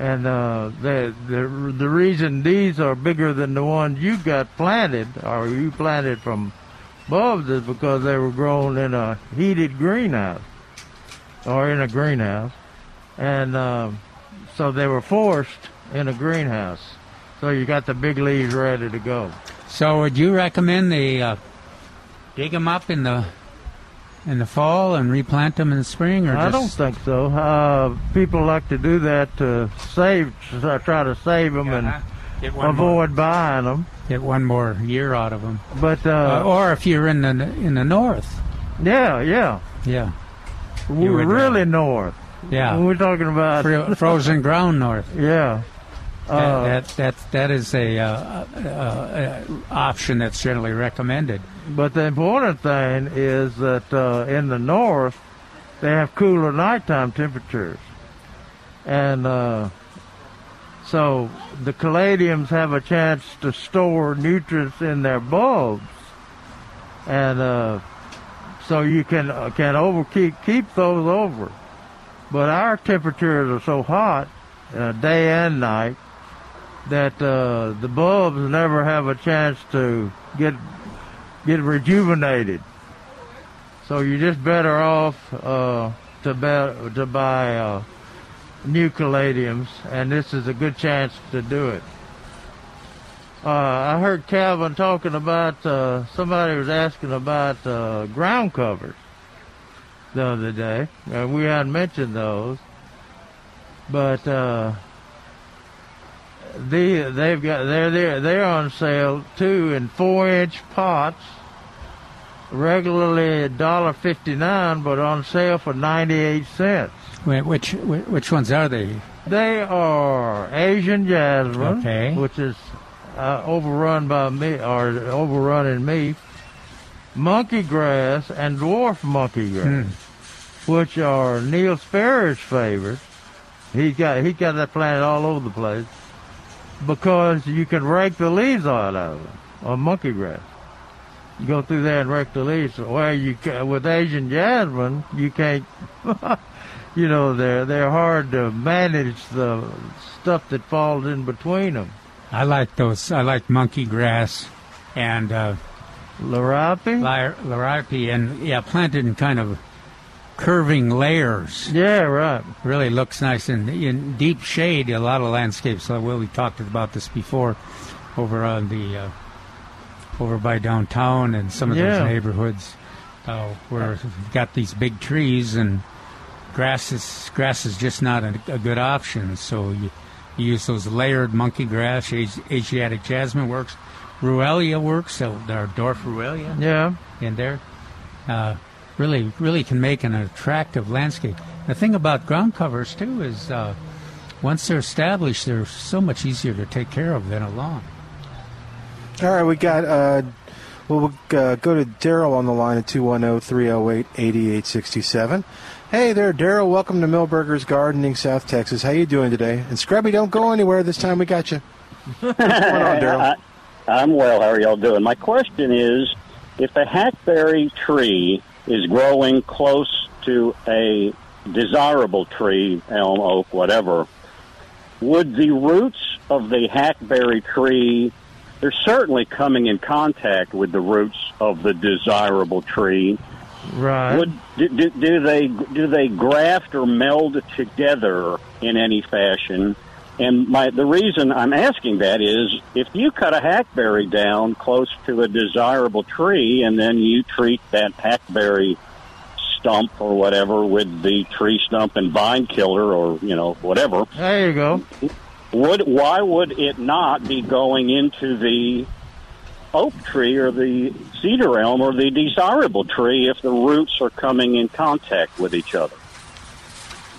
Speaker 2: and uh, the the the reason these are bigger than the ones you got planted or you planted from bulbs is because they were grown in a heated greenhouse or in a greenhouse, and um, so they were forced in a greenhouse. So you got the big leaves ready to go.
Speaker 4: So would you recommend they uh, dig them up in the in the fall and replant them in the spring, or
Speaker 2: I
Speaker 4: just
Speaker 2: don't think so. Uh, people like to do that uh, to save, to try to save them
Speaker 4: Uh-huh. Get
Speaker 2: and
Speaker 4: one
Speaker 2: avoid buying them.
Speaker 4: get one more year out of them?
Speaker 2: But uh,
Speaker 4: or if you're in the in the north,
Speaker 2: yeah, yeah,
Speaker 4: yeah,
Speaker 2: we're
Speaker 4: would, uh,
Speaker 2: really north.
Speaker 4: yeah.
Speaker 2: we're talking about
Speaker 4: Fro- frozen ground north.
Speaker 2: Yeah. Uh,
Speaker 4: that, that that that is a uh, uh, uh, option that's generally recommended.
Speaker 2: But the important thing is that uh, in the north, they have cooler nighttime temperatures. And uh, so the caladiums have a chance to store nutrients in their bulbs. And uh, so you can uh, can over keep, keep those over. But our temperatures are so hot, uh, day and night, that uh, the bulbs never have a chance to get get rejuvenated. So you're just better off uh, to be, to buy uh, new caladiums, and this is a good chance to do it. Uh, I heard Calvin talking about uh, somebody was asking about uh, ground covers the other day, and we hadn't mentioned those, but. Uh, the they've got they're they're they're on sale too in four inch pots. Regularly $1.59, but on sale for ninety eight cents.
Speaker 4: Wh- Which wh- which ones are they?
Speaker 2: They are Asian jasmine,
Speaker 4: Okay.
Speaker 2: which is uh, overrun by me or overrun in me, monkey grass and dwarf monkey grass,
Speaker 4: Hmm.
Speaker 2: which are Neil Sparrow's favorites. He got he got that planted all over the place because you can rake the leaves out of it on monkey grass. You go through there and wreck the leaves. Well, you ca with Asian jasmine, you can't. you know, they're they're hard to manage the stuff that falls in between them.
Speaker 4: I like those. I like monkey grass and uh,
Speaker 2: larapi.
Speaker 4: Larapi and yeah, planted in kind of curving layers.
Speaker 2: Yeah, right.
Speaker 4: Really looks nice in, in deep shade. A lot of landscapes. So well, we talked about this before, over on the uh, over by downtown and some of
Speaker 2: Yeah.
Speaker 4: those neighborhoods uh, where we've got these big trees and grass is grass is just not a, a good option. So you, you use those layered monkey grass. Asi- Asiatic jasmine works. Ruellia works. So there are dwarf Ruellia.
Speaker 2: Yeah.
Speaker 4: In there, uh, really, really can make an attractive landscape. The thing about ground covers too is uh, once they're established, they're so much easier to take care of than a lawn.
Speaker 1: All right, we got. Uh, well, we'll uh, go to Daryl on the line at oh, 210 308 8867. Hey there, Daryl. Welcome to Millburgers Gardening, South Texas. How you doing today? And Scrubby, don't go anywhere this time. We got you.
Speaker 14: I, I'm well. How are y'all doing? My question is, if a hackberry tree is growing close to a desirable tree, elm, oak, whatever, would the roots of the hackberry tree? They're certainly coming in contact with the roots of the desirable tree.
Speaker 2: Right.
Speaker 14: Would do, do, do they do they graft or meld together in any fashion? And my the reason I'm asking that is if you cut a hackberry down close to a desirable tree and then you treat that hackberry stump or whatever with the tree stump and vine killer or you know whatever
Speaker 2: There you go.
Speaker 14: would why would it not be going into the oak tree or the cedar elm or the desirable tree if the roots are coming in contact with each other?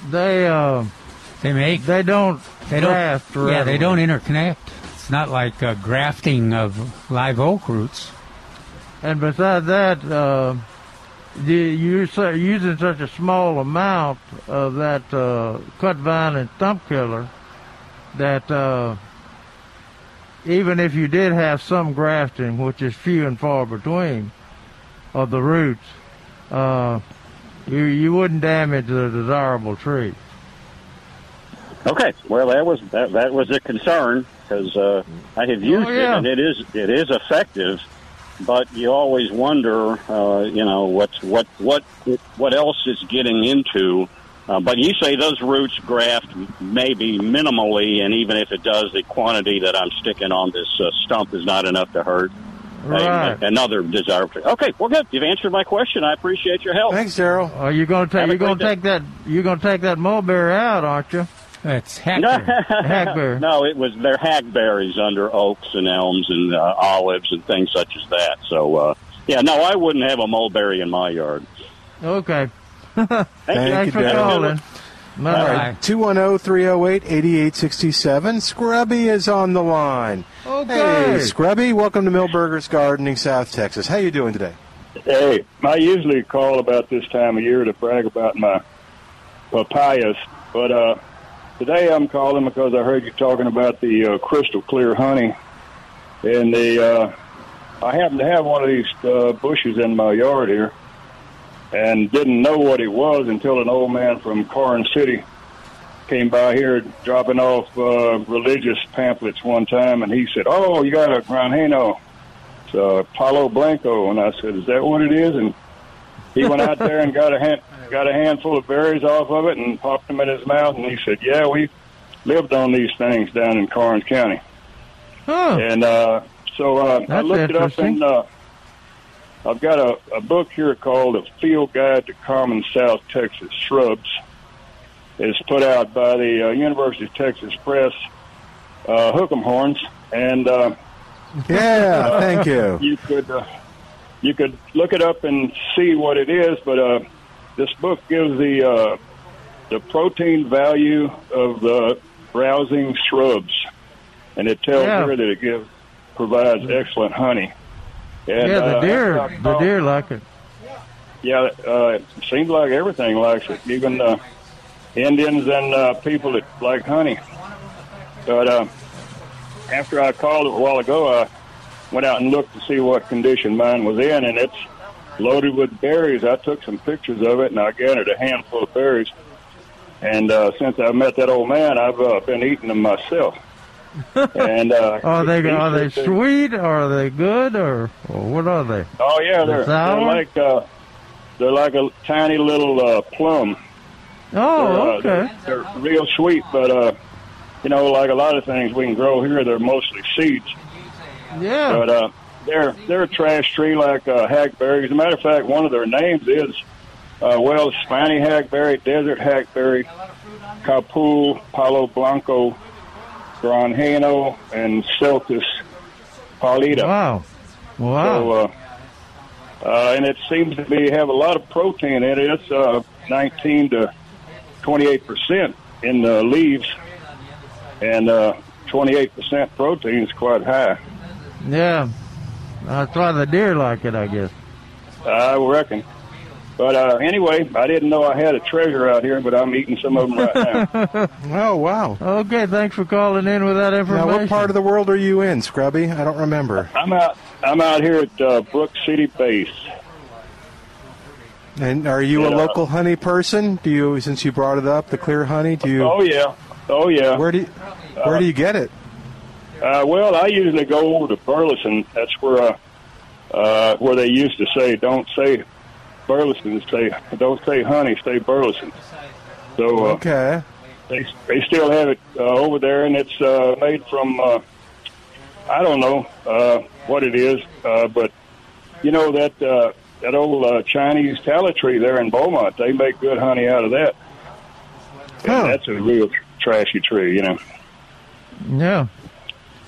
Speaker 2: They uh,
Speaker 4: they make
Speaker 2: they don't
Speaker 4: They don't.
Speaker 2: graft
Speaker 4: yeah, they
Speaker 2: readily.
Speaker 4: don't interconnect. It's not like uh, grafting of live oak roots.
Speaker 2: And besides that, uh, the, you're su- using such a small amount of that uh, cut vine and stump killer that uh, even if you did have some grafting, which is few and far between, of the roots, uh, you you wouldn't damage the desirable tree.
Speaker 14: Okay, well that was that, that was a concern because uh, I have used
Speaker 2: Oh, yeah.
Speaker 14: it and it is it is effective, but you always wonder, uh, you know, what's what what what else is getting into. Uh, but you say those roots graft maybe minimally, and even if it does, the quantity that I'm sticking on this uh, stump is not enough to hurt. a-
Speaker 2: Right.
Speaker 14: another desirable. Okay, well, good. You've answered my question. I appreciate your help.
Speaker 1: Thanks, Daryl.
Speaker 2: Are you Oh, gonna take
Speaker 14: Oh. Have a
Speaker 2: you gonna
Speaker 14: great day.
Speaker 2: take that you gonna take that mulberry out, aren't you?
Speaker 4: That's
Speaker 2: hackberry.
Speaker 14: No, it was their hackberries under oaks and elms and uh, olives and things such as that. So, uh, yeah, no, I wouldn't have a mulberry in my yard.
Speaker 2: Okay.
Speaker 1: Thank
Speaker 2: Thanks
Speaker 1: you,
Speaker 2: for
Speaker 1: Daryl.
Speaker 2: calling. Bye.
Speaker 1: All right, 210 308 8867. Scrubby is on the line.
Speaker 2: Okay.
Speaker 1: Hey, Scrubby, welcome to Millburgers Gardening, South Texas. How you doing today?
Speaker 15: Hey, I usually call about this time of year to brag about my papayas, but uh, today I'm calling because I heard you talking about the uh, crystal clear honey, and the uh, I happen to have one of these uh, bushes in my yard here, and didn't know what it was until an old man from Corn City came by here dropping off uh, religious pamphlets one time, and he said, "Oh, you got a granjeno." It's uh, Palo Blanco, and I said, "Is that what it is?" And he went out there and got a hand, got a handful of berries off of it and popped them in his mouth, and he said, "Yeah, we lived on these things down in Carnes County." And uh, so uh, I
Speaker 2: That's
Speaker 15: looked it up,
Speaker 2: interesting.
Speaker 15: and uh, I've got a, a book here called "A Field Guide to Common South Texas Shrubs." It's put out by the uh, University of Texas Press, uh, Hook'em Horns, and. Uh,
Speaker 1: Yeah, thank you.
Speaker 15: you could uh, you could look it up and see what it is, but uh, this book gives the uh, the protein value of the browsing shrubs, and it tells
Speaker 2: Yeah.
Speaker 15: here that it gives provides excellent honey. And,
Speaker 2: yeah, the
Speaker 15: uh,
Speaker 2: deer the deer like it.
Speaker 15: yeah, uh, it seems like everything likes it, even uh, Indians and uh, people that like honey. But uh, after I called a while ago, I went out and looked to see what condition mine was in, and it's loaded with berries. I took some pictures of it, and I gathered a handful of berries. And uh, since I met that old man, I've uh, been eating them myself. and uh,
Speaker 2: Are
Speaker 15: he-
Speaker 2: they
Speaker 15: he
Speaker 2: are they
Speaker 15: said that-
Speaker 2: sweet? Or are they good? Or, or what are they?
Speaker 15: Oh yeah, they're, they're
Speaker 2: sour?
Speaker 15: like uh, they're like a tiny little uh, plum.
Speaker 2: Oh,
Speaker 15: They're, uh,
Speaker 2: okay.
Speaker 15: They're, they're real sweet, but uh, you know, like a lot of things we can grow here, they're mostly seeds.
Speaker 2: Yeah.
Speaker 15: But uh, they're they're a trash tree like uh, hackberry. As a matter of fact, one of their names is uh, well, spiny hackberry, desert hackberry, capul, palo blanco, granjeno, and celtis pallida.
Speaker 2: Wow. Wow.
Speaker 15: So, uh, uh, and it seems to be have a lot of protein in it. It's uh, 19 to 28 percent in the leaves, and uh, 28 percent protein is quite high.
Speaker 2: Yeah. That's why the deer like it, I guess.
Speaker 15: I reckon. But uh, anyway, I didn't know I had a treasure out here, but I'm eating some of them right now.
Speaker 2: oh
Speaker 1: wow.
Speaker 2: Okay, thanks for calling in with that
Speaker 1: Now,
Speaker 2: information.
Speaker 1: what part of the world are you in, Scrubby? I don't remember.
Speaker 15: I'm out. I'm out here at uh, Brook City Base.
Speaker 1: And are you a
Speaker 15: Yeah.
Speaker 1: local honey person? Do you, since you brought it up, the clear honey? Do you?
Speaker 15: Oh yeah. Oh yeah.
Speaker 1: Where do you, Where do you get it?
Speaker 15: Uh, well, I usually go over to Burleson. That's where uh, uh, where they used to say, "Don't say Burleson, say don't say honey, say Burleson." So uh,
Speaker 1: Okay.
Speaker 15: they they still have it uh, over there, and it's uh, made from uh, I don't know uh, what it is, uh, but you know that uh, that old uh, Chinese tallow tree there in Beaumont, they make good honey out of that. And that's a real trashy tree, you know.
Speaker 2: Yeah.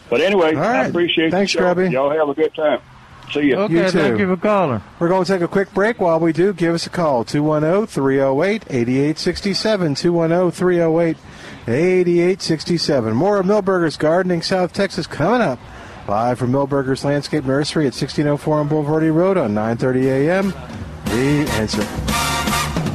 Speaker 15: But anyway, I appreciate
Speaker 1: Thanks,
Speaker 15: the show.
Speaker 1: Scrubby.
Speaker 15: Y'all have a good time. See you.
Speaker 1: You too.
Speaker 2: for calling.
Speaker 1: We're going to take a quick break. While we do, give us a call oh, 210 308 8867. 210 308 8867. More of Millburgers Gardening South Texas coming up. Live from Millburgers Landscape Nursery at 1604 on Boulevardy Road on 9:30 a.m. The answer.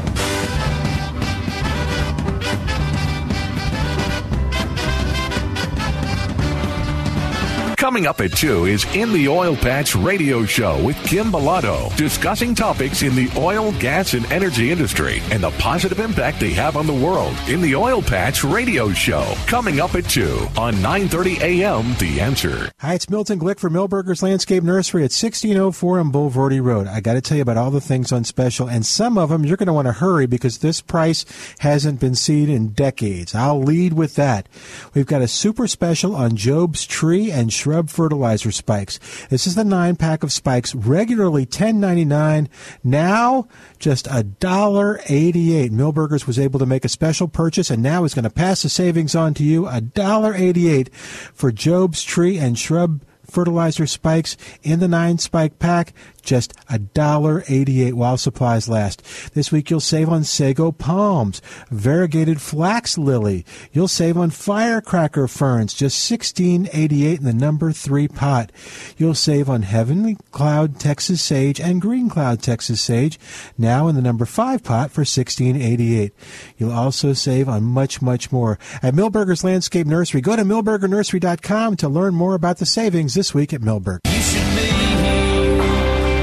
Speaker 12: Coming up at 2 is In the Oil Patch Radio Show with Kim Bellotto, discussing topics in the oil, gas, and energy industry and the positive impact they have on the world. In the Oil Patch Radio Show, coming up at 2 on 9.30 a.m. The Answer.
Speaker 1: Hi, it's Milton Glick for Millburgers Landscape Nursery at 1604 on Boulevardy Road. I got to tell you about all the things on special, and some of them you're going to want to hurry because this price hasn't been seen in decades. I'll lead with that. We've got a super special on Job's tree and shrub fertilizer spikes. This is the nine pack of spikes, regularly $10.99, now just $1.88. Millburgers was able to make a special purchase, and now is going to pass the savings on to you, $1.88 for Job's tree and shrub fertilizer spikes in the nine spike pack just $1.88 while supplies last this week you'll save on sago palms variegated flax lily you'll save on firecracker ferns just $16.88 in the number three pot you'll save on heavenly cloud texas sage and green cloud texas sage now in the number five pot for $16.88 you'll also save on much much more at millburgers landscape nursery go to millburgernursery.com to learn more about the savings this week at millburg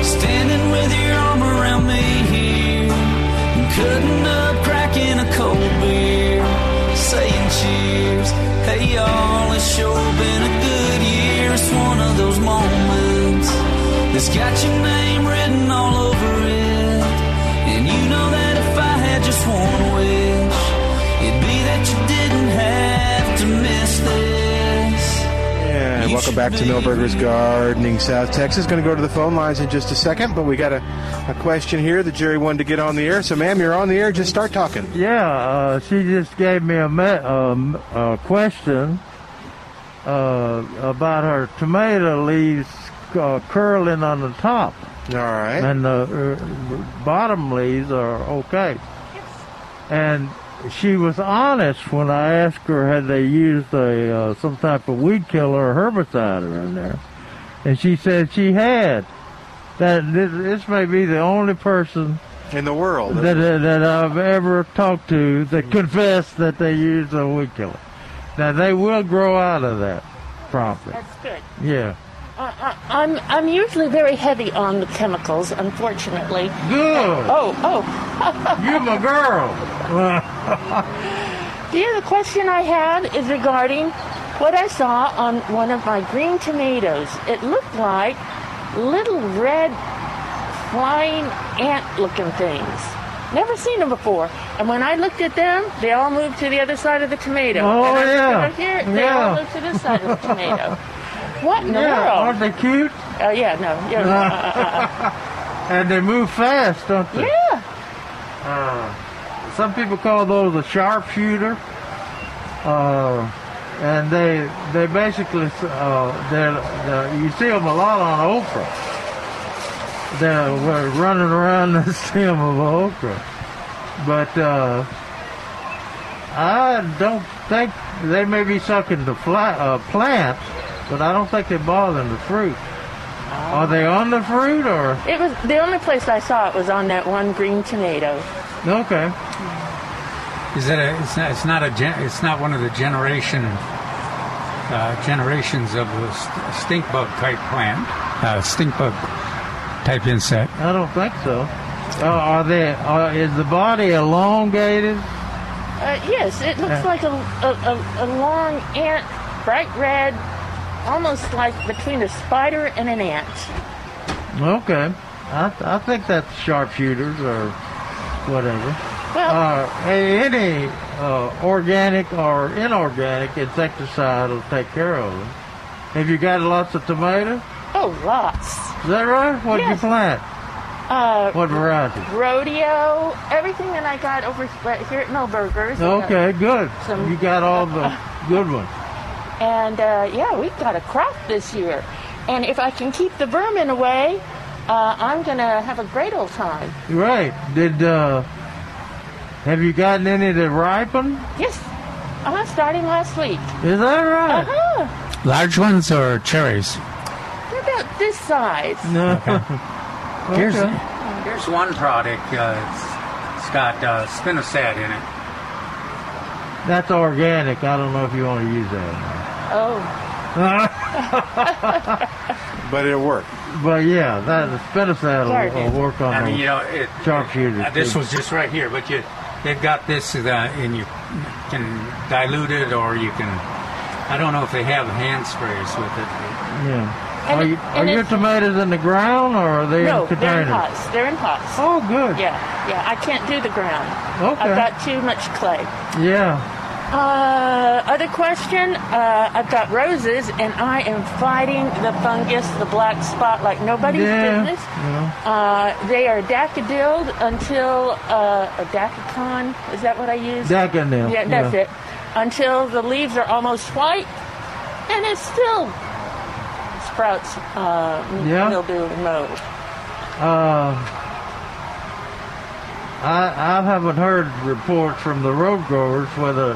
Speaker 7: Standing with your arm around me Cutting up, cracking a cold beer Saying cheers Hey y'all, it's sure been a good year It's one of those moments That's got your name written all over it And you know that if I had just one wish It'd be that you didn't have to miss this
Speaker 1: And welcome back to Millburgers Gardening South Texas. Going to go to the phone lines in just a second, but we got a, a question here that Jerry wanted to get on the air. So, ma'am, you're on the air. Just start talking.
Speaker 2: Yeah, uh, she just gave me a, me- um, a question uh, about her tomato leaves uh, curling on the top.
Speaker 1: All right.
Speaker 2: And the uh, bottom leaves are okay. And she was honest when I asked her had they used a uh, some type of weed killer or herbicide in there, and she said she had. That this, this may be the only person
Speaker 1: in the world
Speaker 2: that, that, that I've ever talked to that confessed that they used a weed killer. Now they will grow out of that problem.
Speaker 16: That's good.
Speaker 2: Yeah.
Speaker 16: I, I'm I'm usually very heavy on the chemicals, unfortunately.
Speaker 2: Good.
Speaker 16: Oh, oh.
Speaker 2: You're my girl.
Speaker 16: The other question I had is regarding what I saw on one of my green tomatoes. It looked like little red flying ant-looking things. Never seen them before. And when I looked at them, they all moved to the other side of the tomato. and I
Speaker 2: Oh,
Speaker 16: looked
Speaker 2: yeah.
Speaker 16: over here, they
Speaker 2: Yeah.
Speaker 16: all moved to this side of the tomato. What in the
Speaker 2: yeah,
Speaker 16: world?
Speaker 2: aren't they cute?
Speaker 16: Oh yeah, no. Yeah, uh, uh, uh, uh.
Speaker 2: And they move fast, don't they?
Speaker 16: yeah.
Speaker 2: Uh, some people call those a sharpshooter. Uh, and they they basically uh, they're, they're, you see them a lot on Oprah. They're uh, running around the stem of Oprah, but uh, I don't think they may be sucking the fly, uh, plants, but I don't think they're bothering the fruit. Are they on the fruit or?
Speaker 16: It was the only place I saw it was on that one green tomato.
Speaker 2: Okay.
Speaker 4: Is it a, it's, not, it's not a gen, it's not one of the generation uh, generations of the st- stink bug type plant, uh, stink bug type insect.
Speaker 2: I don't think so. Uh, are they? Are, is the body elongated?
Speaker 16: Uh, yes, it looks
Speaker 2: Uh.
Speaker 16: like a, a, a, a long ant, bright red, almost like between a spider and an ant.
Speaker 2: Okay. I, th- I think that's sharpshooters or whatever.
Speaker 16: Well-
Speaker 2: uh, a- any uh, organic or inorganic insecticide will take care of them. Have you got lots of tomatoes?
Speaker 16: Oh, lots.
Speaker 2: Is that right? What would you
Speaker 16: Yes.
Speaker 2: plant?
Speaker 16: Uh,
Speaker 2: What variety?
Speaker 16: rodeo, everything that I got over right here at Millburgers.
Speaker 2: Okay, good.
Speaker 16: Some-
Speaker 2: You got all the good ones.
Speaker 16: And uh, yeah, we've got a crop this year. And if I can keep the vermin away, uh, I'm going to have a great old time.
Speaker 2: Right. Did uh, have you gotten any that ripen?
Speaker 16: Yes, uh-huh, starting last week.
Speaker 2: Is that right?
Speaker 16: Uh-huh.
Speaker 4: Large ones or cherries?
Speaker 16: They're about this size.
Speaker 2: No.
Speaker 4: Here's here's one product. Uh, it's, it's got uh, spinosad in it.
Speaker 2: That's organic. I don't know if you want to use that.
Speaker 16: Oh,
Speaker 1: But it'll work.
Speaker 2: But yeah, that the spinosad will,
Speaker 4: Garden.
Speaker 2: will work on.
Speaker 4: I mean,
Speaker 2: the
Speaker 4: you know, it-
Speaker 2: sharpshooters.
Speaker 4: Uh, this
Speaker 2: too.
Speaker 4: was just right here, but you they've got this, uh, and you can dilute it, or you can. I don't know if they have hand sprays with it.
Speaker 2: Yeah.
Speaker 4: And
Speaker 2: are
Speaker 4: it-
Speaker 2: you,
Speaker 4: and
Speaker 2: are your
Speaker 4: it's-
Speaker 2: tomatoes in the ground or are they
Speaker 16: no,
Speaker 2: in
Speaker 16: they're in
Speaker 2: containers?
Speaker 16: pots. They're in pots.
Speaker 2: Oh, good.
Speaker 16: Yeah, yeah. I can't do the ground.
Speaker 2: Okay.
Speaker 16: I've got too much clay.
Speaker 2: yeah.
Speaker 16: Uh, other question. Uh, I've got roses, and I am fighting the fungus, the black spot, like nobody's
Speaker 2: yeah.
Speaker 16: business.
Speaker 2: yeah.
Speaker 16: Uh, they are daffodiled until uh, a daffodil. Is that what I use?
Speaker 2: Daffodil,
Speaker 16: Yeah, that's
Speaker 2: yeah.
Speaker 16: it. Until the leaves are almost white, and it still sprouts uh, m-
Speaker 2: Yeah.
Speaker 16: mildew and mold.
Speaker 2: Uh, I I haven't heard reports from the road growers whether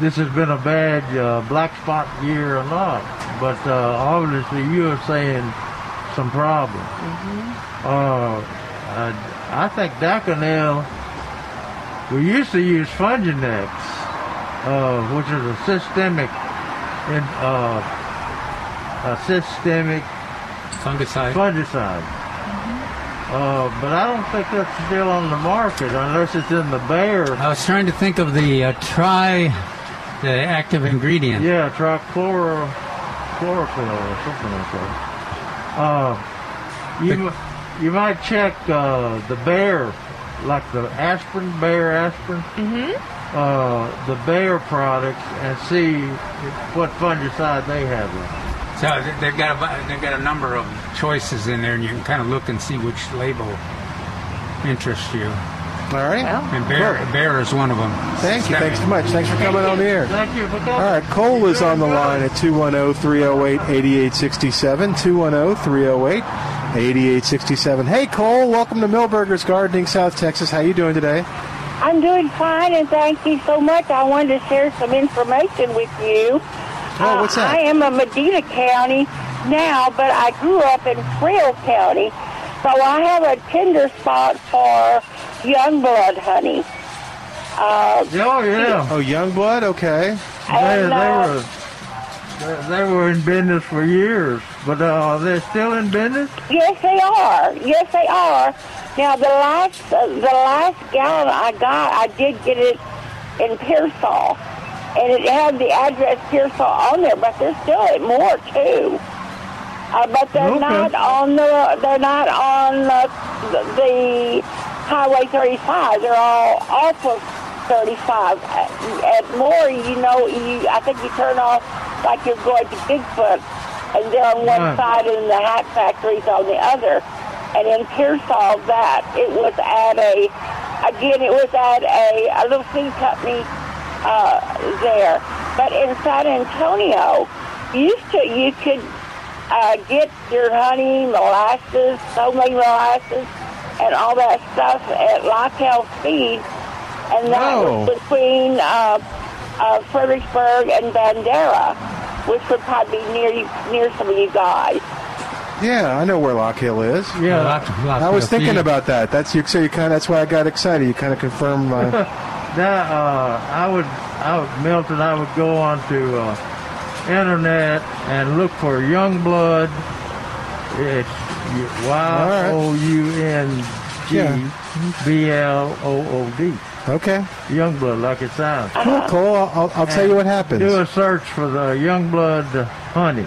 Speaker 2: this has been a bad uh, black spot year or not, but uh, obviously you are seeing some problems.
Speaker 7: Mm-hmm.
Speaker 2: Uh, I, I think Daconil, we used to use Funginex, uh, which is a systemic, in, uh, a systemic
Speaker 4: Fungicide.
Speaker 2: Fungicide. Uh, but I don't think that's still on the market unless it's in the Bayer.
Speaker 4: I was trying to think of the uh, tri, the active ingredient.
Speaker 2: Yeah, trichloro, chlorophyll or something like that. Uh, you, mi- you might check uh, the Bayer, like the aspirin, Bayer aspirin, mm-hmm. uh, the Bayer products, and see what fungicide they have in. it.
Speaker 4: So they- they've got a, bu- they've got a number of choices in there, and you can kind of look and see which label interests you.
Speaker 1: All right.
Speaker 4: And bear, bear is one of them.
Speaker 1: Thank you. Thanks so much. Thanks for coming on the air.
Speaker 2: Thank you for coming.
Speaker 1: All right, Cole is on the line at oh, 210 308 8867. 210 308 8867. Hey, Cole, welcome to Millburgers Gardening, South Texas. How you doing today?
Speaker 17: I'm doing fine, and thank you so much. I wanted to share some information with you. Uh,
Speaker 1: Oh, what's that?
Speaker 17: I am a Medina County now, but I grew up in Frere County, so I have a tender spot for young blood honey. Uh,
Speaker 2: Oh, yeah.
Speaker 1: Oh, Youngblood? Okay.
Speaker 17: And, uh,
Speaker 2: They- They were in business for years, but uh, they're still in business.
Speaker 17: Yes, they are. Yes, they are. Now the last uh, the last gallon I got, I did get it in Pearsall, and it had the address Pearsall on there, but there's still at more too. Uh, but they're
Speaker 7: Okay.
Speaker 17: not on the they're not on the, the, the Highway 35. They're all off of 35. At, at more, you know, you I think you turn off like you're going to Bigfoot, and they're on one
Speaker 7: Right.
Speaker 17: side side and the hat factories on the other. And in Pearsall, that it was at a again, it was at a, a little seed company uh, there. But in San Antonio, used to you could uh, get your honey, molasses, so many molasses, and all that stuff at Lockhell Feed, and that
Speaker 7: Wow.
Speaker 17: was between uh, uh, Fredericksburg and Bandera, which would probably be near you, near some of you guys.
Speaker 1: Yeah, I know where Lock Hill is.
Speaker 2: Yeah, Lock- Lock
Speaker 1: I was
Speaker 2: Hill
Speaker 1: thinking
Speaker 2: Feed.
Speaker 1: about that. That's you. So you kind. Of, that's why I got excited. You kind of confirmed my.
Speaker 2: that uh, I would, I would, Milton, I would go on to uh, internet and look for Youngblood. It's Y O U N G B L O O D.
Speaker 1: Okay.
Speaker 2: Youngblood, like it sounds.
Speaker 1: Cool, Cole. I'll, I'll tell you what happens.
Speaker 2: Do a search for the Youngblood honey.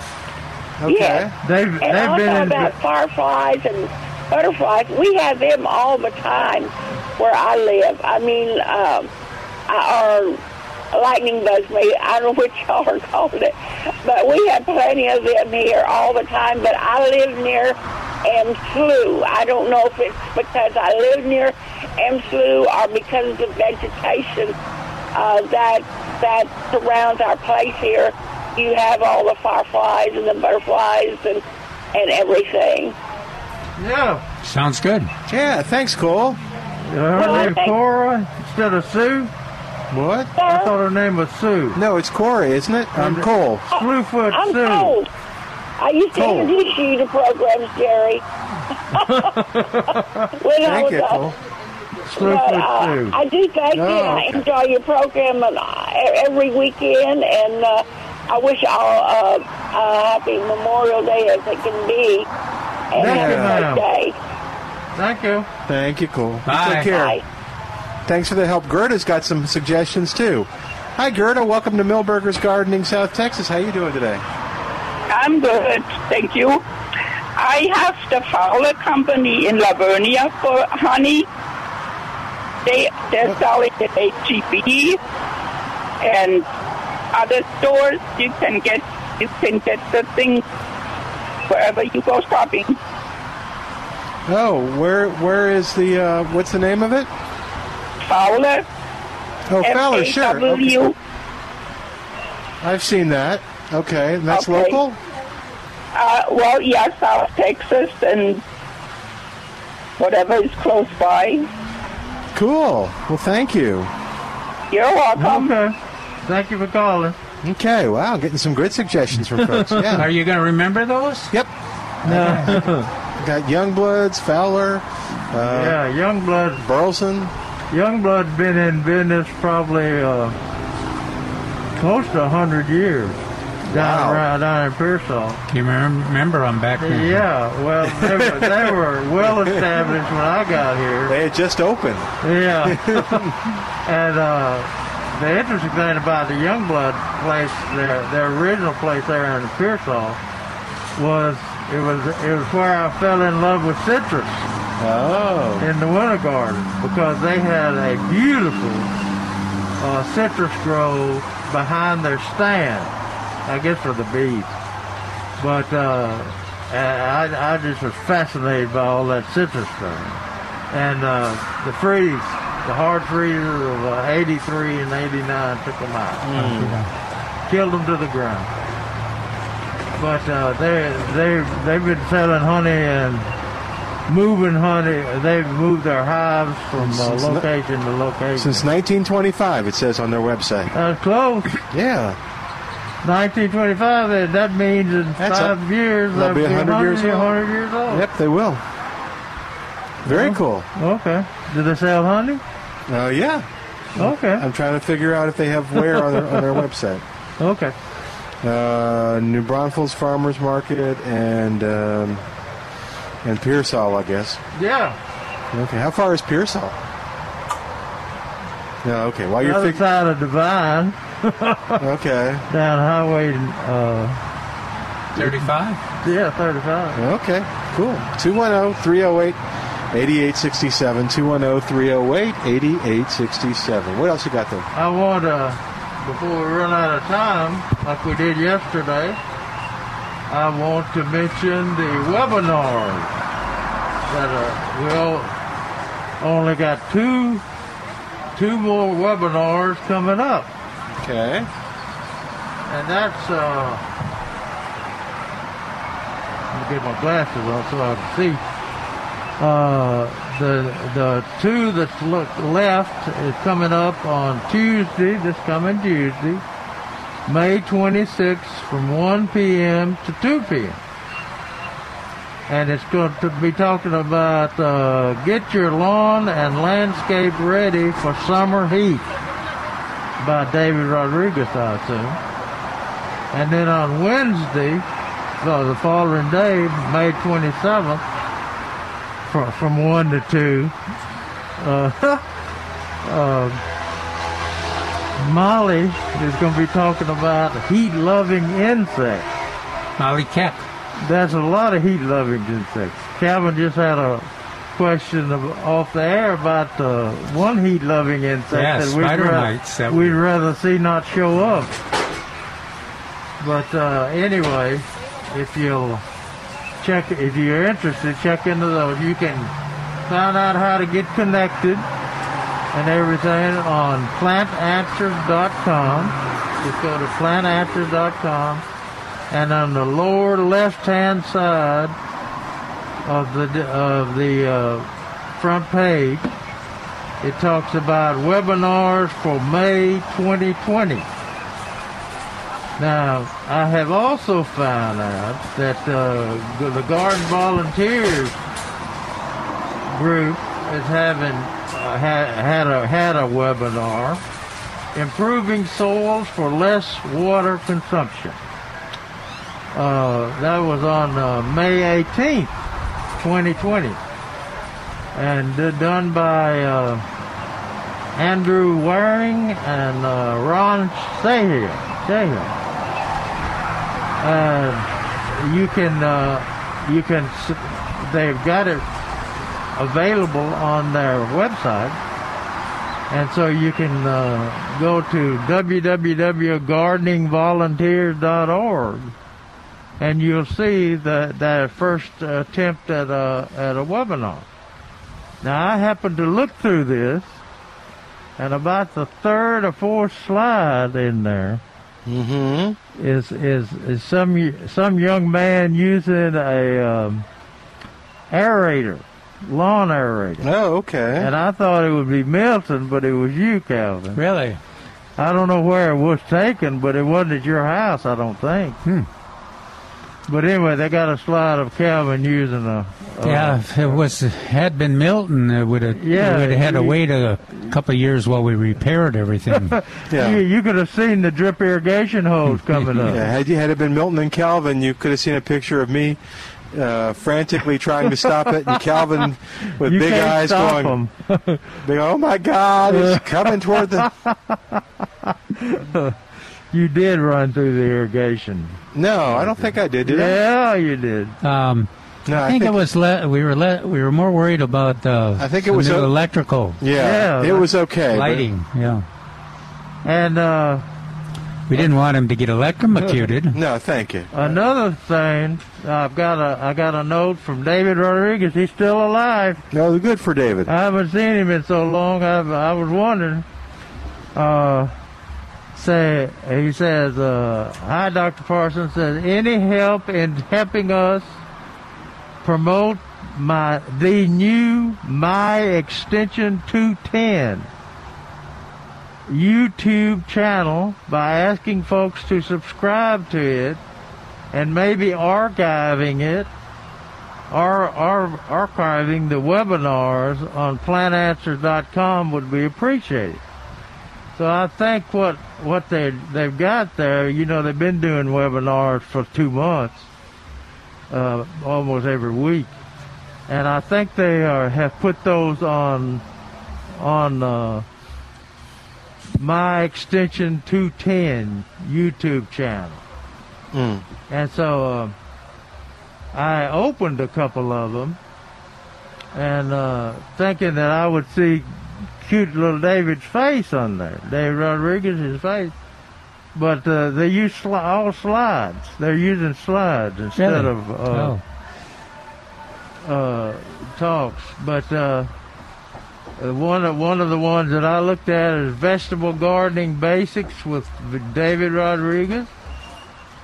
Speaker 1: Okay.
Speaker 17: Yes.
Speaker 2: They've, they've
Speaker 17: And also
Speaker 2: been in.
Speaker 17: about fireflies and butterflies. We have them all the time where I live. I mean, um, I- or lightning bugs, maybe. I don't know what y'all are calling it. But we have plenty of them here all the time. But I live near Amslu. I don't know if it's because I live near Amslu or because of the vegetation uh, that that surrounds our place here. You have all the fireflies and the butterflies and and everything.
Speaker 2: Yeah.
Speaker 4: Sounds good.
Speaker 1: Yeah. Thanhanks, Cole.
Speaker 2: Her name Cora instead of Sue.
Speaker 1: What?
Speaker 2: I thought her name was Sue.
Speaker 1: No, it's Corey, isn't it? I'm Cole.
Speaker 2: Slewfoot
Speaker 17: I'm
Speaker 2: Sue.
Speaker 17: cold. I used to
Speaker 2: Cold.
Speaker 17: introduce you to programs, Jerry. when I
Speaker 7: Thank
Speaker 17: was
Speaker 7: you,
Speaker 17: a-
Speaker 7: Paul.
Speaker 17: but, uh, I do thank you.
Speaker 7: Oh,
Speaker 17: and I
Speaker 7: okay.
Speaker 17: enjoy your program and, uh, e- every weekend, and uh, I wish all uh, a happy Memorial Day as it can be, and
Speaker 1: Thank
Speaker 17: have
Speaker 1: you,
Speaker 17: a
Speaker 1: ma'am.
Speaker 17: great day.
Speaker 2: Thank you.
Speaker 1: Thank you, Cole. You
Speaker 17: Bye.
Speaker 1: Take care.
Speaker 17: Bye.
Speaker 1: Thanks for the help. Gerda's got some suggestions too. Hi, Gerda. Welcome to Millburgers Gardening, South Texas. How you doing today?
Speaker 18: I'm good, thank you. I have the Fowler Company in Livonia for honey. They they're selling it at HEB and other stores. You can get you can get the thing wherever you go shopping.
Speaker 1: Oh, where where is the uh, what's the name of it?
Speaker 18: Fowler.
Speaker 1: Oh, Fowler. Sure.
Speaker 18: F-A-W.
Speaker 1: Okay. I've seen that. Okay, and that's
Speaker 18: Okay.
Speaker 1: local.
Speaker 18: Uh, well, yeah, South Texas and whatever is close by.
Speaker 1: Cool. Well, thank you.
Speaker 18: You're welcome.
Speaker 2: Okay. Thank you for calling.
Speaker 1: Okay. Wow, getting some good suggestions from folks. Yeah.
Speaker 4: Are you going to remember those?
Speaker 1: Yep.
Speaker 2: No.
Speaker 1: Got Youngbloods, Fowler. Uh,
Speaker 2: yeah, Youngblood.
Speaker 1: Burleson.
Speaker 2: Youngblood been in business probably uh, close to 100 years down
Speaker 4: Wow.
Speaker 2: around down in Pearsall.
Speaker 4: You remember, remember I'm back then.
Speaker 2: Yeah, well, they were, they were well established when I got here.
Speaker 1: They had just opened.
Speaker 2: Yeah. and uh, the interesting thing about the Youngblood place, their, their original place there in Pearsall, was it was it was where I fell in love with citrus.
Speaker 1: Oh.
Speaker 2: In the winter garden because they had a beautiful uh, citrus grove behind their stand. I guess for the bees. But uh, I, I just was fascinated by all that citrus stuff and uh, the freeze, the hard freeze of uh, 83 and 89 took them out,
Speaker 1: Hmm.
Speaker 2: killed them to the ground. But uh, they they they've been selling honey and moving honey. They've moved their hives from uh,
Speaker 1: Since the-
Speaker 2: location to location. Uh,
Speaker 1: Since 1925, it says on their website.
Speaker 2: That's close.
Speaker 1: Yeah.
Speaker 2: 1925. that- That means in
Speaker 1: That's
Speaker 2: five
Speaker 1: a-
Speaker 2: years
Speaker 1: they'll
Speaker 2: they'll
Speaker 1: be
Speaker 2: be
Speaker 1: 100 years old.
Speaker 2: 100 years old.
Speaker 1: Yep, they will. Very cool.
Speaker 2: Oh, Okay. Do they sell honey?
Speaker 1: Oh yeah.
Speaker 2: Okay.
Speaker 1: I'm trying to figure out if they have where on their, on their website.
Speaker 2: Oh, Okay.
Speaker 1: uh, New Braunfels Farmers Market, and um, and Pearsall, I guess.
Speaker 2: Yeah.
Speaker 1: Okay, how far is Pearsall? No, okay. While
Speaker 2: the
Speaker 1: you're
Speaker 2: other
Speaker 1: thinking,
Speaker 2: side of Divine.
Speaker 1: okay.
Speaker 2: Down Highway. Uh,
Speaker 4: 35?
Speaker 2: Yeah, 35.
Speaker 1: Okay, cool. oh, 210-308-8867. 210-308-8867. What else you got there?
Speaker 2: I want to, before we run out of time, like we did yesterday, I want to mention the webinars that are, we all only got two, two more webinars coming up.
Speaker 1: Okay.
Speaker 2: And that's, uh, I'm gonna get my glasses on so I can see. Uh, the, the two that's look left is coming up on Tuesday, this coming Tuesday, May 26th from 1 p.m. to 2 p.m. And it's going to be talking about uh, get your lawn and landscape ready for summer heat by David Rodriguez, I assume. And then on Wednesday, so the following day, May 27th, from, from 1 to 2, uh, uh, Molly is going to be talking about heat-loving insects.
Speaker 4: Molly Cap.
Speaker 2: There's a lot of heat-loving insects. Calvin just had a question of, off the air about uh, one heat-loving insect
Speaker 4: Yeah,
Speaker 2: that we'd
Speaker 4: spider
Speaker 2: ra-
Speaker 4: mites that
Speaker 2: we'd rather see not show up. But uh, anyway, if you'll check, if you're interested, check into those. You can find out how to get connected and everything on plantanswers.com. Just go to plantanswers.com, and on the lower left-hand side of the of the uh, front page, it talks about webinars for May 2020. Now, I have also found out that uh, the- the Garden Volunteers group is having uh, ha- had a had a webinar, improving soils for less water consumption. Uh, that was on uh, May 18th, 2020, and uh, done by uh, Andrew Waring and uh, Ron Sahill. Sahill uh, you can uh, you can s- they've got it available on their website and so you can uh, go to www.gardeningvolunteers.org and you'll see the, that first attempt at a, at a webinar now i happened to look through this and about the third or fourth slide in there is
Speaker 1: Mm-hmm.
Speaker 2: is is some y- some young man using a um, aerator, lawn aerator.
Speaker 1: Oh, okay.
Speaker 2: And I thought it would be Milton, but it was you, Calvin.
Speaker 4: Really?
Speaker 2: I don't know where it was taken, but it wasn't at your house, I don't think.
Speaker 4: Hmm.
Speaker 2: But anyway, they got a slide of Calvin using a. a
Speaker 4: yeah, if it was had been Milton, it would have
Speaker 2: Uh, Yeah,
Speaker 4: would have had to
Speaker 2: you-
Speaker 4: wait a couple of years while we repaired everything.
Speaker 2: You, you could have seen the drip irrigation hose coming up.
Speaker 1: Yeah, had you had it been Milton and Calvin, you could have seen a picture of me uh, frantically trying to stop it, and Calvin with
Speaker 2: You
Speaker 1: big
Speaker 2: can't
Speaker 1: eyes
Speaker 2: stop
Speaker 1: going, big, "Oh my God, it's coming toward the."
Speaker 2: you did run through the irrigation.
Speaker 1: No, I don't think I did. Did I?
Speaker 2: yeah, you did.
Speaker 4: Um,
Speaker 1: No,
Speaker 4: I,
Speaker 1: I
Speaker 4: think
Speaker 1: think-
Speaker 4: it was le- we were le- we were more worried about uh,
Speaker 1: I think it
Speaker 4: some
Speaker 1: was
Speaker 4: new
Speaker 1: o-
Speaker 4: electrical.
Speaker 1: Yeah, Yeah, it was okay, but-
Speaker 4: Lighting, yeah.
Speaker 2: And uh,
Speaker 4: we didn't want him to get electrocuted.
Speaker 1: no, thank you.
Speaker 2: Another thing, I've got a I got a note from David Rodriguez. He's still alive.
Speaker 1: No, good for David.
Speaker 2: I haven't seen him in so long. I I was wondering. Uh, say he says, uh, "Hi, Doctor Parsons. Says any help in helping us promote my the new my extension 210 YouTube channel by asking folks to subscribe to it and maybe archiving it or, or archiving the webinars on plantanswers.com would be appreciated. So I think what what they they've got there, you know, they've been doing webinars for two months, uh, almost every week, and I think they are have put those on on uh, my extension 210 YouTube channel, and so uh, I opened a couple of them, and uh, thinking that I would see cute little David's face on there, David Rodriguez's face. But uh, they use sli- all slides. They're using slides instead
Speaker 4: Really?
Speaker 2: of uh, uh, talks. But uh, uh, one of one of the ones that I looked at is vegetable gardening basics with David Rodriguez.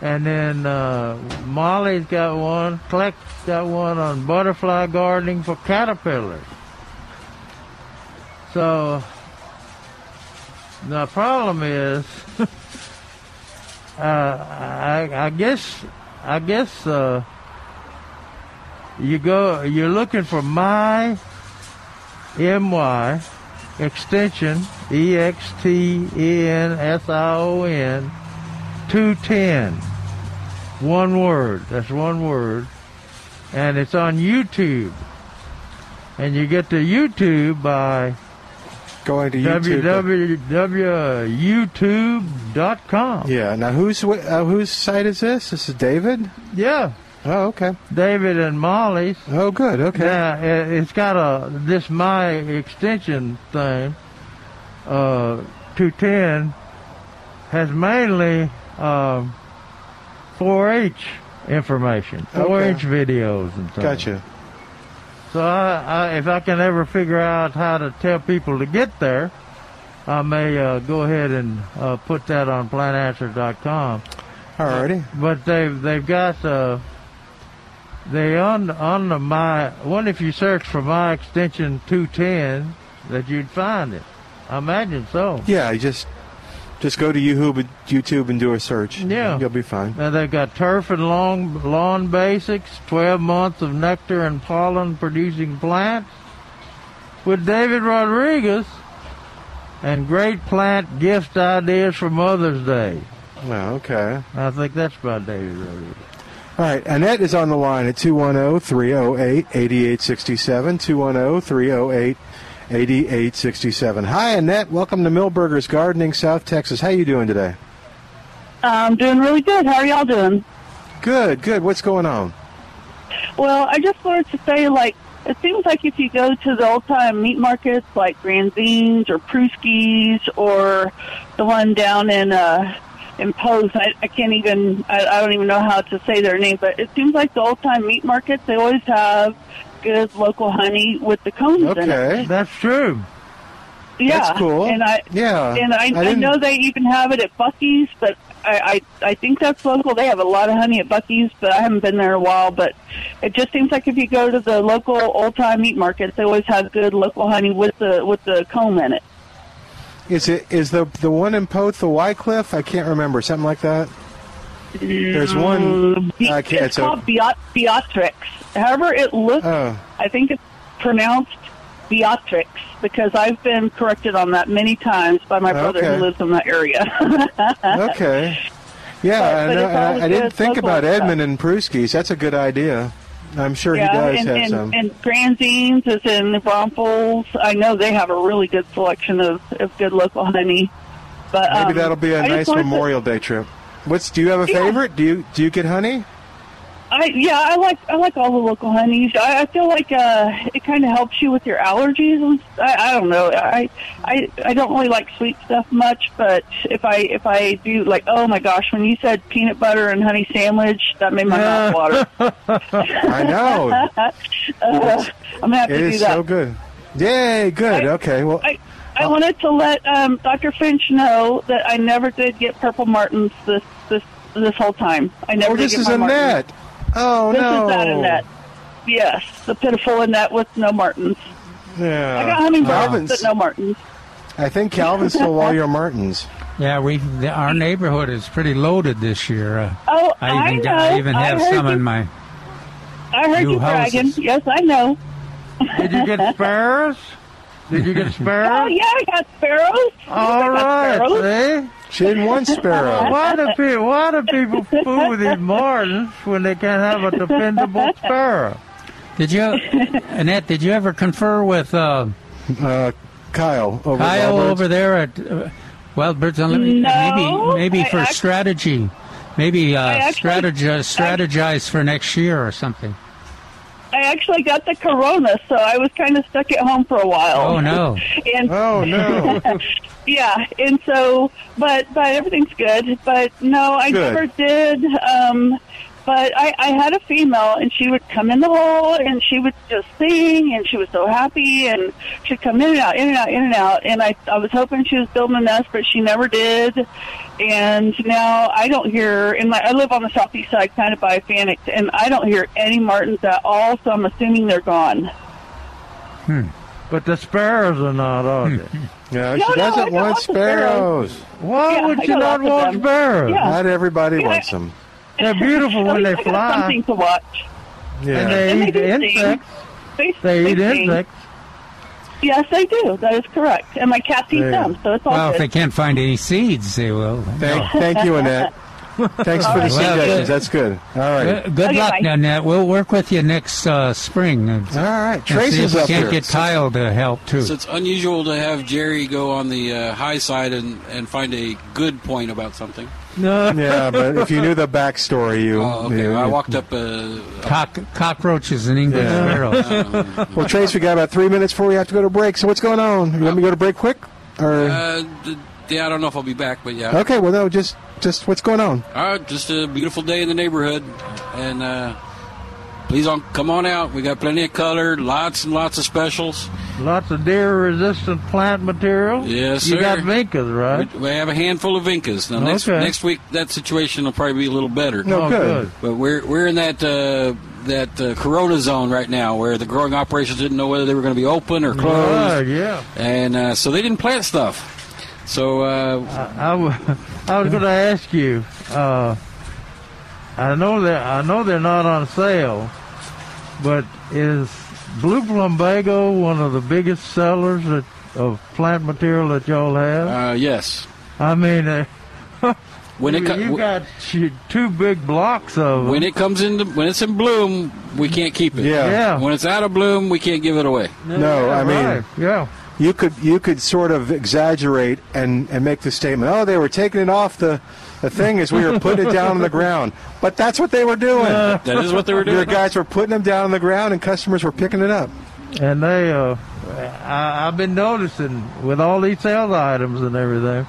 Speaker 2: And then uh, Molly's got one, Cleck's got one on butterfly gardening for caterpillars. So the problem is, uh, I, I guess, I guess uh, you go, you're looking for my my extension e x t e n s i o n two ten. One word. That's one word, and it's on YouTube. And you get to YouTube by
Speaker 1: going to YouTube.
Speaker 2: www.youtube.com.
Speaker 1: Yeah. Now, whose wi- uh, whose site is this? This is David.
Speaker 2: Yeah.
Speaker 1: Oh, okay.
Speaker 2: David and Molly's.
Speaker 1: Oh, good. Okay.
Speaker 2: Yeah, it- it's got a this my extension thing. Uh, two ten has mainly um, 4-H information, 4-H videos and stuff.
Speaker 1: Gotcha.
Speaker 2: So I, I, if I can ever figure out how to tell people to get there, I may uh, go ahead and uh, put that on plantanswer.com.
Speaker 1: Alrighty.
Speaker 2: But they've they've got uh, they on on the my what if you search for my extension 210 that you'd find it. I imagine so.
Speaker 1: Yeah. You just just go to YouTube, YouTube and do a search.
Speaker 2: Yeah.
Speaker 1: You'll be fine.
Speaker 2: Now they've got turf and lawn, lawn basics, 12 months of nectar and pollen producing plants with David Rodriguez and great plant gift ideas for Mother's Day.
Speaker 1: Well, okay.
Speaker 2: I think that's by David Rodriguez.
Speaker 1: All right, Annette is on the line at 210 308 8867. 210 308 8867. Hi, Annette. Welcome to Millburgers Gardening, South Texas. How you doing today?
Speaker 19: I'm doing really good. How are y'all doing?
Speaker 1: Good, good. What's going on?
Speaker 19: Well, I just wanted to say, like, it seems like if you go to the old time meat markets like Granzine's or Pruski's or the one down in uh, in Post, I, I can't even I, I don't even know how to say their name, but it seems like the old time meat markets they always have good local honey with the cones in it.
Speaker 2: That's true.
Speaker 19: Yeah,
Speaker 2: That's cool.
Speaker 19: And I
Speaker 2: Yeah.
Speaker 19: and I,
Speaker 2: I
Speaker 19: I,
Speaker 2: didn't-
Speaker 19: know they even have it at Bucky's, but I, I I think that's local. They have a lot of honey at Bucky's, but I haven't been there in a while. But it just seems like if you go to the local old time meat markets, they always have good local honey with the with the comb in it.
Speaker 1: Is it is the the one in Poth the Wycliffe? I can't remember something like that. There's one. uh,
Speaker 19: Be-
Speaker 1: I can't.
Speaker 19: Um, Mm, it's called Beat- Beatrix. However, it looks. I think it's pronounced Beatrix because I've been corrected on that many times by my brother
Speaker 1: Okay.
Speaker 19: who lives in that area.
Speaker 1: okay.
Speaker 19: But-
Speaker 1: Yeah,
Speaker 19: but
Speaker 1: I, know,
Speaker 19: it's all
Speaker 1: I, I didn't
Speaker 19: good
Speaker 1: think
Speaker 19: local
Speaker 1: about
Speaker 19: stuff.
Speaker 1: Edmund and Pruski's. That's a good idea. I'm sure he does
Speaker 19: and,
Speaker 1: have
Speaker 19: and,
Speaker 1: some.
Speaker 19: and Granzines is in the Bromfels. I know they have a really good selection of, of good local honey. But
Speaker 1: Maybe
Speaker 19: um,
Speaker 1: that'll be a
Speaker 19: I just
Speaker 1: nice
Speaker 19: wanted to-
Speaker 1: Memorial Day trip. What's do you have a
Speaker 19: Yeah.
Speaker 1: favorite? Do you do you get honey?
Speaker 19: I yeah, I like I like all the local honeys. I, I feel like uh, it kind of helps you with your allergies. And, s- I, I don't know. I, I I don't really like sweet stuff much, but if I if I do like, oh my gosh, when you said peanut butter and honey sandwich, that made my mouth water.
Speaker 7: Hmm.
Speaker 1: I know.
Speaker 19: uh, I'm gonna have
Speaker 1: It
Speaker 19: to do
Speaker 1: is
Speaker 19: that.
Speaker 1: so good. Yay, good. okay. Well,
Speaker 19: I, I wanted to let um, Dr. Finch know that I never did get purple martins this this this whole time. I never.
Speaker 1: Oh,
Speaker 19: did
Speaker 1: this
Speaker 19: get
Speaker 1: is
Speaker 19: my martins.
Speaker 1: Annette. Oh,
Speaker 19: this
Speaker 1: no.
Speaker 19: is that Annette. Yes, the pitiful Annette with no martins.
Speaker 1: yeah.
Speaker 19: I got hummingbirds,
Speaker 1: Calvin's-
Speaker 19: but no martins.
Speaker 1: I think Calvin stole all your Martins.
Speaker 4: Yeah, we the, our neighborhood is pretty loaded this year. Uh,
Speaker 19: Oh,
Speaker 4: I even
Speaker 19: I
Speaker 4: got, I
Speaker 19: know.
Speaker 4: even
Speaker 19: I
Speaker 4: have
Speaker 19: heard
Speaker 4: some
Speaker 19: you-
Speaker 4: in my.
Speaker 19: I heard
Speaker 4: New
Speaker 19: you bragging.
Speaker 4: houses.
Speaker 19: Yes, I know.
Speaker 2: Did you get sparrows? Did you get sparrows?
Speaker 19: Oh yeah, I got sparrows.
Speaker 2: All
Speaker 19: I got
Speaker 2: right. that, see?
Speaker 1: She didn't want sparrow.
Speaker 2: Why do people, why do people fool with these martins when they can't have a dependable sparrow?
Speaker 4: Did you, Annette? Did you ever confer with uh,
Speaker 1: uh, Kyle over
Speaker 4: Kyle
Speaker 1: Wild Birds?
Speaker 4: over there at uh, Wild Birds Unlimited?
Speaker 19: No,
Speaker 4: maybe maybe
Speaker 19: I
Speaker 4: for
Speaker 19: act-
Speaker 4: strategy, maybe uh,
Speaker 19: I actually-
Speaker 4: strategize strategize for next year or something.
Speaker 19: I actually got the corona, so I was kind of stuck at home for a while.
Speaker 4: Oh no!
Speaker 19: and
Speaker 1: oh no!
Speaker 19: yeah, and so, but but everything's good. But no, I
Speaker 7: Good.
Speaker 19: never did. Um, but I, I had a female, and she would come in the hole, and she would just sing, and she was so happy, and she'd come in and out, in and out, in and out. And I, I was hoping she was building a nest, but she never did. And now I don't hear. And my, I live on the southeast side, kind of by Phoenix, and I don't hear any martins at all. So I'm assuming they're gone.
Speaker 2: But the sparrows are not, are they?
Speaker 1: No, she doesn't want sparrows.
Speaker 2: Why
Speaker 19: Yeah,
Speaker 2: would
Speaker 19: I
Speaker 2: you
Speaker 19: got
Speaker 2: not
Speaker 19: lots of
Speaker 2: want
Speaker 19: them.
Speaker 2: sparrows?
Speaker 19: Yeah.
Speaker 1: Not everybody
Speaker 19: Yeah.
Speaker 1: wants them.
Speaker 2: They're beautiful when they
Speaker 19: I got
Speaker 2: fly.
Speaker 19: Something to watch.
Speaker 1: Yeah.
Speaker 2: And they eat
Speaker 19: do sing.
Speaker 2: insects.
Speaker 19: They,
Speaker 2: They eat
Speaker 19: they sing.
Speaker 2: insects.
Speaker 19: Yes, they do. That is correct. And my cats eat
Speaker 4: There you
Speaker 19: them, so it's all
Speaker 4: Well, if
Speaker 19: good.
Speaker 4: they can't find any seeds, they will.
Speaker 1: Thank, thank you, Annette. Thanks for the
Speaker 4: Well,
Speaker 1: suggestions.
Speaker 4: good.
Speaker 1: That's good. All right.
Speaker 4: Good, good luck, Nanette. We'll work with you next uh, spring. All right.
Speaker 1: Trace
Speaker 4: see
Speaker 1: is
Speaker 4: if we
Speaker 1: up there.
Speaker 4: can't get Kyle to help too.
Speaker 5: So it's unusual to have Jerry go on the uh, high side and, and find a good point about something.
Speaker 2: No.
Speaker 1: Yeah, but if you knew the backstory, you.
Speaker 5: Oh, okay.
Speaker 1: you-
Speaker 5: I
Speaker 1: you-
Speaker 5: walked up uh, a.
Speaker 4: Cock, cockroaches and English
Speaker 1: Yeah.
Speaker 4: sparrows.
Speaker 1: Well, Trace, we got about three minutes before we have to go to break. So what's going on? You let me go to break quick, or
Speaker 5: Uh, d- yeah, I don't know if I'll be back, but yeah.
Speaker 1: okay? Well, no, just just what's going on?
Speaker 5: All right, just a beautiful day in the neighborhood, and uh, please on, come on out. We got plenty of color, lots and lots of specials.
Speaker 2: Lots of deer-resistant plant material.
Speaker 5: Yes,
Speaker 2: You got
Speaker 5: sir.
Speaker 2: vincas, right?
Speaker 5: We, we have a handful of Incas. Now next
Speaker 2: Okay.
Speaker 5: next week, that situation will probably be a little better.
Speaker 2: No, Oh, good. good.
Speaker 5: But we're we're in that uh, that uh, Corona zone right now, where the growing operations didn't know whether they were going to be open or closed,
Speaker 2: Right, yeah.
Speaker 5: and uh, so they didn't plant stuff. So uh,
Speaker 2: I, w- I was going to ask you. Uh, I know that I know they're not on sale, but is Blue Plumbago one of the biggest sellers that, of plant material that y'all have?
Speaker 5: uh, yes,
Speaker 2: I mean, uh,
Speaker 5: When it
Speaker 2: you,
Speaker 5: co-
Speaker 2: you got sh- two big blocks of
Speaker 5: when
Speaker 2: them.
Speaker 5: it comes into when it's in bloom, we can't keep it.
Speaker 1: Yeah. Yeah.
Speaker 5: When it's out of bloom, we can't give it away.
Speaker 1: No, I mean,
Speaker 2: yeah.
Speaker 1: You could you could sort of exaggerate and and make the statement. Oh, they were taking it off the. The thing as we were putting it down on the ground, but that's what they were doing.
Speaker 2: Yeah. That is what they were
Speaker 1: Your
Speaker 2: doing.
Speaker 1: guys were putting them down on the ground, and customers were picking it up.
Speaker 2: And they, uh, I, I've been noticing with all these sales items and everything,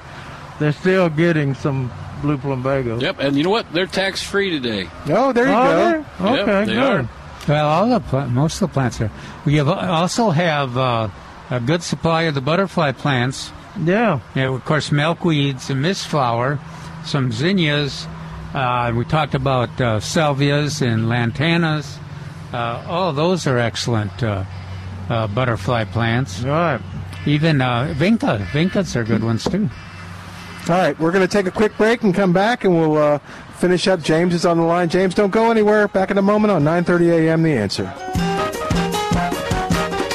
Speaker 2: they're still getting some blue plumbago.
Speaker 5: Yep, and you know what? They're tax free today.
Speaker 1: Oh, there
Speaker 2: you Oh, go. yeah? Okay,
Speaker 5: they
Speaker 2: good.
Speaker 5: are.
Speaker 4: Well, all the pla- most of the plants are. We have, also have uh, a good supply of the butterfly plants.
Speaker 2: Yeah.
Speaker 4: of course, milkweeds and mistflower, some zinnias. Uh, we talked about uh, salvias and lantanas. Uh, all those are excellent uh, uh, butterfly plants.
Speaker 2: Right.
Speaker 4: Even uh, vinca. Vincas are good ones too.
Speaker 1: All right, we're going to take a quick break and come back, and we'll uh, finish up. James is on the line. James, don't go anywhere. Back in a moment on 9:30 a.m. The Answer.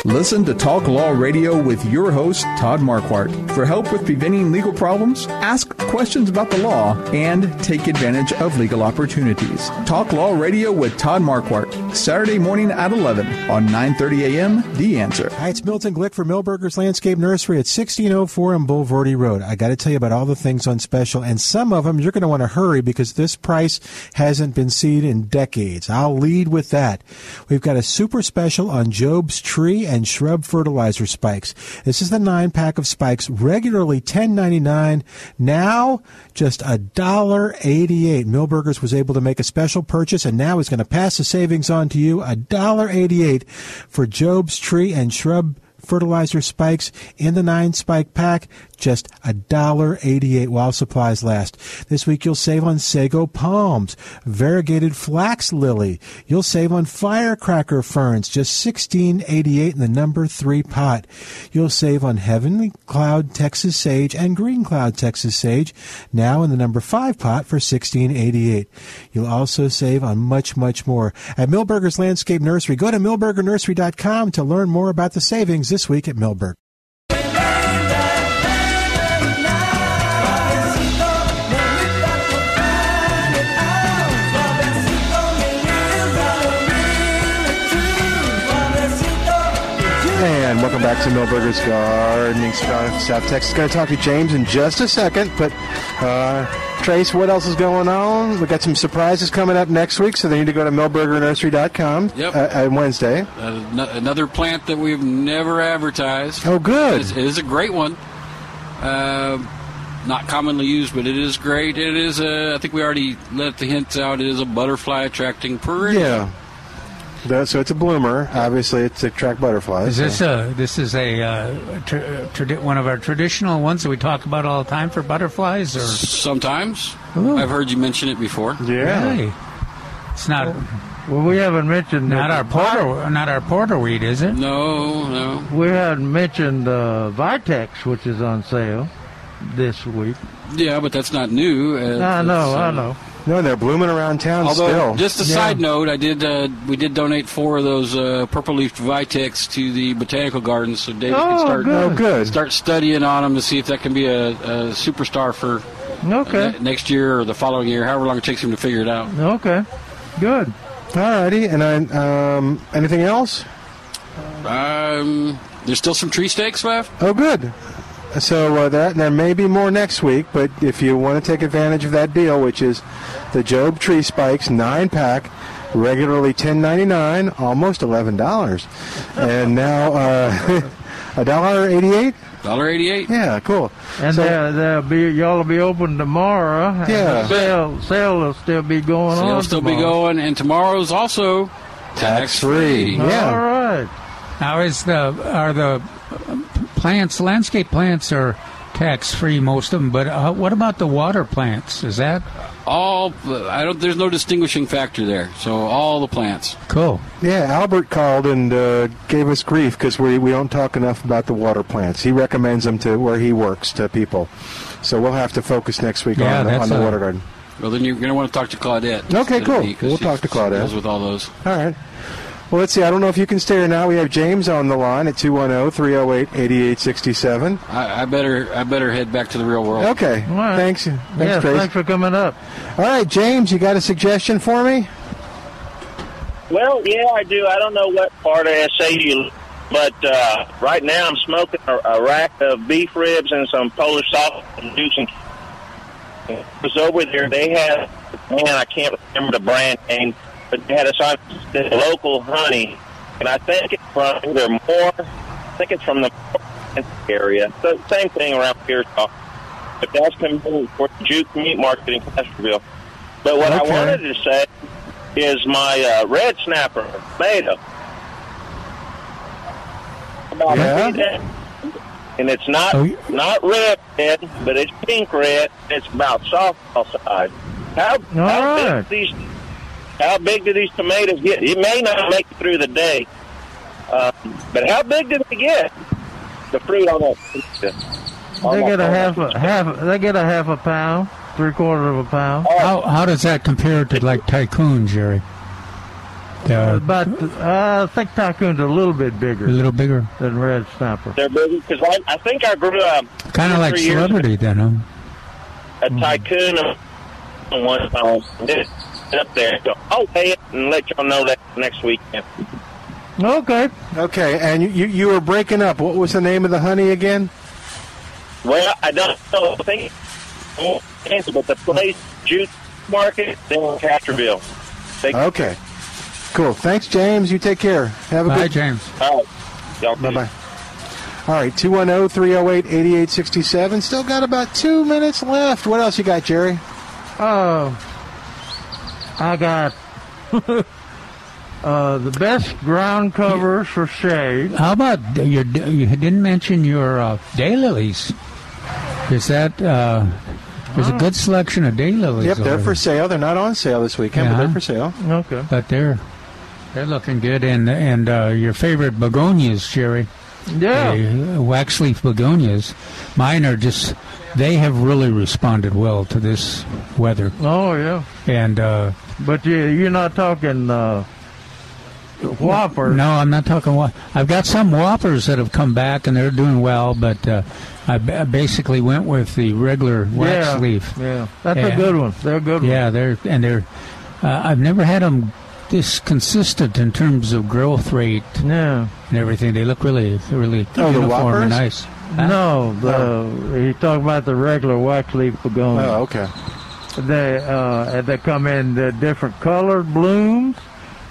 Speaker 20: Listen to Talk Law Radio with your host, Todd Marquardt. For help with preventing legal problems, ask questions about the law, and take advantage of legal opportunities. Talk Law Radio with Todd Marquardt, Saturday morning at 11 on 9.30 a.m. The Answer.
Speaker 1: Hi, it's Milton Glick for Millburgers Landscape Nursery at 1604 on Boulevardy Road. I got to tell you about all the things on special, and some of them you're going to want to hurry because this price hasn't been seen in decades. I'll lead with that. We've got a super special on Job's tree and shrub fertilizer spikes. This is the nine pack of spikes, regularly $10.99, now just $1.88. Millburgers was able to make a special purchase, and now is going to pass the savings on to you, $1.88 for Job's tree and shrub fertilizer spikes in the nine spike pack just a dollar eighty eight while supplies last this week you'll save on sago palms variegated flax lily you'll save on firecracker ferns just sixteen eighty eight in the number three pot you'll save on heavenly cloud texas sage and green cloud texas sage now in the number five pot for sixteen eighty eight you'll also save on much much more at millburgers landscape nursery go to millburgernursery.com to learn more about the savings this week at millburg welcome back to Millburgers Gardening, South South Texas. Going to talk to James in just a second, but uh, Trace, what else is going on? We got some surprises coming up next week, so they need to go to millburgernursery.com
Speaker 5: Yep.
Speaker 1: uh, on Wednesday.
Speaker 5: Uh, no- another plant that we've never advertised.
Speaker 1: Oh, good.
Speaker 5: It is, it is a great one. Uh, not commonly used, but it is great. It is a, I think we already let the hints out, it is a butterfly attracting perennial.
Speaker 1: Yeah. That- so it's a bloomer. Obviously, it's a track butterfly.
Speaker 4: Is
Speaker 1: so.
Speaker 4: this a this is a uh, tr- uh, tradi- one of our traditional ones that we talk about all the time for butterflies? Or
Speaker 5: Sometimes.
Speaker 2: Oh.
Speaker 5: I've heard you mention it before.
Speaker 4: Really? it's not
Speaker 2: Well, we haven't mentioned Oh,
Speaker 4: not
Speaker 2: the-
Speaker 4: our porter not our porter weed, is it?
Speaker 5: No, no.
Speaker 2: We hadn't mentioned uh, Vitex, which is on sale this week.
Speaker 5: Yeah, but that's not new. Uh,
Speaker 2: I know,
Speaker 5: it's, uh,
Speaker 2: I know.
Speaker 1: No, they're blooming around town
Speaker 5: Although,
Speaker 1: still.
Speaker 5: just a side note, I did uh, we did donate four of those uh, purple-leafed vitex to the botanical gardens, so David
Speaker 2: Oh,
Speaker 5: can start
Speaker 2: good. Oh, good.
Speaker 5: start studying on them to see if that can be a, a superstar for
Speaker 2: Okay.
Speaker 5: ne- next year or the following year, however long it takes him to figure it out.
Speaker 2: Okay. Good.
Speaker 1: Alrighty, and I, um, anything else?
Speaker 5: Um, there's still some tree stakes left.
Speaker 1: Oh, good. So uh, that there may be more next week, but if you want to take advantage of that deal, which is the Job Tree Spikes nine pack, regularly ten ninety nine, almost eleven dollars, and now uh, a dollar eighty eight.
Speaker 5: Dollar eighty-eight.
Speaker 1: Yeah, cool.
Speaker 2: And
Speaker 1: So-
Speaker 2: there, there'll be y'all will be open tomorrow. and
Speaker 1: Yeah.
Speaker 2: the Sale, sale will still be going
Speaker 5: So
Speaker 2: on.
Speaker 5: will still be
Speaker 2: tomorrow.
Speaker 5: going, and tomorrow's also tax free.
Speaker 4: All
Speaker 2: right.
Speaker 4: Now is the are the uh, plants landscape plants are tax free most of them, but uh, what about the water plants? Is that
Speaker 5: All I don't. There's no distinguishing factor there. So all the plants.
Speaker 4: Cool.
Speaker 1: Yeah, Albert called and uh, gave us grief because we, we don't talk enough about the water plants. He recommends them to where he works to people. So we'll have to focus next week
Speaker 5: Yeah,
Speaker 1: on, the- on
Speaker 5: that's
Speaker 1: the
Speaker 5: a-
Speaker 1: water garden.
Speaker 5: Well, then you're going to want to talk to Claudette.
Speaker 1: Okay,
Speaker 5: instead of
Speaker 1: cool.
Speaker 5: me, 'cause
Speaker 1: We'll
Speaker 5: she
Speaker 1: talk to Claudette.
Speaker 5: deals with all those.
Speaker 1: All right. Well, let's see. I don't know if you can stay or not. We have James on the line at 210 308 8867.
Speaker 5: I, I better I better head back to the real world.
Speaker 1: Okay. Thanks. Thanks,
Speaker 5: Yeah,
Speaker 1: Trace.
Speaker 5: thanks
Speaker 2: for coming up.
Speaker 1: All right, James, you got a suggestion for me?
Speaker 21: Well, yeah, I do. I don't know what part of SA you, but uh, right now I'm smoking a, a rack of beef ribs and some Polish sausage and juice. And I was over there. They had, man, I can't remember the brand name, but they had a sausage that said local honey, and I think it's from either more. I think it's from the Moore area. So same thing around Pearsall. But that's convenient for the Juke Meat Market in Castroville. But what
Speaker 1: Okay.
Speaker 21: I wanted to say is my uh, red snapper tomato. About
Speaker 1: Yeah.
Speaker 21: three and it's not
Speaker 1: Oh,
Speaker 21: not red, red, but it's pink red. It's about softball size. How, how big
Speaker 2: right.
Speaker 21: these? How big do these tomatoes get? It may not make it through the day, um, but how big do they get? The fruit on that.
Speaker 2: They get a half a half. They get a half a pound, three quarters of a pound.
Speaker 4: how how does that compare to like tycoon, Jerry? The-
Speaker 2: But uh, I think tycoon's a little bit bigger. A
Speaker 4: little bigger
Speaker 2: than red snapper.
Speaker 21: They're big because I, I think I grew um, up
Speaker 4: kind of like celebrity, then. Huh?
Speaker 21: a tycoon on one time. It's up there. So I'll pay it and let y'all know that next weekend.
Speaker 2: Okay.
Speaker 1: Okay, and you, you, you were breaking up. What was the name of the honey again?
Speaker 21: Well, I don't know. I think it's but the place, Juice Market, then Castroville. They,
Speaker 1: Okay. Cool. Thanks, James. You take care. Have a
Speaker 21: Bye,
Speaker 1: good
Speaker 4: James.
Speaker 21: All right.
Speaker 1: Bye bye. All right, oh, 210 308 8867. Still got about two minutes left. What else you got, Jerry?
Speaker 2: Uh, I got uh, the best ground covers for shade.
Speaker 4: How about your? You didn't mention your uh, daylilies. Is that uh, there's
Speaker 2: Uh-huh.
Speaker 4: a good selection of daylilies.
Speaker 1: Yep, they're
Speaker 4: over
Speaker 1: for sale. They're not on sale this weekend, but
Speaker 4: Yeah.
Speaker 1: they're for sale.
Speaker 2: Okay.
Speaker 4: But they're they're looking good, and and uh, your favorite begonias, Jerry.
Speaker 2: Yeah.
Speaker 4: The wax leaf begonias. Mine are just they have really responded well to this weather.
Speaker 2: Oh yeah.
Speaker 4: And uh,
Speaker 2: but you you're not talking uh, whopper.
Speaker 4: No, I'm not talking. Wha- I've got some whoppers that have come back and they're doing well, but uh, I ba- basically went with the regular wax
Speaker 2: yeah.
Speaker 4: leaf.
Speaker 2: Yeah, that's a
Speaker 4: Yeah.
Speaker 2: good one. They're a good one.
Speaker 4: Yeah, they're and they're. Uh, I've never had them this consistent in terms of growth rate
Speaker 2: yeah.
Speaker 4: and everything. They look really, really
Speaker 2: Oh, the
Speaker 4: uniform
Speaker 2: Whoppers?
Speaker 4: and nice.
Speaker 2: No, the he talked about the regular white leaf begonia.
Speaker 4: Oh,
Speaker 1: okay.
Speaker 2: They uh, they come in the different colored blooms,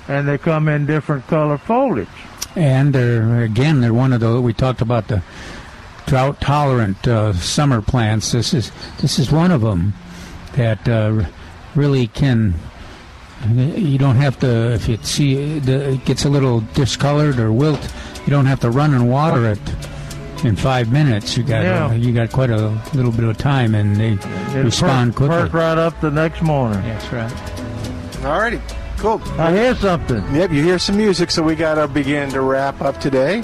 Speaker 2: and they come in different color foliage.
Speaker 4: And they're again, they're one of those we talked about the drought tolerant uh, summer plants. This is this is one of them that uh, really can. You don't have to if you see the, it gets a little discolored or wilt. You don't have to run and water it in five minutes. You got uh,
Speaker 2: Yeah.
Speaker 4: you got quite a little bit of time, and they
Speaker 2: It'll
Speaker 4: respond
Speaker 2: perk,
Speaker 4: quickly.
Speaker 2: perk right up the next morning.
Speaker 4: That's right.
Speaker 1: Alrighty, cool.
Speaker 2: I hear something.
Speaker 1: Yep, you hear some music, so we got to begin to wrap up today.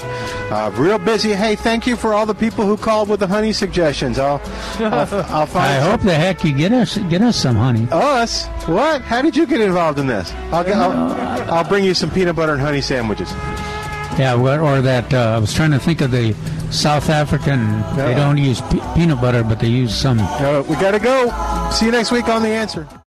Speaker 1: Uh, real busy. Hey, thank you for all the people who called with the honey suggestions. I'll, I'll, I'll find.
Speaker 4: I hope the heck you get us get us some honey.
Speaker 1: Us? What? How did you get involved in this? I'll, get, I'll, I'll bring you some peanut butter and honey sandwiches.
Speaker 4: Yeah, well, or that uh, I was trying to think of the South African. They
Speaker 1: Yeah.
Speaker 4: don't use pe- peanut butter, but they use some
Speaker 1: Uh, we got to go. See you next week on The Answer.